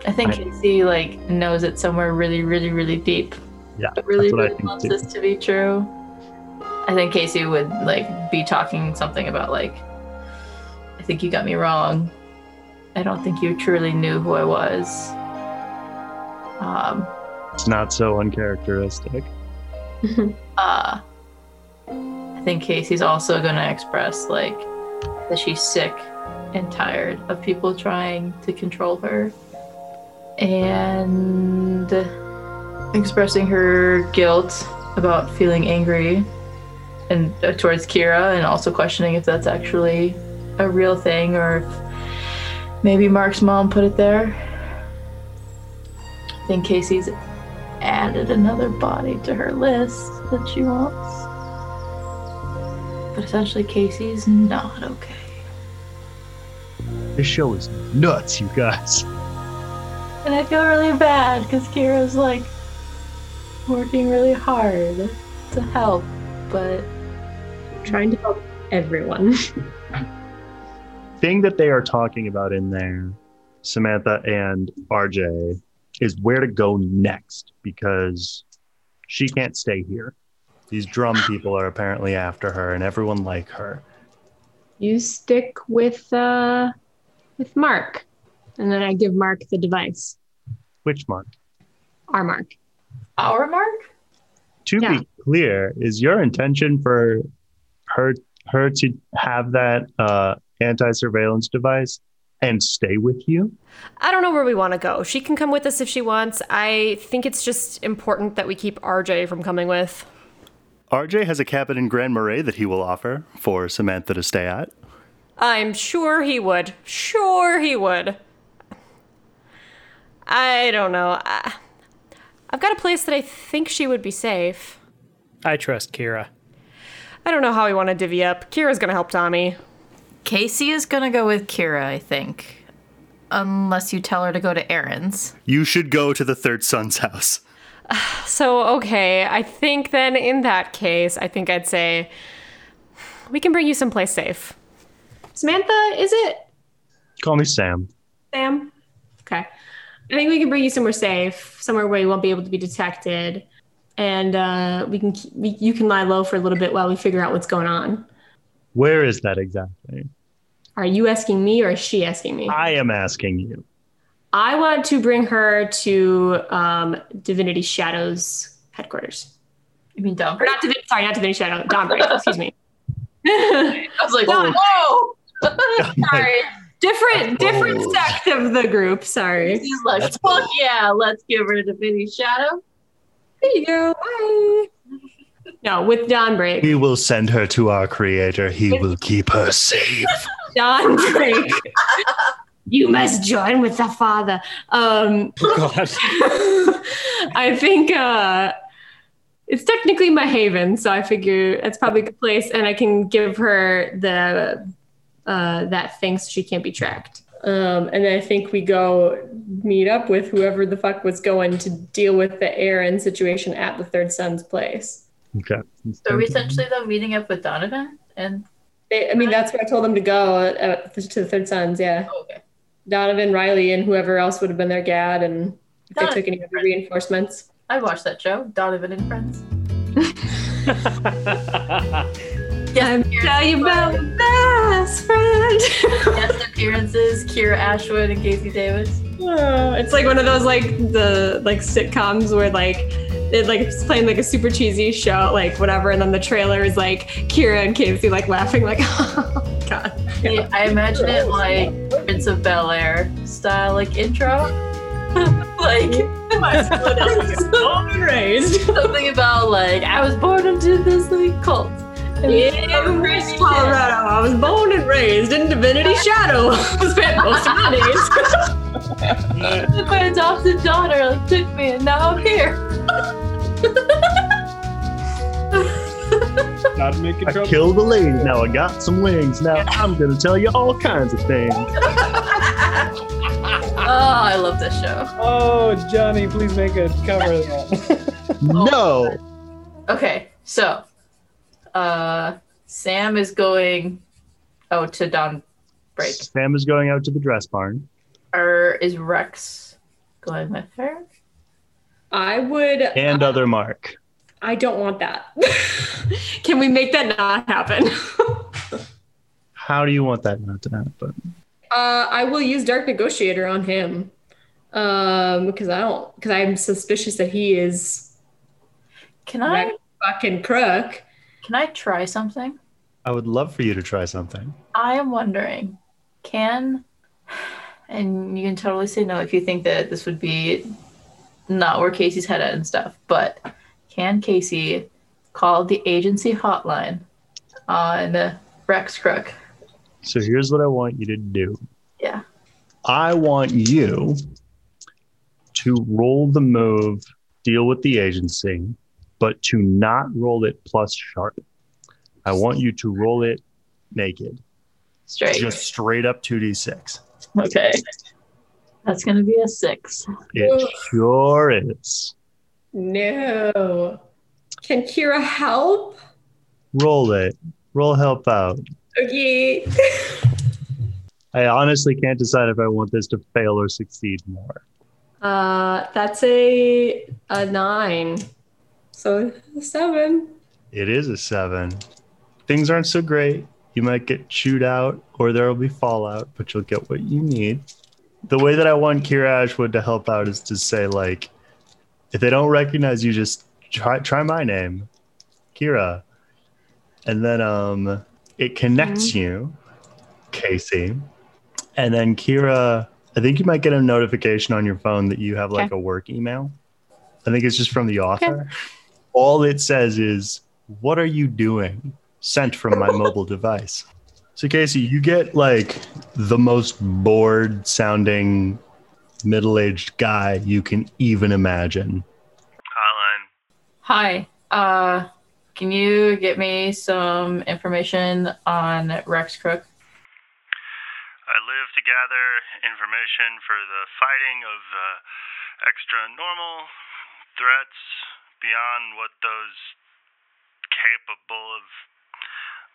Speaker 4: I think
Speaker 2: I-
Speaker 4: Casey like knows it somewhere really, really, really deep.
Speaker 2: Yeah,
Speaker 4: But really,
Speaker 2: that's what I
Speaker 4: really
Speaker 2: think
Speaker 4: wants
Speaker 2: too.
Speaker 4: this to be true. I think Casey would like be talking something about like. I
Speaker 8: think you got me wrong. I don't think you truly knew who I was. Um,
Speaker 2: It's not so uncharacteristic.
Speaker 8: uh, I think Casey's also going to express like that she's sick and tired of people trying to control her and expressing her guilt about feeling angry and uh, towards Kira and also questioning if that's actually a real thing or if maybe Mark's mom put it there. I think Casey's added another body to her list that she wants. But essentially, Casey's not okay.
Speaker 2: This show is nuts, you guys.
Speaker 8: And I feel really bad because Kira's like working really hard to help, but
Speaker 12: trying to help everyone.
Speaker 2: thing that they are talking about in there, Samantha and RJ, is where to go next because she can't stay here. These drum people are apparently after her, and everyone like her.
Speaker 11: You stick with uh, with Mark, and then I give Mark the device.
Speaker 2: Which mark?
Speaker 11: Our Mark.
Speaker 8: our mark?
Speaker 2: To
Speaker 11: Yeah.
Speaker 2: be clear, is your intention for her her to have that uh, anti-surveillance device and stay with you?
Speaker 5: I don't know where we want to go. She can come with us if she wants. I think it's just important that we keep RJ from coming with.
Speaker 18: RJ has a cabin in Grand Marais that he will offer for Samantha to stay at.
Speaker 5: I'm sure he would. Sure he would. I don't know. I, I've got a place that I think she would be safe.
Speaker 3: I trust Kira.
Speaker 5: I don't know how we want to divvy up. Kira's going to help Tommy.
Speaker 4: Casey is gonna go with Kira, I think. Unless you tell her to go to Aaron's.
Speaker 18: You should go to the third son's house.
Speaker 5: So, okay, I think then in that case, I think I'd say we can bring you someplace safe.
Speaker 12: Samantha, is it
Speaker 2: Call me Sam.
Speaker 12: Sam? Okay. I think we can bring you somewhere safe, somewhere where you won't be able to be detected, and uh, we can ke- we, you can lie low for a little bit while we figure out what's going on.
Speaker 2: Where is that exactly?
Speaker 12: Are you asking me or is she asking me?
Speaker 2: I am asking you.
Speaker 12: I want to bring her to um, Divinity Shadows headquarters.
Speaker 8: You mean dumb?
Speaker 12: Or not Divinity, sorry, not Divinity Shadow, Dawnbreak, excuse me. different,
Speaker 8: I was like, "Oh, whoa!
Speaker 12: Sorry. different
Speaker 2: Oh.
Speaker 12: sect of the group, sorry.
Speaker 8: He's like,
Speaker 2: That's
Speaker 8: fuck
Speaker 2: bold.
Speaker 8: yeah, let's give her the mini shadow.
Speaker 12: There you go, bye. No, with Dawnbreak.
Speaker 18: We will send her to our creator. He will keep her safe.
Speaker 12: Dawnbreak. you must join with the father. Um,
Speaker 3: God.
Speaker 12: I think uh, it's technically my haven, so I figure that's probably a good place, and I can give her the uh, that thing so she can't be tracked. Um, and then I think we go meet up with whoever the fuck was going to deal with the Aaron situation at the Third Son's place.
Speaker 2: Okay.
Speaker 8: So are we essentially though meeting up with Donovan and
Speaker 12: They, I mean, that's where I told them to go uh, to the Third Son's. Yeah,
Speaker 8: oh, okay.
Speaker 12: Donovan, Riley, and whoever else would have been there, Gad, and if they took any other reinforcements.
Speaker 8: I watched that show, Donovan and Friends.
Speaker 12: Time to tell you about my best friend.
Speaker 8: Guest appearances: Kira Ashwood and Casey Davis.
Speaker 12: Oh, it's like one of those like the like sitcoms where like it like it's playing like a super cheesy show like whatever, and then the trailer is like Kira and Casey like laughing like oh god.
Speaker 8: Yeah, I imagine it like Prince of Bel Air style, like intro. like my son-
Speaker 12: So raised.
Speaker 8: something about like I was born into this like cult. And
Speaker 12: In Ridge, Colorado, I was born and raised in Divinity Shadow. Spent most of my days.
Speaker 8: My adopted daughter like took me, and now I'm here.
Speaker 3: Not making
Speaker 2: I killed the lady. Now I got some wings. Now I'm gonna tell you all kinds of things.
Speaker 8: Oh, I love this show.
Speaker 3: Oh, Johnny, please make a cover of that.
Speaker 2: No.
Speaker 8: Okay, so uh Sam is going oh to Don break.
Speaker 2: Sam is going out to the dress barn.
Speaker 8: Or is Rex going with her?
Speaker 12: I would.
Speaker 2: And other Mark.
Speaker 12: I don't want that. Can we make that not happen?
Speaker 2: How do you want that not to happen?
Speaker 12: Uh, I will use Dark Negotiator on him um, because I don't because I'm suspicious that he is
Speaker 8: Can
Speaker 12: that
Speaker 8: I
Speaker 12: fucking crook.
Speaker 8: can I try something?
Speaker 2: I would love for you to try something.
Speaker 8: I am wondering, can and you can totally say no if you think that this would be not where Casey's head at and stuff, but can Casey call the agency hotline on Rex Crook?
Speaker 2: So here's what I want you to do.
Speaker 8: Yeah.
Speaker 2: I want you to roll the move, deal with the agency, but to not roll it plus sharp. I want you to roll it naked,
Speaker 8: Straight.
Speaker 2: just straight up 2d6.
Speaker 8: Okay. That's gonna be a six.
Speaker 2: It sure is.
Speaker 12: No. Can Kira help?
Speaker 2: Roll it. Roll help out.
Speaker 12: Okay.
Speaker 2: I honestly can't decide if I want this to fail or succeed more.
Speaker 12: Uh, that's a a nine. So seven.
Speaker 2: It is a seven. Things aren't so great. You might get chewed out or there will be fallout, but you'll get what you need. The way that I want Kira Ashwood to help out is to say, like, if they don't recognize you, just try try my name, Kira. And then um it connects you, Casey. And then Kira, I think you might get a notification on your phone that you have like
Speaker 11: Okay.
Speaker 2: a work email. I think it's just from the author all it says is, What are you doing? sent from my mobile device. So, Casey, you get like the most bored sounding middle aged guy you can even imagine.
Speaker 9: Hotline.
Speaker 8: Hi. Uh, can you get me some information on Rex Crook?
Speaker 9: I live to gather information for the fighting of uh, extra normal threats beyond what those capable of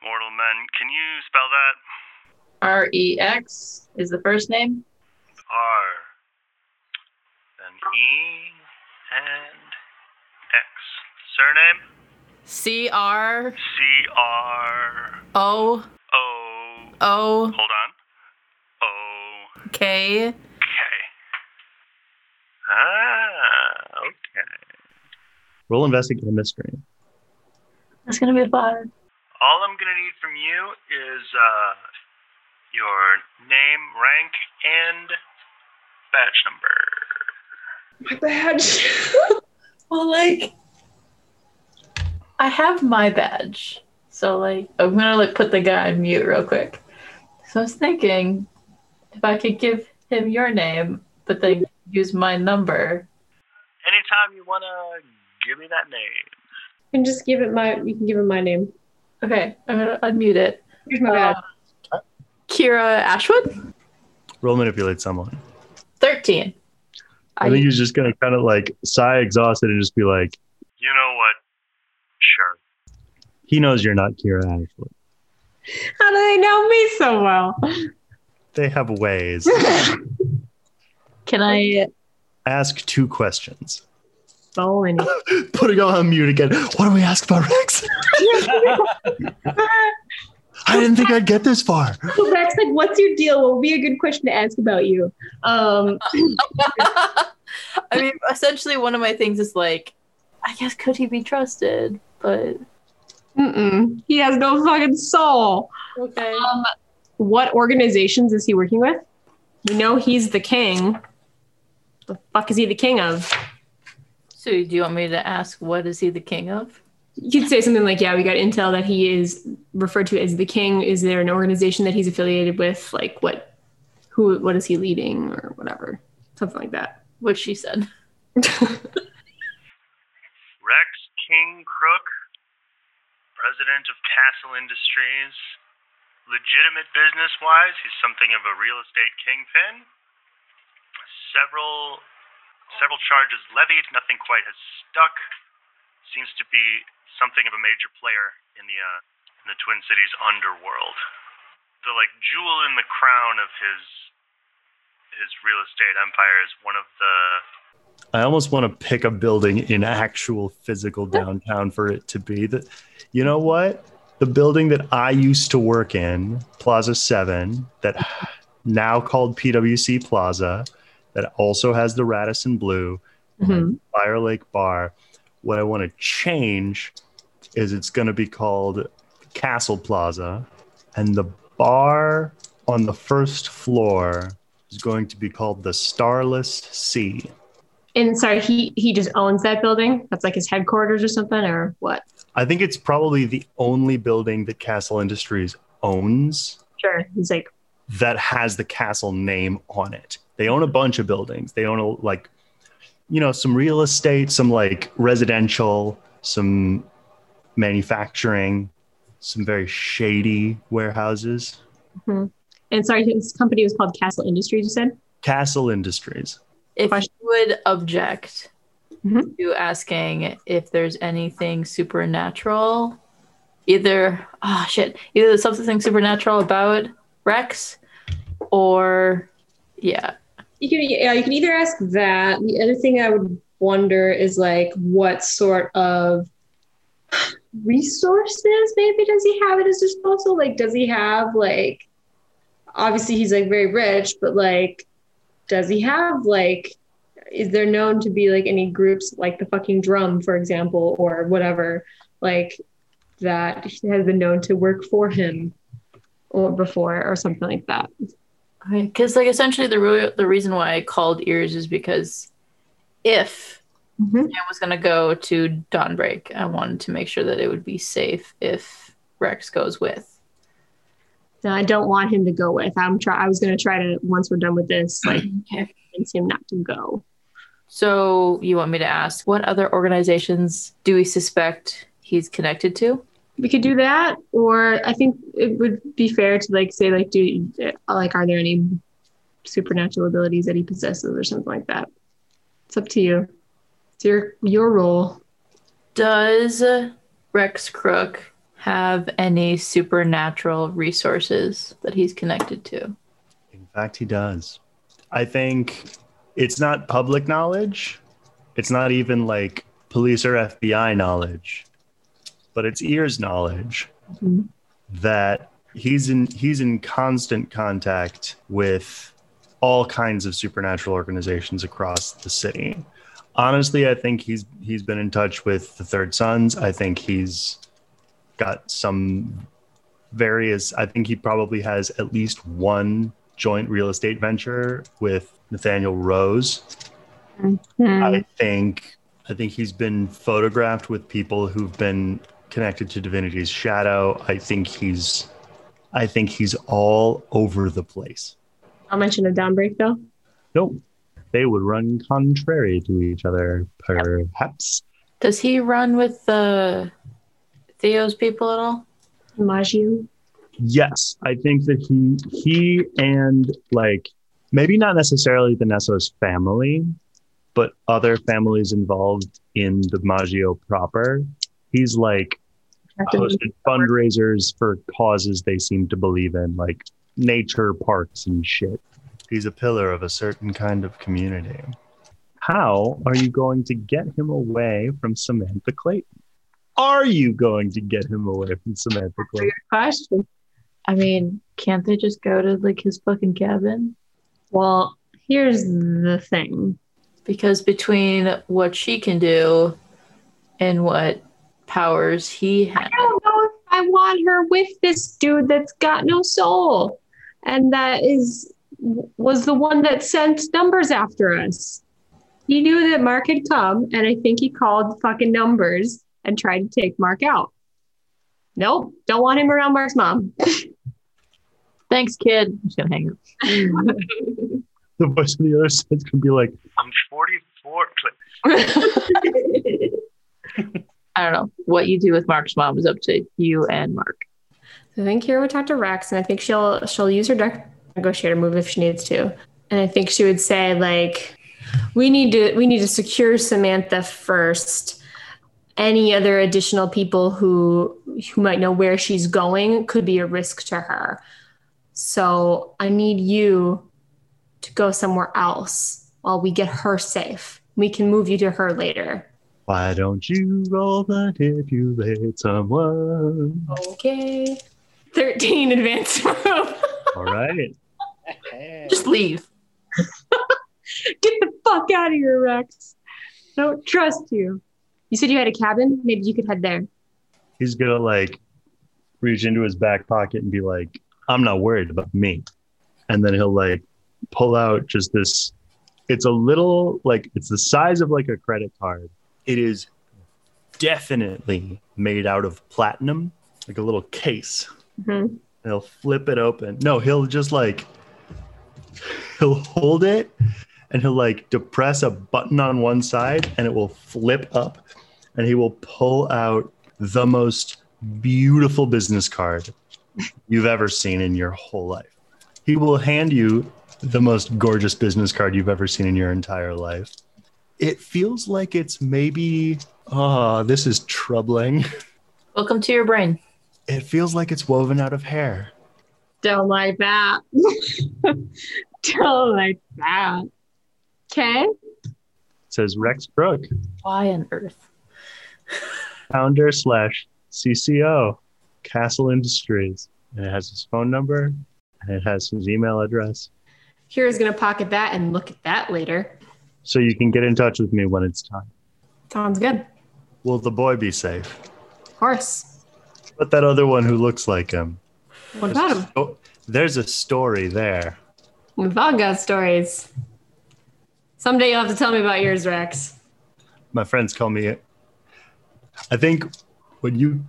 Speaker 9: mortal men. Can you spell that?
Speaker 8: R E X is the first name.
Speaker 9: R, then E, and X. Surname?
Speaker 4: C R
Speaker 9: C R
Speaker 4: O
Speaker 9: O.
Speaker 4: O
Speaker 9: Hold on. O
Speaker 4: K.
Speaker 9: K. Ah, okay.
Speaker 2: Roll investigate mystery.
Speaker 8: That's gonna be a five.
Speaker 9: All I'm gonna need from you is uh, your name, rank, and batch number.
Speaker 12: My badge.
Speaker 8: Well, like, I have my badge, so like, I'm gonna like put the guy on mute real quick. So I was thinking if I could give him your name, but then use my number.
Speaker 9: Anytime you wanna give me that name.
Speaker 12: You can just give it my you can give it my name.
Speaker 8: Okay, I'm gonna unmute it.
Speaker 12: Here's my badge.
Speaker 8: Kira Ashwood,
Speaker 2: Roll manipulate someone.
Speaker 8: thirteen.
Speaker 2: I, think he's just going to kind of like sigh exhausted and just be like,
Speaker 9: You know what? Sure.
Speaker 2: He knows you're not Kira Ashwood.
Speaker 11: How do they know me so well?
Speaker 2: They have ways.
Speaker 8: Can I?
Speaker 2: Ask two questions.
Speaker 12: So many.
Speaker 2: Putting on mute again. What do we ask about Rex? I didn't think I'd get this far.
Speaker 12: So Rex, like, what's your deal? What would be a good question to ask about you? Um,
Speaker 8: I mean, essentially, one of my things is like, I guess could he be trusted? But
Speaker 11: Mm-mm. He has no fucking soul.
Speaker 8: okay,
Speaker 11: Um, what organizations is he working with?
Speaker 12: we know he's the king. The fuck is he the king of?
Speaker 8: so do you want me to ask what is he the king of?
Speaker 12: You could say something like, "Yeah, we got intel that he is referred to as the king. Is there an organization that he's affiliated with? Like, what, who, what is he leading, or whatever, something like that."
Speaker 8: What she said.
Speaker 9: Rex King Crook, president of Castle Industries. Legitimate business wise, he's something of a real estate kingpin. Several several charges levied, nothing quite has stuck. Seems to be something of a major player in the uh, in the Twin Cities underworld. The like jewel in the crown of his his real estate empire is one of the
Speaker 2: I almost want to pick a building in actual physical downtown for it to be that. You know what? the building that I used to work in, Plaza 7, that now called PWC Plaza, that also has the Radisson Blue,
Speaker 19: Mhm.
Speaker 2: Fire Lake Bar. What I want to change is it's going to be called Castle Plaza, and the bar on the first floor is going to be called the Starless Sea.
Speaker 11: And sorry, he he just owns that building. That's like his headquarters or something, or what?
Speaker 2: I think it's probably the only building that Castle Industries owns
Speaker 11: Sure. He's like,
Speaker 2: that has the castle name on it. They own a bunch of buildings. They own a, like, you know, some real estate, some like residential, some manufacturing, some very shady warehouses.
Speaker 11: and sorry, his company was called Castle Industries. You said.
Speaker 2: Castle Industries.
Speaker 8: If you
Speaker 11: Question.
Speaker 8: would object
Speaker 11: Mhm.
Speaker 8: to asking if there's anything supernatural, either ah shit, either there's something supernatural about Rex, or yeah,
Speaker 12: You can yeah, you can either ask that. The other thing I would wonder is like what sort of resources maybe does he have at his disposal? Like does he have like obviously he's like very rich, but like does he have like is there known to be like any groups like the fucking drum, for example, or whatever, like that has been known to work for him or before or something like that.
Speaker 8: because like essentially the re- the reason why I called ears is because if
Speaker 11: Mhm.
Speaker 8: I was gonna go to Dawnbreak, I wanted to make sure that it would be safe if Rex goes with.
Speaker 11: No, I don't want him to go with. I'm try. I was gonna try to once we're done with this, like convince him not to go.
Speaker 8: So you want me to ask what other organizations do we suspect he's connected to?
Speaker 11: We could do that, or I think it would be fair to like say like, do you- like are there any supernatural abilities that he possesses or something like that? It's up to you. It's your your role.
Speaker 8: Does Rex Crook have any supernatural resources that he's connected to?
Speaker 2: In fact, he does. I think it's not public knowledge. It's not even like police or FBI knowledge, but it's ears knowledge
Speaker 11: Mhm.
Speaker 2: that he's in he's in constant contact with all kinds of supernatural organizations across the city. Honestly, I think he's he's been in touch with the Third Sons. I think he's got some various i think he probably has at least one joint real estate venture with nathaniel rose
Speaker 11: Hmm. Mm-hmm.
Speaker 2: i think i think he's been photographed with people who've been connected to divinity's shadow i think he's i think he's all over the place
Speaker 11: I'll mention a downbreak though.
Speaker 2: nope they would run contrary to each other perhaps
Speaker 8: Does he run with the Theo's people at all?
Speaker 11: Maggio.
Speaker 2: yes i think that he he and like maybe not necessarily the Nessos family but other families involved in the maggio proper he's like hosted fundraisers for causes they seem to believe in like nature parks and shit he's a pillar of a certain kind of community how are you going to get him away from samantha clayton are you going to get him away from samantha clayton
Speaker 11: Question.
Speaker 8: I mean, can't they just go to like his fucking cabin?
Speaker 11: Well, here's the thing.
Speaker 8: Because between what she can do and what powers he has,
Speaker 11: I don't know if I want her with this dude that's got no soul, and that is was the one that sent numbers after us. He knew that Mark had come, and I think he called fucking numbers and tried to take Mark out. Nope, don't want him around Mark's mom.
Speaker 8: thanks, kid. I'm just gonna hang up.
Speaker 2: the voice on the other side's gonna be like,
Speaker 9: I'm 44. Cl-
Speaker 8: I don't know what you do with Mark's mom is up to you and Mark.
Speaker 20: I think Kira would talk to Rex, and I think she'll she'll use her dark negotiator move if she needs to. And I think she would say like, "We need to we need to secure Samantha first. Any other additional people who who might know where she's going could be a risk to her. So I need you to go somewhere else while we get her safe. We can move you to her later.
Speaker 2: Why don't you roll manipulate someone?
Speaker 12: Okay. 13 advanced rope.
Speaker 2: All right.
Speaker 8: Just leave.
Speaker 12: Get the fuck out of here, Rex. Don't trust you. You said you had a cabin? Maybe you could head there.
Speaker 2: He's gonna like reach into his back pocket and be like, I'm not worried about me. And then he'll like pull out just this it's a little like it's the size of like a credit card. It is definitely made out of platinum, like a little case.
Speaker 12: Mhm.
Speaker 2: And he'll flip it open. No, he'll just like he'll hold it and he'll like depress a button on one side and it will flip up and he will pull out the most beautiful business card you've ever seen in your whole life. He will hand you the most gorgeous business card you've ever seen in your entire life. It feels like it's maybe, oh, this is troubling.
Speaker 8: Welcome to your brain.
Speaker 2: It feels like it's woven out of hair.
Speaker 12: Don't like that.
Speaker 11: Oh,
Speaker 12: Don't like that. Okay.
Speaker 2: says Rex Brook,
Speaker 8: Why on earth?
Speaker 2: founder slash CCO, Castle Industries. And it has his phone number and it has his email address.
Speaker 12: Kira's going to pocket that and look at that later.
Speaker 2: So you can get in touch with me when it's time.
Speaker 12: Sounds good.
Speaker 2: Will the boy be safe?
Speaker 12: Horse.
Speaker 2: But that other one who looks like him.
Speaker 12: What about him?
Speaker 2: Oh, there's a story there.
Speaker 12: We've all got stories. Someday you'll have to tell me about yours, Rex.
Speaker 2: My friends call me. I think when you.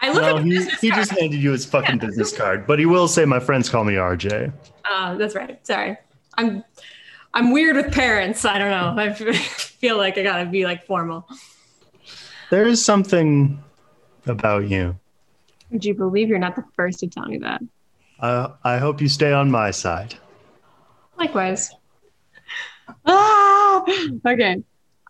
Speaker 12: I look
Speaker 2: Well,
Speaker 12: at the
Speaker 2: he,
Speaker 12: business
Speaker 2: he
Speaker 12: card.
Speaker 2: just handed you his fucking business card, but he will say, My friends call me RJ.
Speaker 12: Ah, that's right. Sorry. I'm I'm weird with parents. I don't know. I feel like I gotta be like formal.
Speaker 2: There is something about you.
Speaker 11: Would you believe you're not the first to tell me that?
Speaker 2: I, Uh, I hope you stay on my side.
Speaker 11: Likewise. Ah, okay.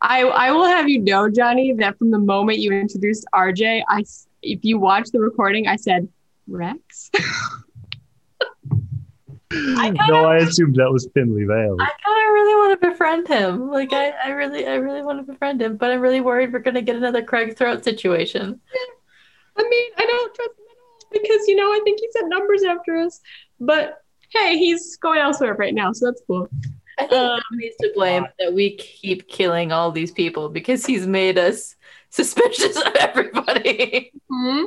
Speaker 11: I I will have you know, Johnny, that from the moment you introduced RJ, I s- if you watch the recording, I said Rex.
Speaker 2: no, I assumed that was thinly veiled.
Speaker 8: I kind of really want to befriend him. Like I, I really, I really want to befriend him, but I'm really worried we're gonna get another Craig throat situation.
Speaker 11: I mean, I don't trust him at all because you know I think he sent numbers after us, but hey, he's going elsewhere right now, so that's cool.
Speaker 8: I think um, he's to blame that we keep killing all these people because he's made us suspicious of everybody.
Speaker 11: Hmm.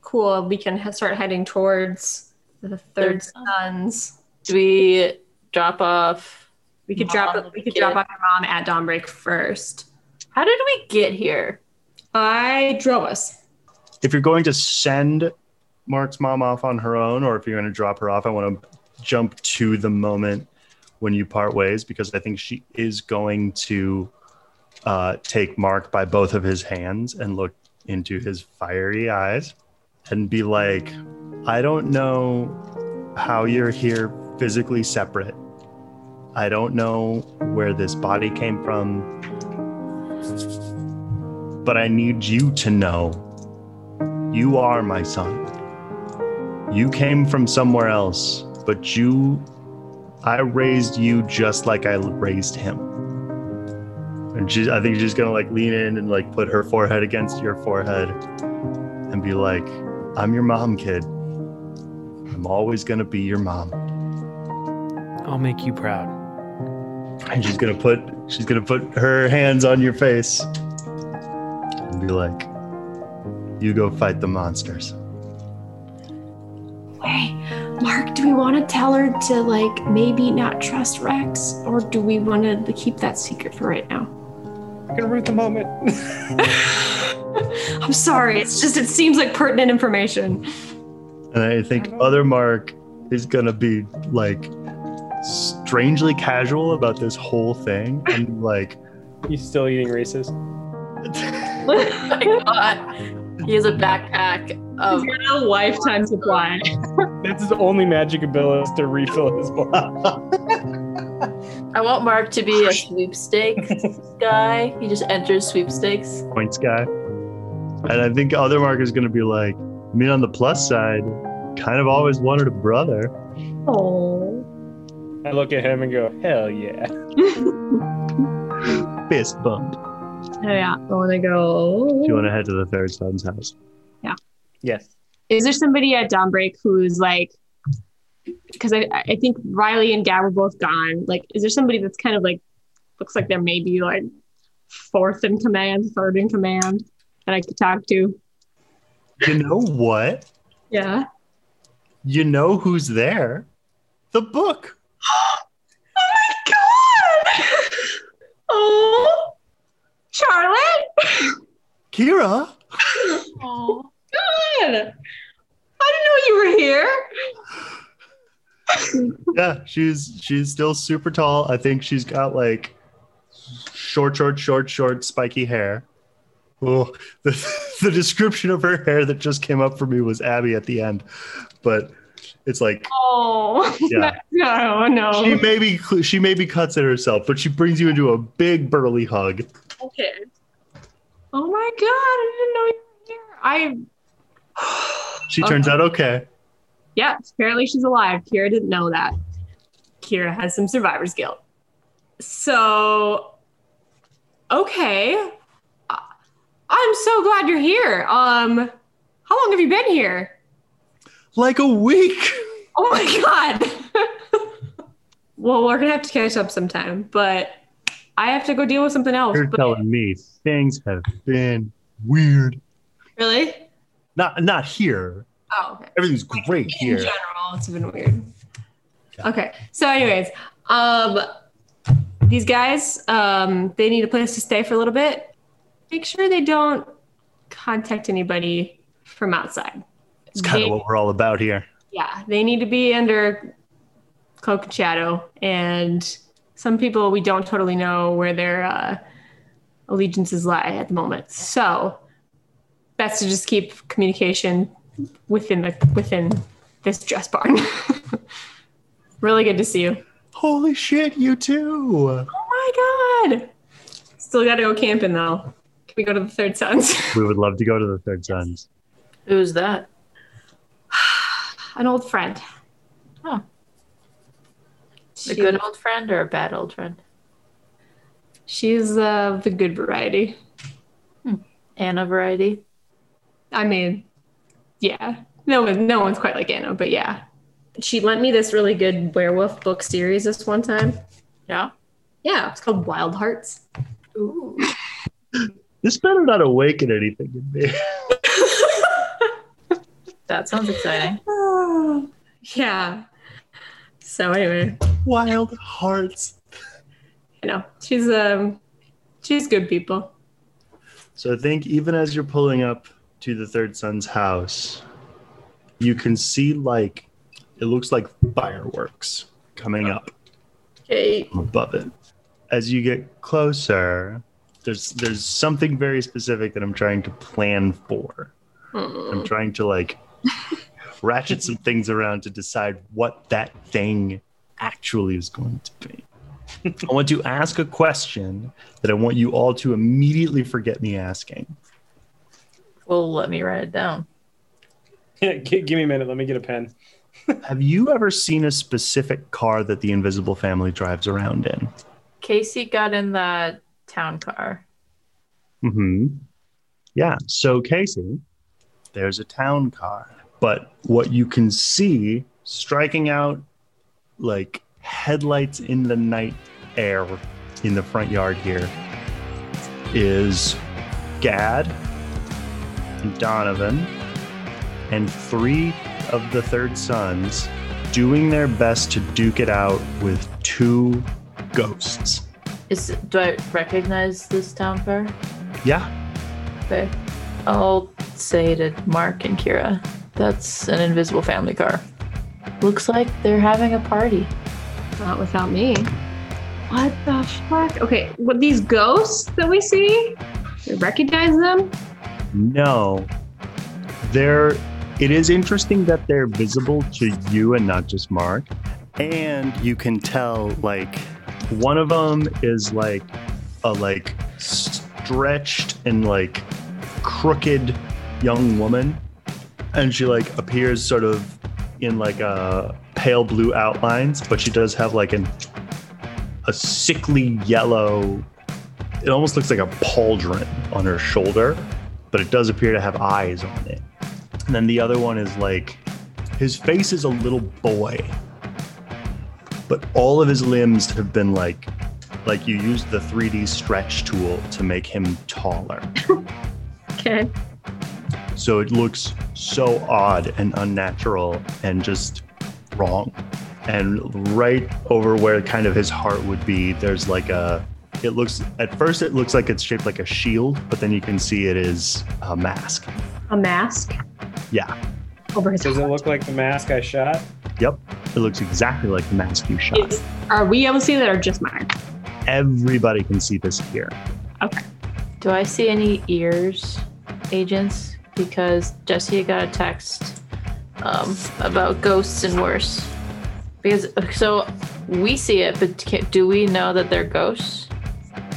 Speaker 12: Cool. We can he- start heading towards the third
Speaker 8: Third
Speaker 12: sons.
Speaker 8: we drop off.
Speaker 12: We could
Speaker 8: Mom,
Speaker 12: drop we could drop
Speaker 8: kid.
Speaker 12: off your mom at Dawnbreak first.
Speaker 8: How did we get here?
Speaker 12: I drove us.
Speaker 2: If you're going to send Mark's mom off on her own, or if you're going to drop her off, I want to jump to the moment when you part ways because I think she is going to uh, take Mark by both of his hands and look into his fiery eyes and be like, I don't know how you're here physically separate. I don't know where this body came from, but I need you to know you are my son. You came from somewhere else, but you, I raised you just like I raised him. And she, I think she's gonna like lean in and like put her forehead against your forehead and be like, I'm your mom, kid. I'm always gonna be your mom.
Speaker 21: I'll make you proud.
Speaker 2: And she's gonna put, she's gonna put her hands on your face and be like, you go fight the monsters.
Speaker 12: Wait, Mark, do we want to tell her to like maybe not trust Rex, or do we want to keep that secret for right now?
Speaker 3: I'm gonna root the moment.
Speaker 12: I'm sorry. It's just it seems like pertinent information.
Speaker 2: And I think other Mark is gonna be like strangely casual about this whole thing and like
Speaker 3: You still eating Reese's?
Speaker 8: Oh my God. He has a backpack of
Speaker 11: He's got a lifetime supply.
Speaker 3: That's his only magic ability is to refill his bar.
Speaker 8: I want Mark to be a sweepstakes guy. He just enters sweepstakes.
Speaker 2: points guy. And I think other Mark is gonna be like, I mean on the plus side, kind of always wanted a brother.
Speaker 12: Oh,
Speaker 3: I look at him and go, hell yeah.
Speaker 2: Fist bump.
Speaker 11: Oh,
Speaker 8: yeah.
Speaker 12: I want to go.
Speaker 2: Do you want to head to the third son's house?
Speaker 3: Yes.
Speaker 8: Is there somebody at Dawnbreak who's like, because I, I think Riley and Gab were both gone. Like, is there somebody that's kind of like, looks like they're maybe like fourth in command, third in command that I could talk to?
Speaker 2: You know what?
Speaker 8: Yeah.
Speaker 2: You know who's there? The book.
Speaker 8: Oh, Charlotte!
Speaker 2: Kira?
Speaker 6: Oh,
Speaker 12: God, I didn't know you were here.
Speaker 2: Yeah, she's she's still super tall. I think she's got like short, short, short, short, spiky hair. Oh, the, the description of her hair that just came up for me was Abby at the end, but it's like
Speaker 8: Oh,
Speaker 2: yeah.
Speaker 8: no, no.
Speaker 2: She maybe she maybe cuts it herself, but she brings you into a big burly hug.
Speaker 8: Okay. Oh my god, I didn't know you were here. I.
Speaker 2: She turns out okay.
Speaker 8: Yeah, apparently she's alive. Kira didn't know that. Kira has some survivor's guilt. So, okay. I- I'm so glad you're here. Um, how long have you been here?
Speaker 2: Like a week.
Speaker 8: Oh my god.
Speaker 12: Well, we're gonna have to catch up sometime, but I have to go deal with something else.
Speaker 2: You're
Speaker 12: But
Speaker 2: telling me things have been weird.
Speaker 12: really?
Speaker 2: Not not here.
Speaker 12: Oh, okay.
Speaker 2: Everything's great
Speaker 12: In
Speaker 2: here.
Speaker 12: general, it's been weird. Okay. So, anyways, um, these guys, um, they need a place to stay for a little bit. Make sure they don't contact anybody from outside.
Speaker 2: It's kind of what we're all about here.
Speaker 12: Yeah, they need to be under cloak and shadow, and some people we don't totally know where their uh, allegiances lie at the moment. So, best to just keep communication within the within this dress barn. really good to see you.
Speaker 2: Holy shit, you too.
Speaker 12: Oh my god! Still got to go camping though. Can we go to the Third Sons?
Speaker 2: We would love to go to the Third Sons.
Speaker 4: Who's that?
Speaker 12: An old friend.
Speaker 4: A good old friend or a bad old friend?
Speaker 12: She's uh, the good variety.
Speaker 4: Anna variety.
Speaker 12: I mean, yeah, no one, no one's quite like Anna, but yeah. She lent me this really good werewolf book series this one time.
Speaker 4: Yeah.
Speaker 12: Yeah, it's called Wild Hearts.
Speaker 4: Ooh.
Speaker 2: This better not awaken anything in me.
Speaker 4: That sounds exciting.
Speaker 12: yeah. So anyway,
Speaker 2: Wild hearts.
Speaker 12: you know, she's um, she's good people.
Speaker 2: So I think even as you're pulling up to the Third Son's house, you can see like it looks like fireworks coming up
Speaker 12: Okay.
Speaker 2: above it. As you get closer, there's there's something very specific that I'm trying to plan for. I'm trying to like ratchet some things around to decide what that thing actually is going to be. I want to ask a question that I want you all to immediately forget me asking.
Speaker 4: Well, let me write it down.
Speaker 3: G- give me a minute. Let me get a pen.
Speaker 2: Have you ever seen a specific car that the invisible family drives around in?
Speaker 4: Casey got in the town car.
Speaker 2: hmm Yeah. So, Casey, there's a town car, but what you can see striking out like headlights in the night air in the front yard here is Gad and Donovan and three of the third sons doing their best to duke it out with two ghosts.
Speaker 4: Is do I recognize this town car?
Speaker 2: Yeah.
Speaker 4: Okay. I'll say to Mark and Kira, that's an invisible family car. Looks like they're having a party.
Speaker 12: Not without me.
Speaker 8: What the fuck? Okay, what these ghosts that we see? We recognize them?
Speaker 2: No. They're it is interesting that they're visible to you and not just Mark. And you can tell like one of them is like a like stretched and like crooked young woman and she like appears sort of in like a pale blue outlines, but she does have like an a sickly yellow it almost looks like a pauldron on her shoulder, but it does appear to have eyes on it. And then the other one is like his face is a little boy, but all of his limbs have been like like you used the 3D stretch tool to make him taller.
Speaker 12: Okay.
Speaker 2: So it looks so odd and unnatural and just wrong. And right over where kind of his heart would be, there's like a. It looks at first it looks like it's shaped like a shield, but then you can see it is a mask.
Speaker 12: A mask
Speaker 2: Yeah.
Speaker 12: over his.
Speaker 3: Does it look like the mask I shot?
Speaker 2: Yep. It looks exactly like the mask you shot.
Speaker 8: Is, are we able to see that or just mine?
Speaker 2: Everybody can see this here.
Speaker 4: Do I see any ears, agents? Because Jesse got a text um, about ghosts and worse. Because so we see it, but can, do we know that they're ghosts,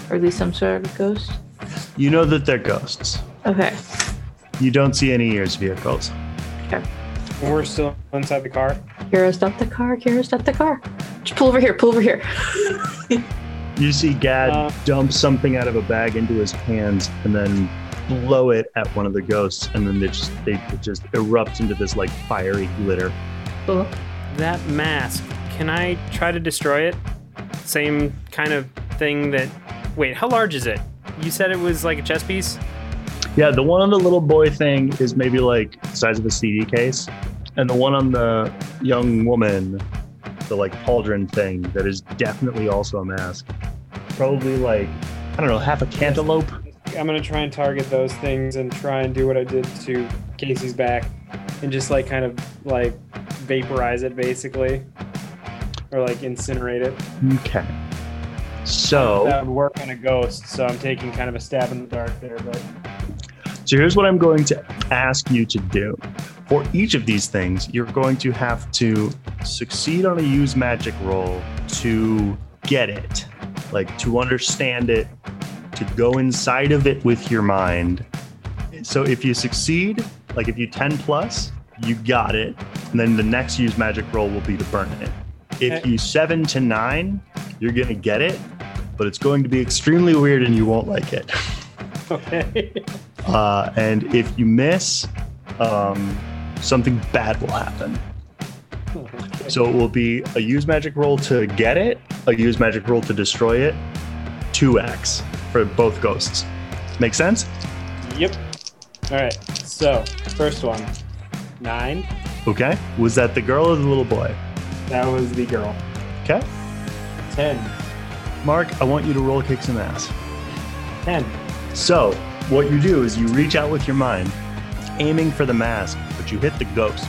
Speaker 4: or at least some sort of ghost?
Speaker 2: You know that they're ghosts.
Speaker 4: Okay.
Speaker 2: You don't see any ears vehicles.
Speaker 3: We're still inside the car.
Speaker 4: Kira, stop the car. Kira, stop the car. Just pull over here. Pull over here.
Speaker 2: You see Gad
Speaker 3: Uh.
Speaker 2: dump something out of a bag into his hands and then blow it at one of the ghosts, and then they just they it just erupt into this like fiery glitter.
Speaker 11: That mask, can I try to destroy it? Same kind of thing that. Wait, how large is it? You said it was like a chess piece?
Speaker 2: Yeah, the one on the little boy thing is maybe like the size of a CD case, and the one on the young woman, the like pauldron thing that is definitely also a mask, probably like I don't know half a cantaloupe.
Speaker 3: I'm gonna try and target those things and try and do what I did to Casey's back, and just like kind of like vaporize it basically, or like incinerate it.
Speaker 2: Okay, so.
Speaker 3: That would work on a ghost. So I'm taking kind of a stab in the dark there, but
Speaker 2: So here's what I'm going to ask you to do. For each of these things, you're going to have to succeed on a use magic roll to get it, like to understand it, to go inside of it with your mind. So if you succeed, like if you 10 plus, you got it. And then the next use magic roll will be to burn it. If
Speaker 3: Okay.
Speaker 2: you seven to nine, you're going to get it, but it's going to be extremely weird and you won't like it.
Speaker 3: okay.
Speaker 2: Uh, and if you miss, um, something bad will happen. So it will be a use magic roll to get it, a use magic roll to destroy it, 2x for both ghosts. Make sense?
Speaker 3: yep. All right. So first one, nine.
Speaker 2: Okay. Was that the girl or the little boy?
Speaker 3: That was the girl.
Speaker 2: Okay.
Speaker 3: Ten.
Speaker 2: Mark, I want you to roll kick some ass.
Speaker 3: Ten.
Speaker 2: So, what you do is you reach out with your mind, aiming for the mask, but you hit the ghost,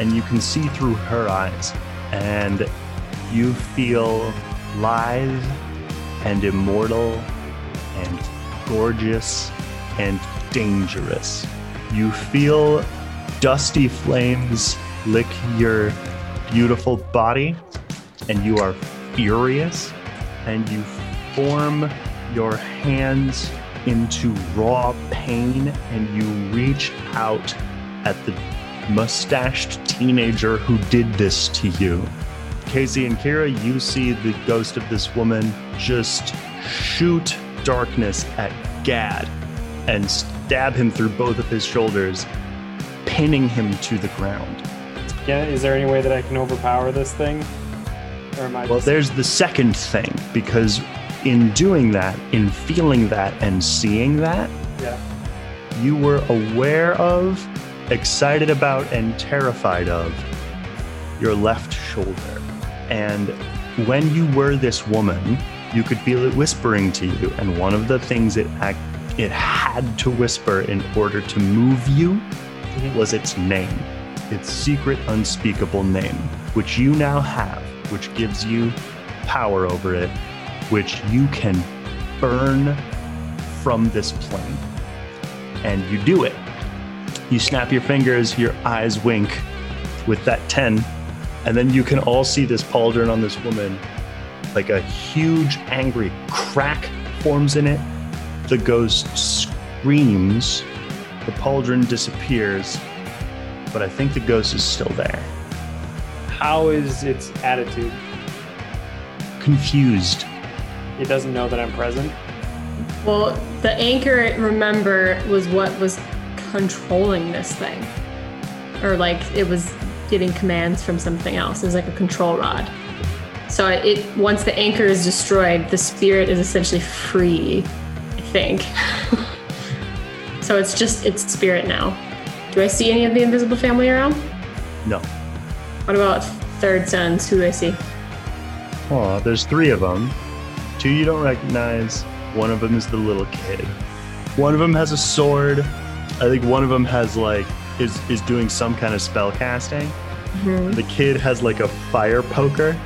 Speaker 2: and you can see through her eyes, and you feel live and immortal and gorgeous and dangerous. You feel dusty flames lick your beautiful body, and you are furious, and you form your hands into raw pain and you reach out at the mustached teenager who did this to you. Casey and Kira, you see the ghost of this woman just shoot darkness at Gad and stab him through both of his shoulders, pinning him to the ground.
Speaker 3: Yeah. Is there any way that I can overpower this thing? Or am I
Speaker 2: Well,
Speaker 3: just
Speaker 2: there's the second thing, because in doing that, in feeling that and seeing that,
Speaker 3: Yeah.
Speaker 2: you were aware of, excited about, and terrified of your left shoulder. And when you were this woman, you could feel it whispering to you. And one of the things it act, it had to whisper in order to move you was its name, its secret, unspeakable name, which you now have, which gives you power over it, which you can burn from this plane and you do it. You snap your fingers, your eyes wink with that 10, and then you can all see this pauldron on this woman. Like a huge, angry crack forms in it. The ghost screams. The pauldron disappears, but I think the ghost is still there.
Speaker 3: How is its attitude?
Speaker 2: Confused.
Speaker 3: It doesn't know that I'm present.
Speaker 12: Well, the anchor, remember, was what was controlling this thing. Or like it was getting commands from something else. It was like a control rod. So it, it once the anchor is destroyed, the spirit is essentially free, I think. so it's just its spirit now. Do I see any of the invisible family around?
Speaker 2: No.
Speaker 12: What about third sons? Who do I see?
Speaker 2: Oh, there's three of them. Two you don't recognize. One of them is the little kid. One of them has a sword. I think one of them has like is is doing some kind of spell casting. The kid has like a fire poker,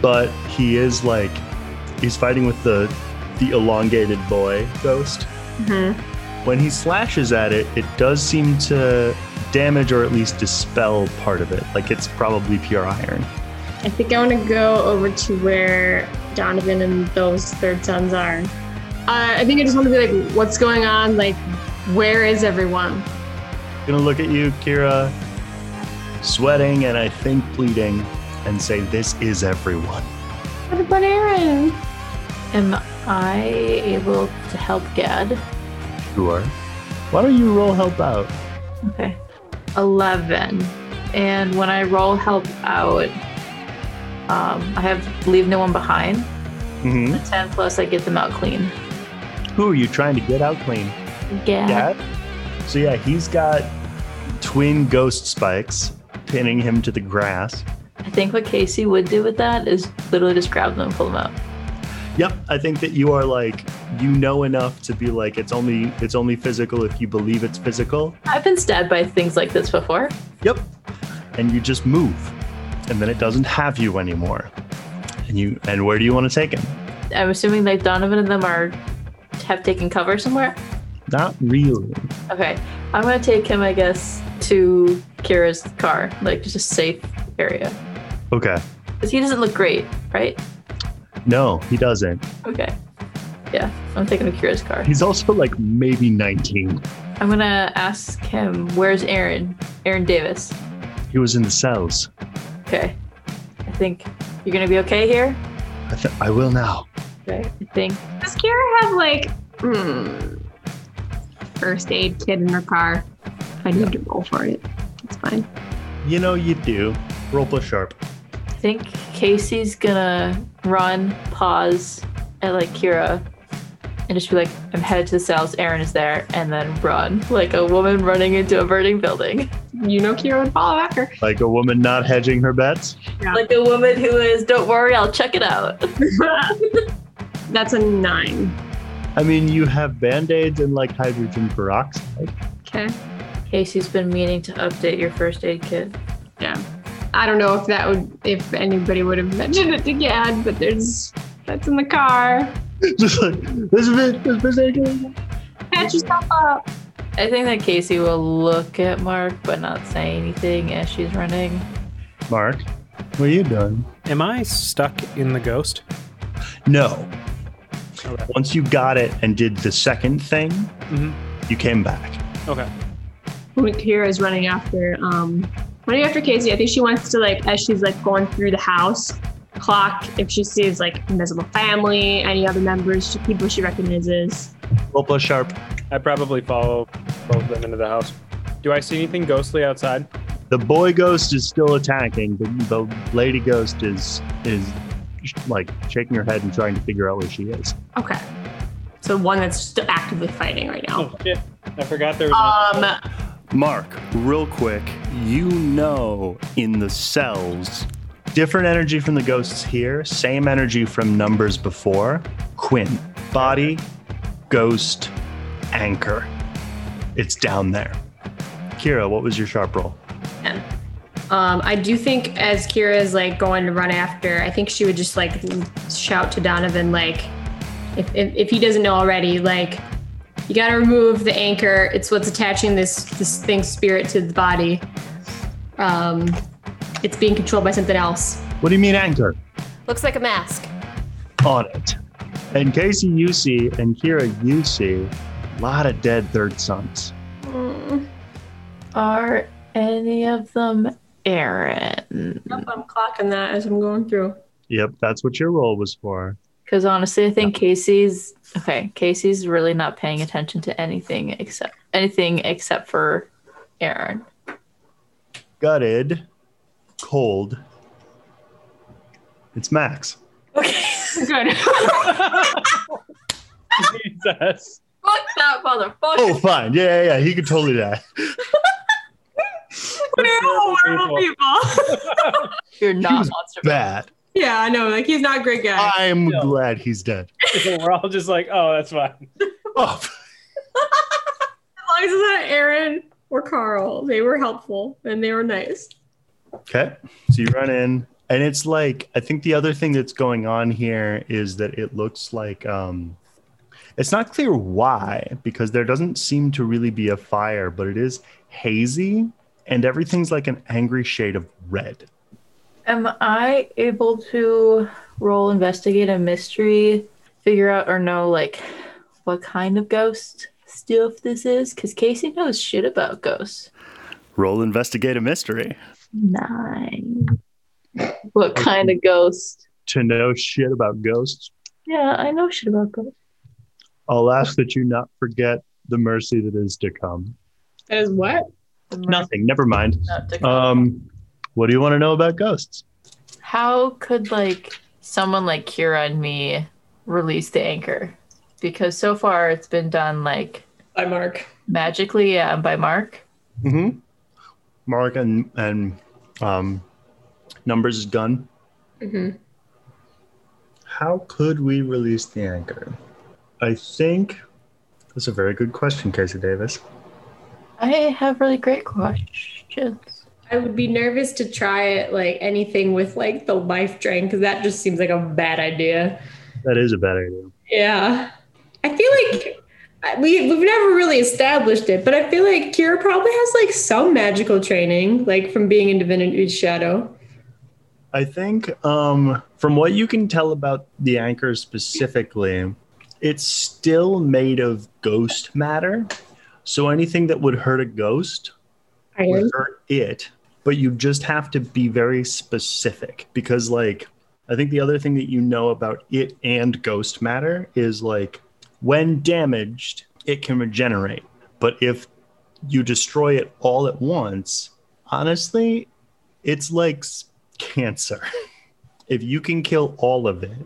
Speaker 2: but he is like he's fighting with the the elongated boy ghost. When he slashes at it, it does seem to damage or at least dispel part of it. Like it's probably pure iron.
Speaker 12: I think I want to go over to where Donovan and those third sons are.
Speaker 11: Uh, I think I just want to be like, what's going on? Like, where is everyone?
Speaker 2: gonna look at you, Kira, sweating and I think bleeding, and say, This is everyone.
Speaker 12: What about Aaron?
Speaker 8: Am I able to help Gad?
Speaker 2: Sure. Why don't you roll help out?
Speaker 8: Okay. 11. And when I roll help out, um, I have leave no one behind.
Speaker 2: Mm-hmm.
Speaker 8: 10 plus, I get them out clean.
Speaker 2: Who are you trying to get out clean?
Speaker 8: Gad.
Speaker 2: Yeah. So yeah, he's got twin ghost spikes pinning him to the grass.
Speaker 8: I think what Casey would do with that is literally just grab them and pull them out.
Speaker 2: Yep, I think that you are like you know enough to be like it's only it's only physical if you believe it's physical.
Speaker 8: I've been stabbed by things like this before.
Speaker 2: Yep. And you just move. And then it doesn't have you anymore. And you and where do you want to take him?
Speaker 8: I'm assuming like Donovan and them are have taken cover somewhere.
Speaker 2: Not really.
Speaker 8: Okay, I'm gonna take him, I guess, to Kira's car, like just a safe area,
Speaker 2: Okay.
Speaker 8: because he doesn't look great, right?
Speaker 2: No, he doesn't.
Speaker 8: Okay, yeah, I'm taking him to Kira's car.
Speaker 2: He's also like maybe 19.
Speaker 8: I'm gonna ask him, "Where's Aaron? Aaron Davis?"
Speaker 2: He was in the cells.
Speaker 8: Okay, I think you're gonna be okay here.
Speaker 2: I, th- I will now.
Speaker 8: Okay, I think
Speaker 11: Does Kira have like hmm, first aid kit in her car? If I need to roll for it, it's fine.
Speaker 2: You know you do. Roll plus sharp.
Speaker 8: I think Casey's gonna run, pause at like Kira, and just be like, I'm headed to the cells, Aaron is there, and then run. Like a woman running into a burning building.
Speaker 11: You know Kira would follow after.
Speaker 2: Like a woman not hedging her bets.
Speaker 8: Like a woman who is, don't worry, I'll check it out.
Speaker 11: That's a nine.
Speaker 2: I mean, you have band aids and like hydrogen peroxide.
Speaker 11: Okay.
Speaker 8: Casey's been meaning to update your first aid kit.
Speaker 11: I don't know if that would, if anybody would have mentioned it to Gad, but there's, that's in the car.
Speaker 2: Just like, this is it, this is it.
Speaker 11: Patch yourself up.
Speaker 8: I think that Casey will look at Mark but not say anything as she's running.
Speaker 2: Mark, what are you doing?
Speaker 3: Am I stuck in the ghost?
Speaker 2: No.
Speaker 3: Okay.
Speaker 2: Once you got it and did the second thing,
Speaker 3: Mhm.
Speaker 2: you came back.
Speaker 3: Okay.
Speaker 12: When Kira is running after, um,
Speaker 11: Running after Casey, I think she wants to like, as she's like going through the house, clock if she sees like invisible family, any other members, people she recognizes.
Speaker 2: Roll plus sharp.
Speaker 3: I probably follow both of them into the house. Do I see anything ghostly outside?
Speaker 2: The boy ghost is still attacking. The, the lady ghost is is sh- like shaking her head and trying to figure out where she is.
Speaker 12: okay. So one that's just actively fighting right now.
Speaker 3: Oh shit! I forgot there was.
Speaker 12: Um,
Speaker 2: Mark, real quick, you know in the cells, different energy from the ghosts here, same energy from numbers before. Quinn, body, ghost, anchor. It's down there. Kira, what was your sharp roll?
Speaker 12: Um, I do think as Kira is like going to run after, I think she would just like shout to Donovan like, if if, if he doesn't know already, like, you got to remove the anchor. It's what's attaching this this thing's spirit to the body. Um, it's being controlled by something else.
Speaker 2: What do you mean anchor?
Speaker 5: Looks like a mask.
Speaker 2: On it. And Casey, you see, and Kira, you see, a lot of dead third sons.
Speaker 8: Are any of them Aaron?
Speaker 12: I'm clocking that as I'm going through.
Speaker 2: Yep, that's what your roll was for.
Speaker 8: Because honestly, I think Casey's okay. Casey's really not paying attention to anything except anything except for Aaron.
Speaker 2: Gutted, cold. It's Max.
Speaker 22: Good.
Speaker 11: Um.
Speaker 23: Jesus.
Speaker 8: Fuck that motherfucker!
Speaker 2: Oh, fine. Yeah, yeah, yeah. He could totally die.
Speaker 11: We're all horrible people.
Speaker 8: You're
Speaker 2: He
Speaker 8: not
Speaker 2: was
Speaker 8: monster.
Speaker 2: Bad.
Speaker 11: yeah, I know. Like he's not a great guy.
Speaker 2: I'm glad he's dead.
Speaker 23: We're all just like, oh, that's fine.
Speaker 2: Oh,
Speaker 11: As long as it's not Aaron or Carl, they were helpful and they were nice.
Speaker 2: Okay. So you run in, and it's like I think the other thing that's going on here is that it looks like um, it's not clear why because there doesn't seem to really be a fire, but it is hazy, and everything's like an angry shade of red.
Speaker 8: Am I able to roll investigate a mystery, figure out or know like what kind of ghost stuff this is? Because Casey knows shit about ghosts.
Speaker 2: Roll investigate a mystery.
Speaker 8: Nine. What kind of ghost?
Speaker 2: To know shit about ghosts,
Speaker 8: Yeah, I know shit about ghosts.
Speaker 2: I'll ask that you not forget the mercy that is to come.
Speaker 11: That is what?
Speaker 2: Nothing. Never mind.
Speaker 8: Not to
Speaker 2: Um, what do you want to know about ghosts?
Speaker 8: How could like someone like Kira and me release the anchor? Because so far it's been done like
Speaker 12: By Mark.
Speaker 8: magically yeah, by Mark.
Speaker 2: Mm-hmm. Mark and and um, numbers is done.
Speaker 12: hmm
Speaker 2: How could we release the anchor? I think that's a very good question, Casey Davis.
Speaker 8: I have really great questions.
Speaker 12: I would be nervous to try it like anything with like the life drain because that just seems like a bad idea.
Speaker 2: That is a bad idea.
Speaker 12: Yeah. I feel like I- we, we've never really established it, but I feel like Kira probably has like some magical training, like from being in Divinity's shadow.
Speaker 2: I think um, from what you can tell about the anchor specifically, it's still made of ghost matter. So anything that would hurt a ghost
Speaker 12: Iron.
Speaker 2: would hurt it, but you just have to be very specific because, like, I think the other thing that you know about it and ghost matter is like when damaged, it can regenerate. But if you destroy it all at once, honestly, it's like s- cancer. if you can kill all of it,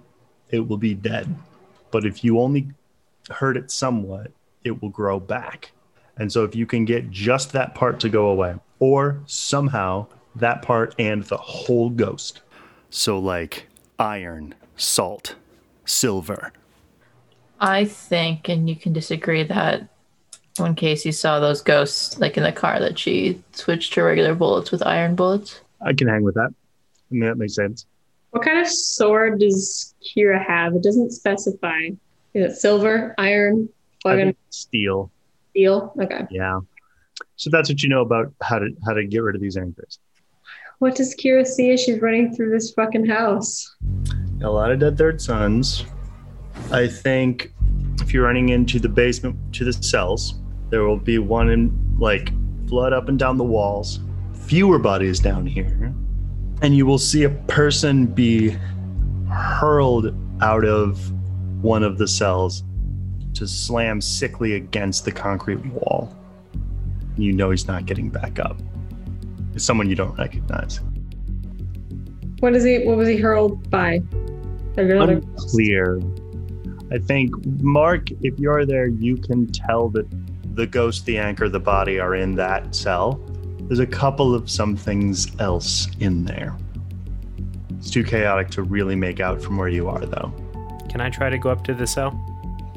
Speaker 2: it will be dead. But if you only hurt it somewhat, it will grow back. And so if you can get just that part to go away, or somehow that part and the whole ghost. So, like iron, salt, silver.
Speaker 8: I think, and you can disagree that when Casey saw those ghosts like in the car that she switched to regular bullets with iron bullets.
Speaker 2: I can hang with that. I mean, that makes sense.
Speaker 12: What kind of sword does Kira have? It doesn't specify. Is it silver, iron,
Speaker 2: I
Speaker 12: fucking
Speaker 2: think steel.
Speaker 12: steel? Okay.
Speaker 2: Yeah. So that's what you know about how to how to get rid of these anchors.
Speaker 12: What does Kira see as she's running through this fucking house?
Speaker 2: A lot of dead third sons. I think if you're running into the basement to the cells, there will be one in like blood up and down the walls, fewer bodies down here, and you will see a person be hurled out of one of the cells to slam sickly against the concrete wall. You know he's not getting back up. It's someone you don't recognize.
Speaker 12: What is he? What was he hurled by? Another-
Speaker 2: unclear. I think, Mark, if you're there, you can tell that the ghost, the anchor, the body are in that cell. There's a couple of some things else in there. It's too chaotic to really make out from where you are, though.
Speaker 3: Can I try to go up to the cell?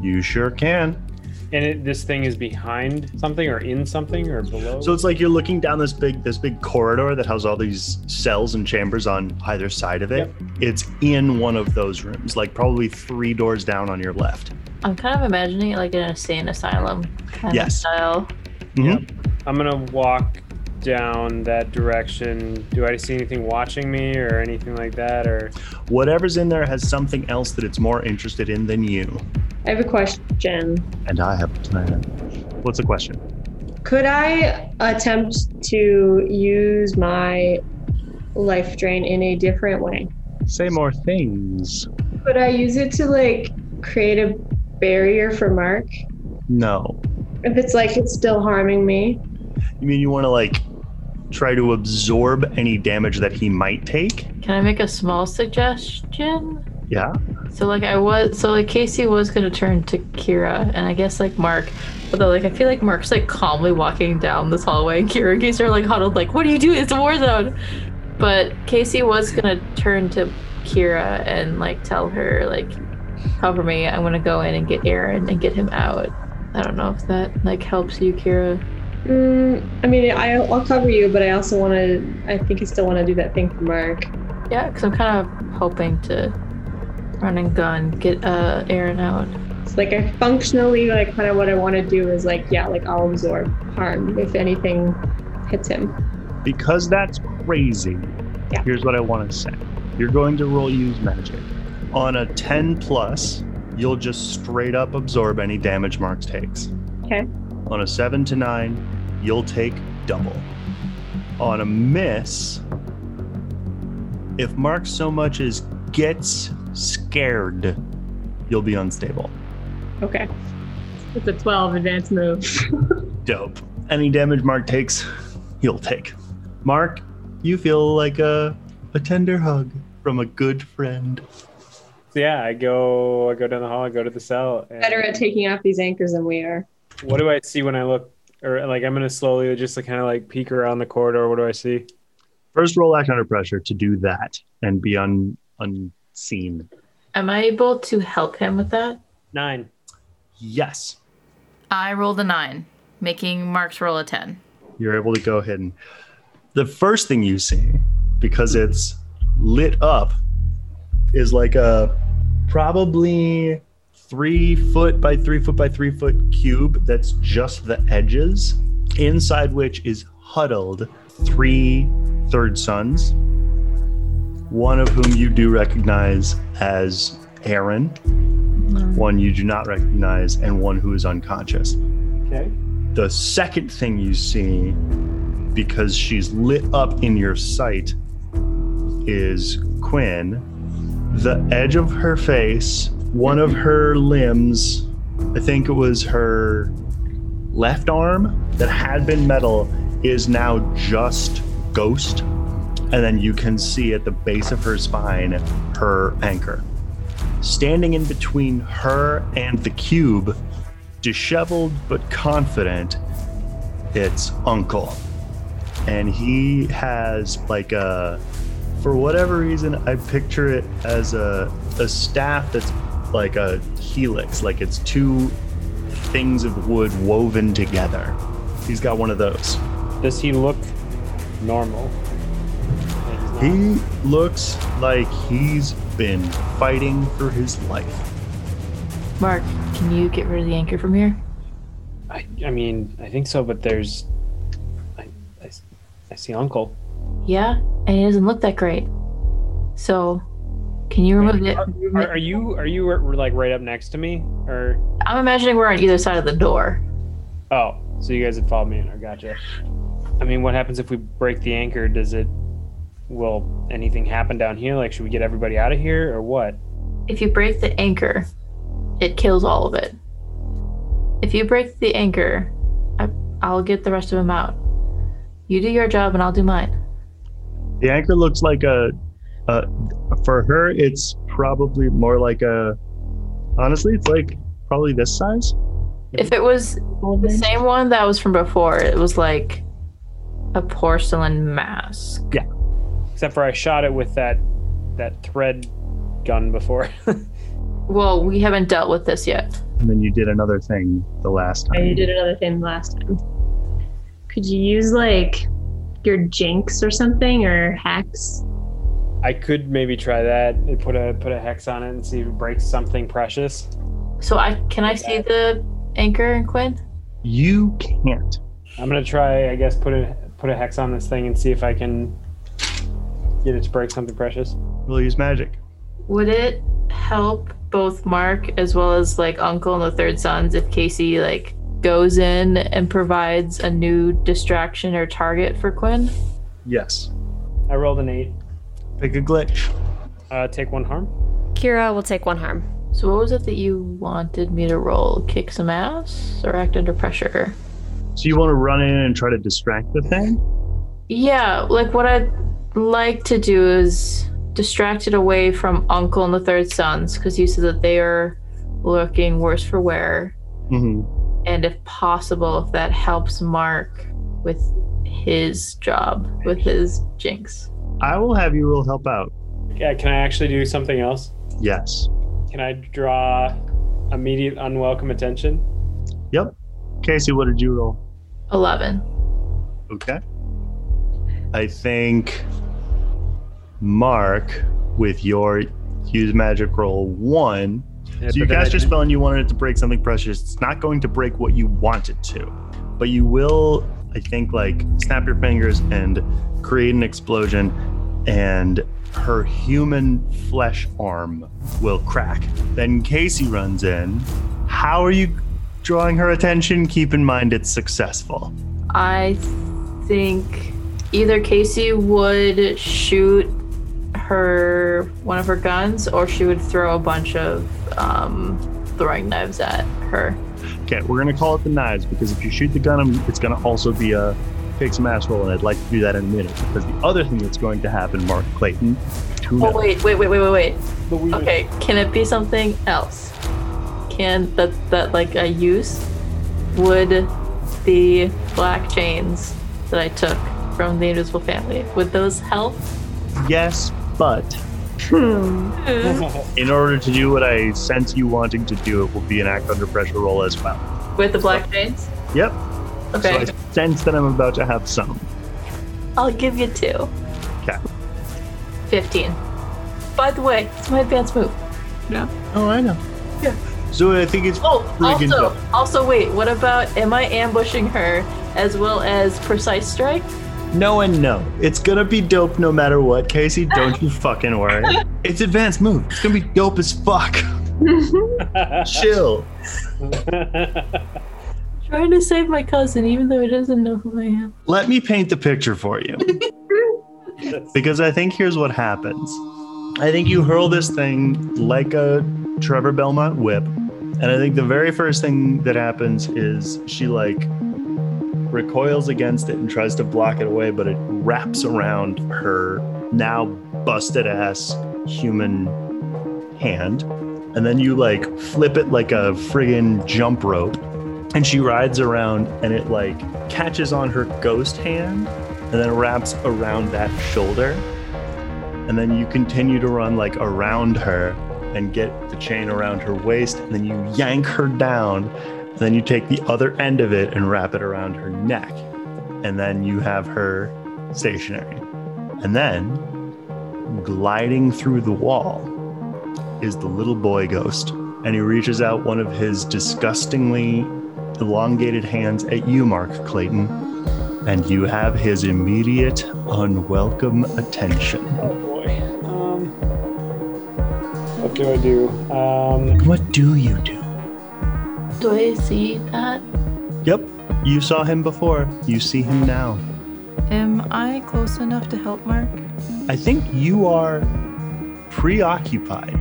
Speaker 2: You sure can.
Speaker 3: And it, this thing is behind something or in something or below?
Speaker 2: So it's like you're looking down this big this big corridor that has all these cells and chambers on either side of it. It's in one of those rooms, like probably three doors down on your left.
Speaker 8: I'm kind of imagining it like in a sane asylum kind
Speaker 2: Yes.
Speaker 8: of style.
Speaker 3: I'm gonna walk down that direction. Do I see anything watching me or anything like that? Or
Speaker 2: Whatever's in there has something else that it's more interested in than you.
Speaker 12: I have a question.
Speaker 2: And I have a plan. What's the question?
Speaker 12: Could I attempt to use my life drain in a different way?
Speaker 2: Say more things.
Speaker 12: Could I use it to like create a barrier for Mark?
Speaker 2: No.
Speaker 12: If it's like it's still harming me.
Speaker 2: You mean you want to like try to absorb any damage that he might take?
Speaker 8: Can I make a small suggestion?
Speaker 2: Yeah.
Speaker 8: So like I was so like Casey was gonna turn to Kira and I guess like Mark, although like I feel like Mark's like calmly walking down this hallway and Kira and Casey are like huddled like what do you do? It's a war zone. But Casey was gonna turn to Kira and like tell her like cover me. I'm gonna go in and get Aaron and get him out. I don't know if that like helps you, Kira.
Speaker 12: Mm, I mean, I, I'll cover you, but I also want to. I think I still want to do that thing for Mark.
Speaker 8: Yeah, because I'm kind of hoping to run and gun get uh Aaron out.
Speaker 12: It's like I functionally, like kind of what I want to do is like, yeah, like I'll absorb harm if anything hits him.
Speaker 2: Because that's crazy.
Speaker 12: Yeah.
Speaker 2: Here's what I want to say. You're going to roll use magic. On a 10 plus, you'll just straight up absorb any damage Mark takes.
Speaker 12: Okay.
Speaker 2: On a 7 to 9, you'll take double. On a miss, if Mark so much as gets scared, you'll be unstable.
Speaker 12: Okay. It's a 12 advanced move.
Speaker 2: Dope. Any damage Mark takes, he'll take. Mark, you feel like a, a tender hug from a good friend.
Speaker 3: So yeah, I go I go down the hall, I go to the cell. And
Speaker 12: Better at taking off these anchors than we are.
Speaker 3: what do I see when I look? Or like I'm gonna slowly just like kind of like peek around the corridor. What do I see?
Speaker 2: First roll act under pressure to do that and be un, unseen.
Speaker 8: Am I able to help him with that?
Speaker 3: Nine.
Speaker 2: Yes,
Speaker 4: I rolled a nine, making Mark's roll a ten.
Speaker 2: you're able to go ahead and. The first thing you see, because it's lit up, is like a probably three foot by three foot by three foot cube that's just the edges, inside which is huddled three third sons, one of whom you do recognize as Aaron, one you do not recognize, and one who is unconscious.
Speaker 3: Okay.
Speaker 2: The second thing you see, because she's lit up in your sight, is Quinn. The edge of her face, one of her limbs, I think it was her left arm that had been metal, is now just ghost. And then you can see at the base of her spine her anchor. Standing in between her and the cube disheveled but confident, it's Uncle. And he has like a for whatever reason I picture it as a a staff that's like a helix, like it's two things of wood woven together. He's got one of those.
Speaker 3: Does he look normal? Like, he's not-
Speaker 2: He looks like he's been fighting for his life.
Speaker 8: Mark, can you get rid of the anchor from here?
Speaker 3: I, I mean, I think so, but there's. I, I s- I see Uncle.
Speaker 8: Yeah, and it doesn't look that great. So, can you remove it?
Speaker 3: Are, are, are you are you r- like right up next to me or?
Speaker 8: I'm imagining we're on either side of the door.
Speaker 3: Oh, so you guys had followed me in. I gotcha. I mean, what happens if we break the anchor? Does it? Will anything happen down here? Like, should we get everybody out of here or what?
Speaker 8: If you break the anchor, it kills all of it. If you break the anchor, I, I'll get the rest of them out. You do your job and I'll do mine.
Speaker 2: The anchor looks like a, a for her it's probably more like a honestly it's like probably this size.
Speaker 8: If it was the same one that was from before, it was like a porcelain mask.
Speaker 3: Except for I shot it with that that thread gun before.
Speaker 8: Well, we haven't dealt with this yet.
Speaker 2: And then you did another thing the last
Speaker 12: Yeah, you
Speaker 2: time.
Speaker 12: did another thing last time. Could you use like your jinx or something or hacks?
Speaker 3: I could maybe try that and put a put a hex on it and see if it breaks something precious.
Speaker 8: So I can I see the anchor and Quinn?
Speaker 2: You can't.
Speaker 3: I'm gonna try, I guess, put a put a hex on this thing and see if I can get it to break something precious.
Speaker 2: We'll use magic.
Speaker 8: Would it help both Mark as well as like Uncle and the Third Sons if Casey like goes in and provides a new distraction or target for Quinn?
Speaker 2: Yes.
Speaker 3: I rolled an eight.
Speaker 2: Pick a glitch.
Speaker 3: Uh, take one harm.
Speaker 5: Kira will take one harm.
Speaker 8: So what was it that you wanted me to roll? Kick some ass or act under pressure?
Speaker 2: So you want to run in and try to distract the thing?
Speaker 8: Yeah, like what I'd like to do is distract it away from Uncle and the Third Sons because you said that they are looking worse for wear.
Speaker 2: hmm
Speaker 8: And if possible, if that helps Mark with his job, with his jinx.
Speaker 2: I will have you roll help out.
Speaker 3: Yeah, can I actually do something else?
Speaker 2: Yes.
Speaker 3: Can I draw immediate unwelcome attention?
Speaker 2: Yep. Casey, what did you roll?
Speaker 8: 11.
Speaker 2: Okay. I think Mark, with your use magic roll one,
Speaker 3: Yeah,
Speaker 2: so you
Speaker 3: but then
Speaker 2: cast
Speaker 3: I-
Speaker 2: your spell and you wanted it to break something precious. It's not going to break what you want it to, but you will, I think, like snap your fingers and create an explosion, and her human flesh arm will crack. Then Casey runs in. How are you drawing her attention? Keep in mind it's successful.
Speaker 8: I think either Casey would shoot her one of her guns or she would throw a bunch of um, throwing knives at her.
Speaker 2: Okay, we're gonna call it the knives because if you shoot the gun, um, it's gonna also be a take some ass roll, and I'd like to do that in a minute because the other thing that's going to happen, Mark Clayton. Who
Speaker 8: Oh
Speaker 2: knows?
Speaker 8: wait, wait, wait, wait, wait, wait.
Speaker 3: But we
Speaker 8: Okay, can it be something else? Can that that like I use? Would the black chains that I took from the Invisible Family would those help?
Speaker 2: Yes, but in order to do what I sense you wanting to do, it will be an act under pressure roll as well.
Speaker 8: With the black chains?
Speaker 2: Yep.
Speaker 8: Okay,
Speaker 2: So I sense that I'm about to have some.
Speaker 8: I'll give you two.
Speaker 2: Okay.
Speaker 8: 15. By the way, it's my advanced move.
Speaker 2: Oh, I know.
Speaker 8: Yeah.
Speaker 2: So I think it's
Speaker 8: Oh,
Speaker 2: Friggin'
Speaker 8: also,
Speaker 2: dope.
Speaker 8: also, wait, what about am I ambushing her as well as Precise Strike?
Speaker 2: no and no. It's gonna be dope no matter what, Casey. Don't you fucking worry. It's advanced move. It's gonna be dope as fuck. Chill.
Speaker 8: Trying to save my cousin, even though he doesn't know who I am.
Speaker 2: Let me paint the picture for you. because I think here's what happens. I think you hurl this thing like a Trevor Belmont whip. And I think the very first thing that happens is she like recoils against it and tries to block it away, but it wraps around her now busted ass human hand. And then you like flip it like a friggin' jump rope. And she rides around and it like catches on her ghost hand and then wraps around that shoulder. And then you continue to run like around her and get the chain around her waist. And then you yank her down. And then you take the other end of it and wrap it around her neck. And then you have her stationary. And then gliding through the wall is the little boy ghost. And he reaches out one of his disgustingly elongated hands at you, Mark Clayton, and you have his immediate unwelcome attention.
Speaker 3: Oh boy. Um, what do I do? Um,
Speaker 2: What do you do?
Speaker 8: Do I see that?
Speaker 2: Yep, you saw him before. You see him now.
Speaker 24: Am I close enough to help Mark?
Speaker 2: I think you are preoccupied.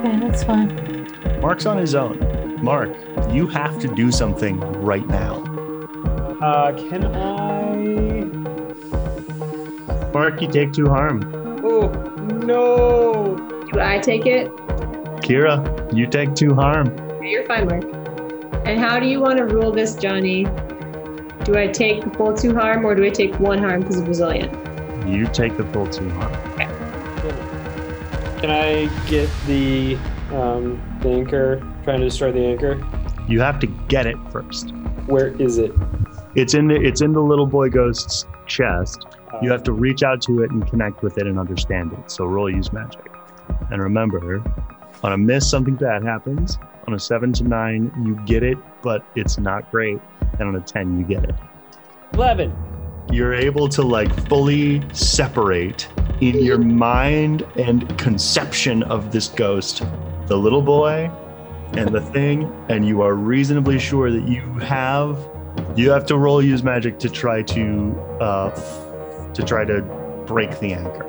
Speaker 8: Okay, that's fine.
Speaker 2: Mark's on his own. Mark, you have to do something right now.
Speaker 3: uh, can I?
Speaker 2: Mark, you take two harm.
Speaker 3: Oh no!
Speaker 12: Do I take it?
Speaker 2: Kira, you take two harm.
Speaker 12: You're fine, Mark. And how do you want to rule this, Johnny? Do I take the full two harm or do I take one harm because of resilient?
Speaker 2: You take the full two harm.
Speaker 3: Can I get the um, the anchor? Trying to destroy the anchor.
Speaker 2: You have to get it first.
Speaker 3: Where is it?
Speaker 2: It's in the it's in the little boy ghost's chest.
Speaker 3: Uh,
Speaker 2: You have to reach out to it and connect with it and understand it. So roll use magic. And remember, on a miss, something bad happens. On a seven to nine, you get it, but it's not great. And on a 10, you get it.
Speaker 3: eleven.
Speaker 2: You're able to like fully separate in your mind and conception of this ghost, the little boy and the thing. And you are reasonably sure that you have, you have to roll use magic to try to, uh, to try to break the anchor.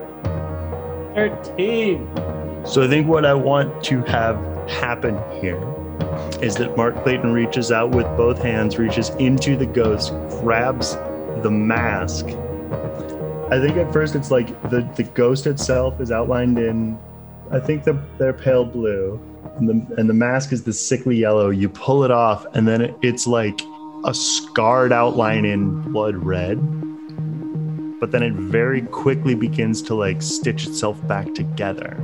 Speaker 3: Thirteen.
Speaker 2: So I think what I want to have happen here is that Mark Clayton reaches out with both hands, reaches into the ghost, grabs the mask. I think at first it's like the, the ghost itself is outlined in, I think the, they're pale blue, and the, and the mask is the sickly yellow. You pull it off, and then it, it's like a scarred outline in blood red but then it very quickly begins to like stitch itself back together.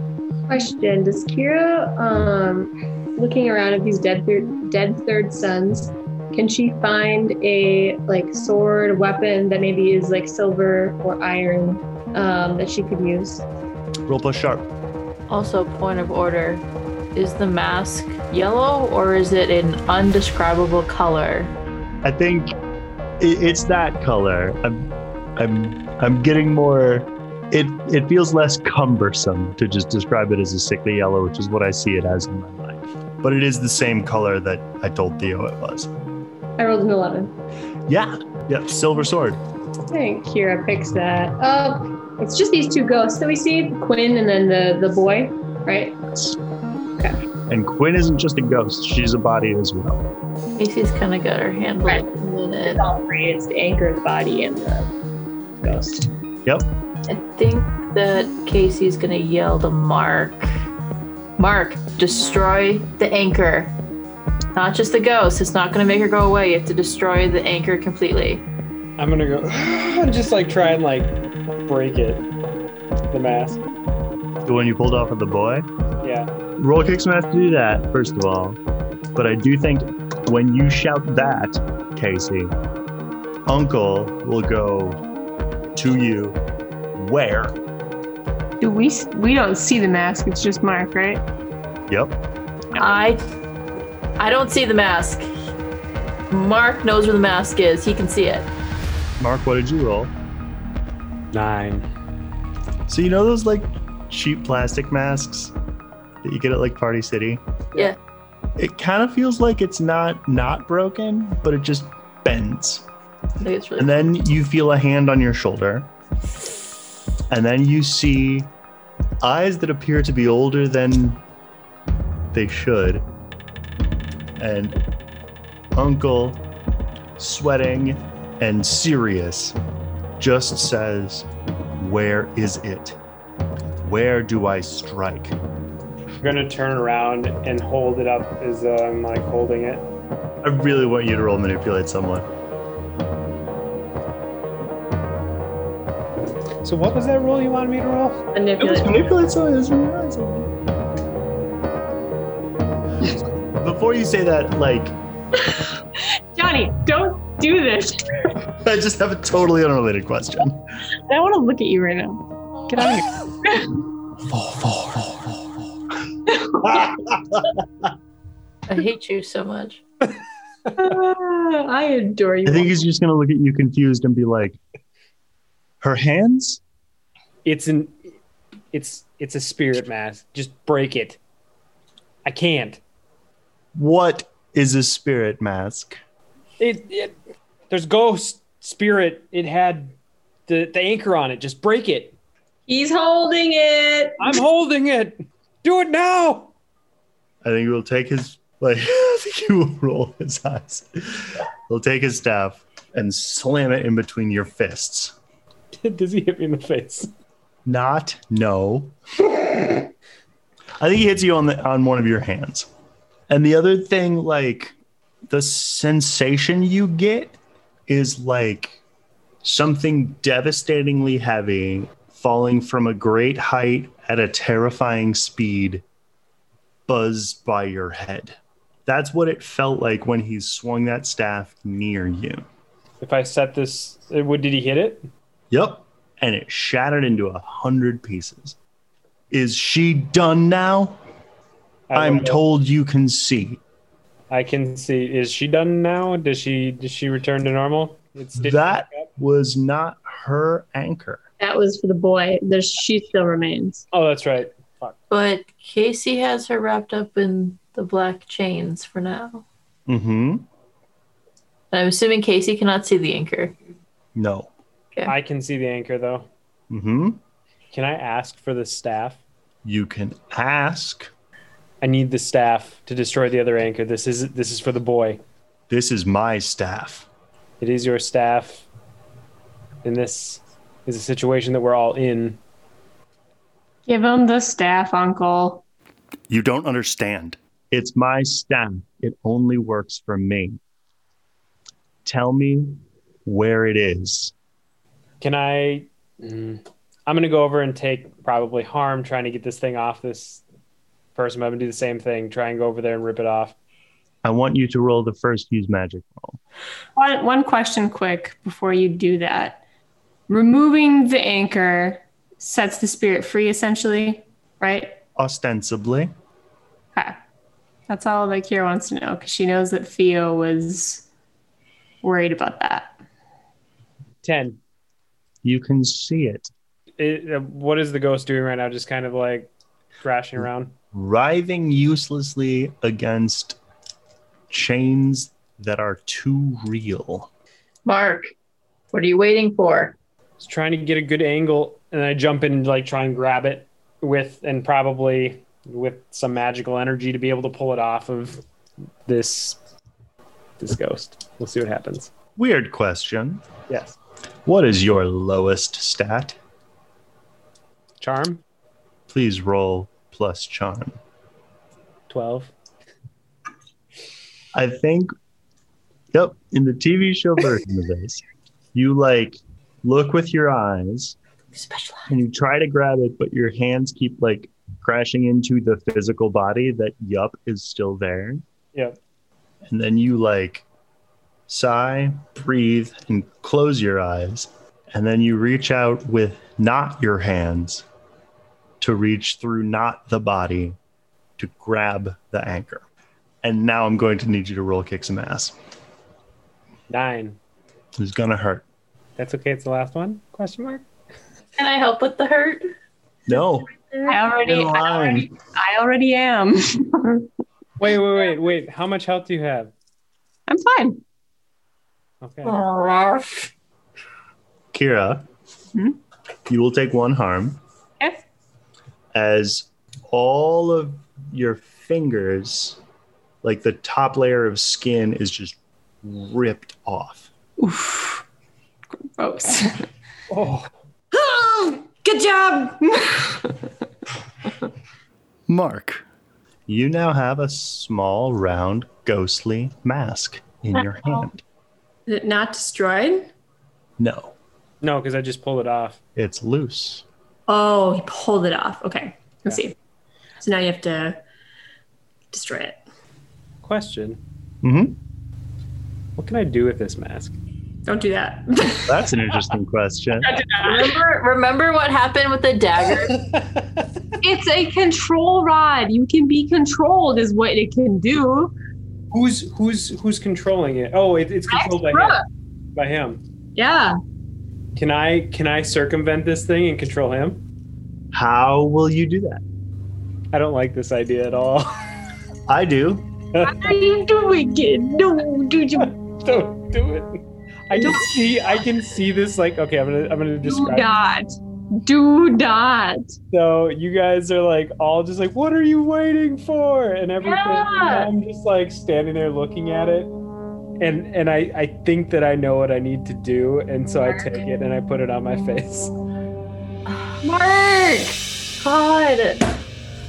Speaker 12: Question: Does Kira, um, looking around at these dead third, dead third sons, can she find a like sword weapon that maybe is like silver or iron um, that she could use?
Speaker 2: Roll plus sharp.
Speaker 8: Also, point of order is the mask yellow or is it an undescribable color?
Speaker 2: I think it, it's that color. I'm, I'm, I'm getting more. It, it feels less cumbersome to just describe it as a sickly yellow, which is what I see it as in my mind. But it is the same color that I told Theo it was.
Speaker 12: I rolled an eleven.
Speaker 2: Yeah. Yep. Silver sword.
Speaker 12: I think Kira picks that up. It's just these two ghosts that we see: Quinn and then the the boy, right?
Speaker 2: And Quinn isn't just a ghost; she's a body as well.
Speaker 8: Casey's kind of got her handle
Speaker 12: Right.
Speaker 8: it.
Speaker 12: It's all three. It's the anchored body and the ghost.
Speaker 8: I think that Casey's gonna yell to Mark. Mark, destroy the anchor. Not just the ghost. It's not gonna make her go away. You have to destroy the anchor completely.
Speaker 25: I'm gonna go and just like try and like break it. The mask.
Speaker 2: The one you pulled off of the boy.
Speaker 25: Yeah.
Speaker 2: Roll kicks math to do that, first of all. But I do think when you shout that, Casey, Uncle will go to you. Where?
Speaker 11: Do we? s- We don't see the mask. It's just Mark, right?
Speaker 2: Yep.
Speaker 8: I I don't see the mask. Mark knows where the mask is. He can see it.
Speaker 2: Mark, what did you roll?
Speaker 3: Nine.
Speaker 2: So you know those like cheap plastic masks that you get at like Party City?
Speaker 8: Yeah.
Speaker 2: It kind of feels like it's not not broken, but it just bends.
Speaker 8: I think it's really
Speaker 2: And then you feel a hand on your shoulder. And then you see eyes that appear to be older than they should. And Uncle, sweating and serious, just says, Where is it? Where do I strike?
Speaker 25: I'm gonna turn around and hold it up as
Speaker 3: uh,
Speaker 25: though I'm like holding it.
Speaker 2: I really want you to roll manipulate someone.
Speaker 25: So what was that rule you wanted me to roll?
Speaker 2: It was
Speaker 12: Manipulate.
Speaker 2: manipulate someone. It was manipulate someone. Before you say that, like,
Speaker 11: Johnny, don't do this.
Speaker 2: I just have a totally unrelated question.
Speaker 11: I want to look at you right now. Get out of here.
Speaker 8: I hate you so much.
Speaker 12: Ah, I adore you.
Speaker 2: I think he's just gonna look at you confused and be like, "Her hands?
Speaker 3: It's an it's it's a spirit mask. Just break it. I can't.
Speaker 2: What is a spirit mask?"
Speaker 3: It, it there's ghost spirit. It had the the anchor on it. Just break it.
Speaker 26: He's holding it.
Speaker 3: I'm holding it. Do it now.
Speaker 2: I think he will take his like. I think he will roll his eyes. He'll take his staff and slam it in between your fists.
Speaker 3: Does he hit me in the face?
Speaker 2: Not no. I think he hits you on the on one of your hands. And the other thing, like the sensation you get is like something devastatingly heavy falling from a great height at a terrifying speed buzz by your head. That's what it felt like when he swung that staff near you.
Speaker 3: If I set this, uh, what did he hit it?
Speaker 2: Yep. And it shattered into a hundred pieces. Is she done now?
Speaker 3: I don't
Speaker 2: I'm
Speaker 3: know.
Speaker 2: told you can see.
Speaker 3: I can see. Is she done now? Does she does she return to normal? It's stitched
Speaker 2: That
Speaker 3: back up?
Speaker 2: was not her anchor.
Speaker 12: that was for the boy. There's she still remains.
Speaker 3: Oh, that's right.
Speaker 8: But Casey has her wrapped up in the black chains for now.
Speaker 2: Mm-hmm.
Speaker 8: And I'm assuming Casey cannot see the anchor.
Speaker 2: No.
Speaker 3: I can see the anchor though.
Speaker 2: Mm-hmm.
Speaker 3: Can I ask for the staff?
Speaker 2: You can ask.
Speaker 3: I need the staff to destroy the other anchor. This is this is for the boy.
Speaker 2: This is my staff.
Speaker 3: It is your staff. And this is a situation that we're all in.
Speaker 12: Give him the staff, Uncle.
Speaker 27: You don't understand.
Speaker 2: It's my staff. It only works for me. Tell me where it is.
Speaker 3: Can I? mm, I'm gonna go over and take probably harm trying to get this thing off this person. But I'm gonna do the same thing. Try and go over there and rip it off.
Speaker 2: I want you to roll the first use magic roll.
Speaker 11: One, one question quick before you do that. Removing the anchor sets the spirit free, essentially, right?
Speaker 2: Ostensibly,
Speaker 11: Okay. That's all that Kira wants to know because she knows that Theo was worried about that.
Speaker 3: Ten.
Speaker 2: you can see it
Speaker 3: It, uh, what is the ghost doing right now? Just kind of like thrashing around.
Speaker 2: writhing uselessly against chains that are too real.
Speaker 8: Mark, what are you waiting for?
Speaker 3: It's trying to get a good angle, and I jump in and like try and grab it with, and probably with some magical energy to be able to pull it off of this this ghost. We'll see what happens.
Speaker 2: Weird question.
Speaker 3: Yes,
Speaker 2: What is your lowest stat?
Speaker 3: charm
Speaker 2: Please roll plus charm.
Speaker 3: twelve.
Speaker 2: I think, yep, in the TV show version of this, you like look with your eyes and you try to grab it, but your hands keep like crashing into the physical body that, yup, is still there.
Speaker 3: Yep.
Speaker 2: And then you like sigh, breathe, and close your eyes. And then you reach out with not your hands to reach through not the body to grab the anchor. And now I'm going to need you to roll kick some ass.
Speaker 3: Nine.
Speaker 2: It's gonna hurt.
Speaker 3: That's okay. It's the last one. Question mark.
Speaker 8: Can I help with the hurt?
Speaker 2: No.
Speaker 11: I already,
Speaker 2: In
Speaker 11: I already, I already am.
Speaker 3: Wait, wait, wait, wait. How much health do you have?
Speaker 11: I'm fine.
Speaker 3: Okay.
Speaker 2: Kira,
Speaker 11: Hmm?
Speaker 2: you will take one harm
Speaker 11: Okay.
Speaker 2: as all of your fingers, like the top layer of skin, is just ripped off.
Speaker 11: Gross.
Speaker 3: Oh,
Speaker 11: Good job.
Speaker 27: Mark,
Speaker 2: You now have a small, round, ghostly mask in your hand.
Speaker 11: Is it not destroyed?
Speaker 2: No,
Speaker 3: no, because I just pulled it off.
Speaker 2: it's loose.
Speaker 11: Oh, he pulled it off. Okay. Let's see. So now you have to destroy it.
Speaker 3: Question.
Speaker 2: hmm
Speaker 3: What can I do with this mask?
Speaker 11: Don't do that.
Speaker 2: That's an interesting question.
Speaker 8: Remember, remember what happened with the dagger?
Speaker 12: It's a control rod. You can be controlled, is what it can do.
Speaker 3: Who's who's who's controlling it? Oh, it, it's controlled by him. By him.
Speaker 12: Yeah.
Speaker 3: Can I can I circumvent this thing and control him?
Speaker 2: How will you do that?
Speaker 3: I don't like this idea at all.
Speaker 2: I do.
Speaker 12: What are you doing it? No, dude, you
Speaker 3: don't do it. I can see I can see this like okay, I'm gonna I'm gonna
Speaker 12: do
Speaker 3: describe
Speaker 12: not. Do not.
Speaker 3: So you guys are like all just like, what are you waiting for? And everything.
Speaker 12: Yeah.
Speaker 3: And I'm just like standing there looking at it. And and I, I think that I know what I need to do. And so I take it and I put it on my face.
Speaker 8: Mark! God.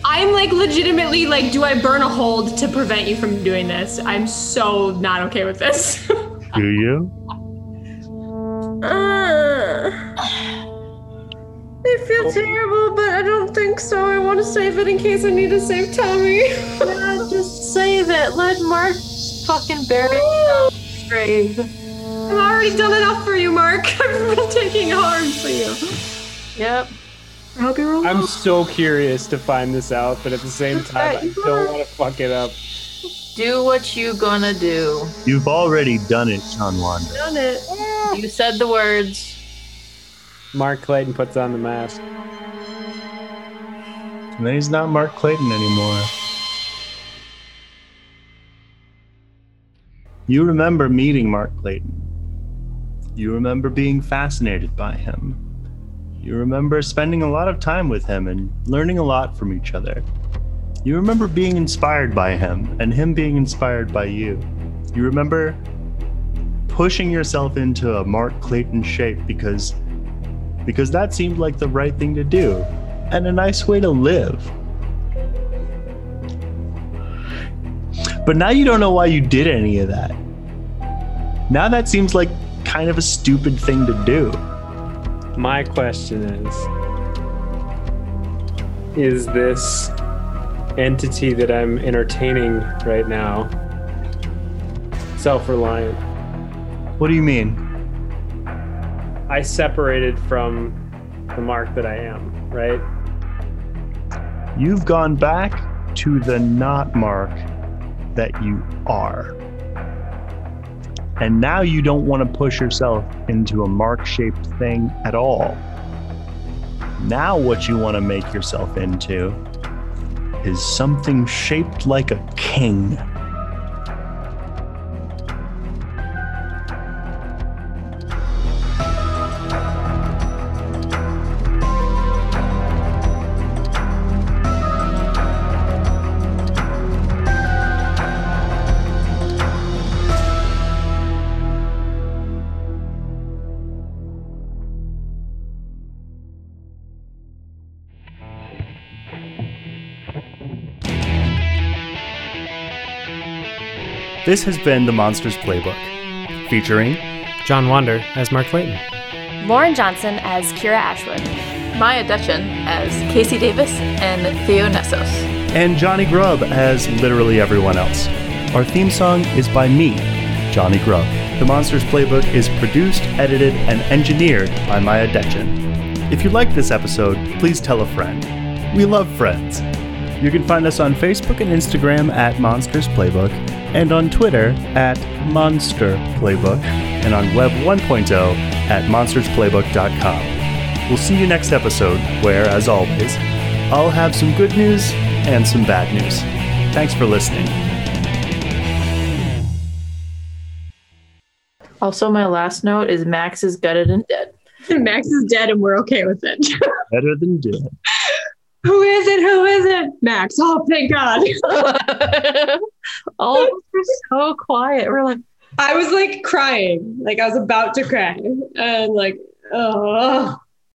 Speaker 11: I'm like legitimately like, do I burn a hold to prevent you from doing this? I'm so not okay with this.
Speaker 2: Do you?
Speaker 11: I feel terrible, but I don't think so. I want to save it in case I need to save Tommy.
Speaker 8: Yeah, just save it. Let Mark fucking bury it in his grave.
Speaker 11: I've already done enough for you, Mark. I've been taking harm for you.
Speaker 8: Yep.
Speaker 11: I hope you're
Speaker 3: I'm so curious to find this out, but at the same time I don't wanna fuck it up.
Speaker 8: Do what you gonna do.
Speaker 2: You've already done it, John Wanda.
Speaker 11: done it.
Speaker 8: You said the words.
Speaker 3: Mark Clayton puts on the mask.
Speaker 2: And then he's not Mark Clayton anymore. You remember meeting Mark Clayton. You remember being fascinated by him. You remember spending a lot of time with him and learning a lot from each other. You remember being inspired by him and him being inspired by you. You remember pushing yourself into a Mark Clayton shape because because that seemed like the right thing to do and a nice way to live. But now you don't know why you did any of that. Now that seems like kind of a stupid thing to do.
Speaker 3: My question is Is this entity that I'm entertaining right now self reliant?
Speaker 2: What do you mean?
Speaker 3: I separated from the mark that I am, right?
Speaker 2: You've gone back to the not mark that you are. And now you don't want to push yourself into a mark shaped thing at all. Now, what you want to make yourself into is something shaped like a king.
Speaker 28: This has been The Monsters Playbook, featuring
Speaker 29: John Wander as Mark Clayton.
Speaker 5: Lauren Johnson as Kira Ashwood.
Speaker 4: Maya Dutchin as Casey Davis and Theo Nessos.
Speaker 28: and Johnny Grubb as literally everyone else. Our theme song is by me, Johnny Grubb. The Monsters Playbook is produced, edited, and engineered by Maya Detchen. If you like this episode, please tell a friend. We love friends. You can find us on Facebook and Instagram at Monsters Playbook, and on Twitter at Monster Playbook, and on Web 1.0 at monstersplaybook.com. We'll see you next episode, where, as always, I'll have some good news and some bad news. Thanks for listening.
Speaker 8: Also, my last note is Max is gutted and dead.
Speaker 12: Max is dead and we're okay with it.
Speaker 2: Better than dead.
Speaker 12: Who is it? Who is it? Max. Oh, thank God.
Speaker 8: All of us were so quiet. We're like,
Speaker 12: I was like crying. Like I was about to cry. And like, oh.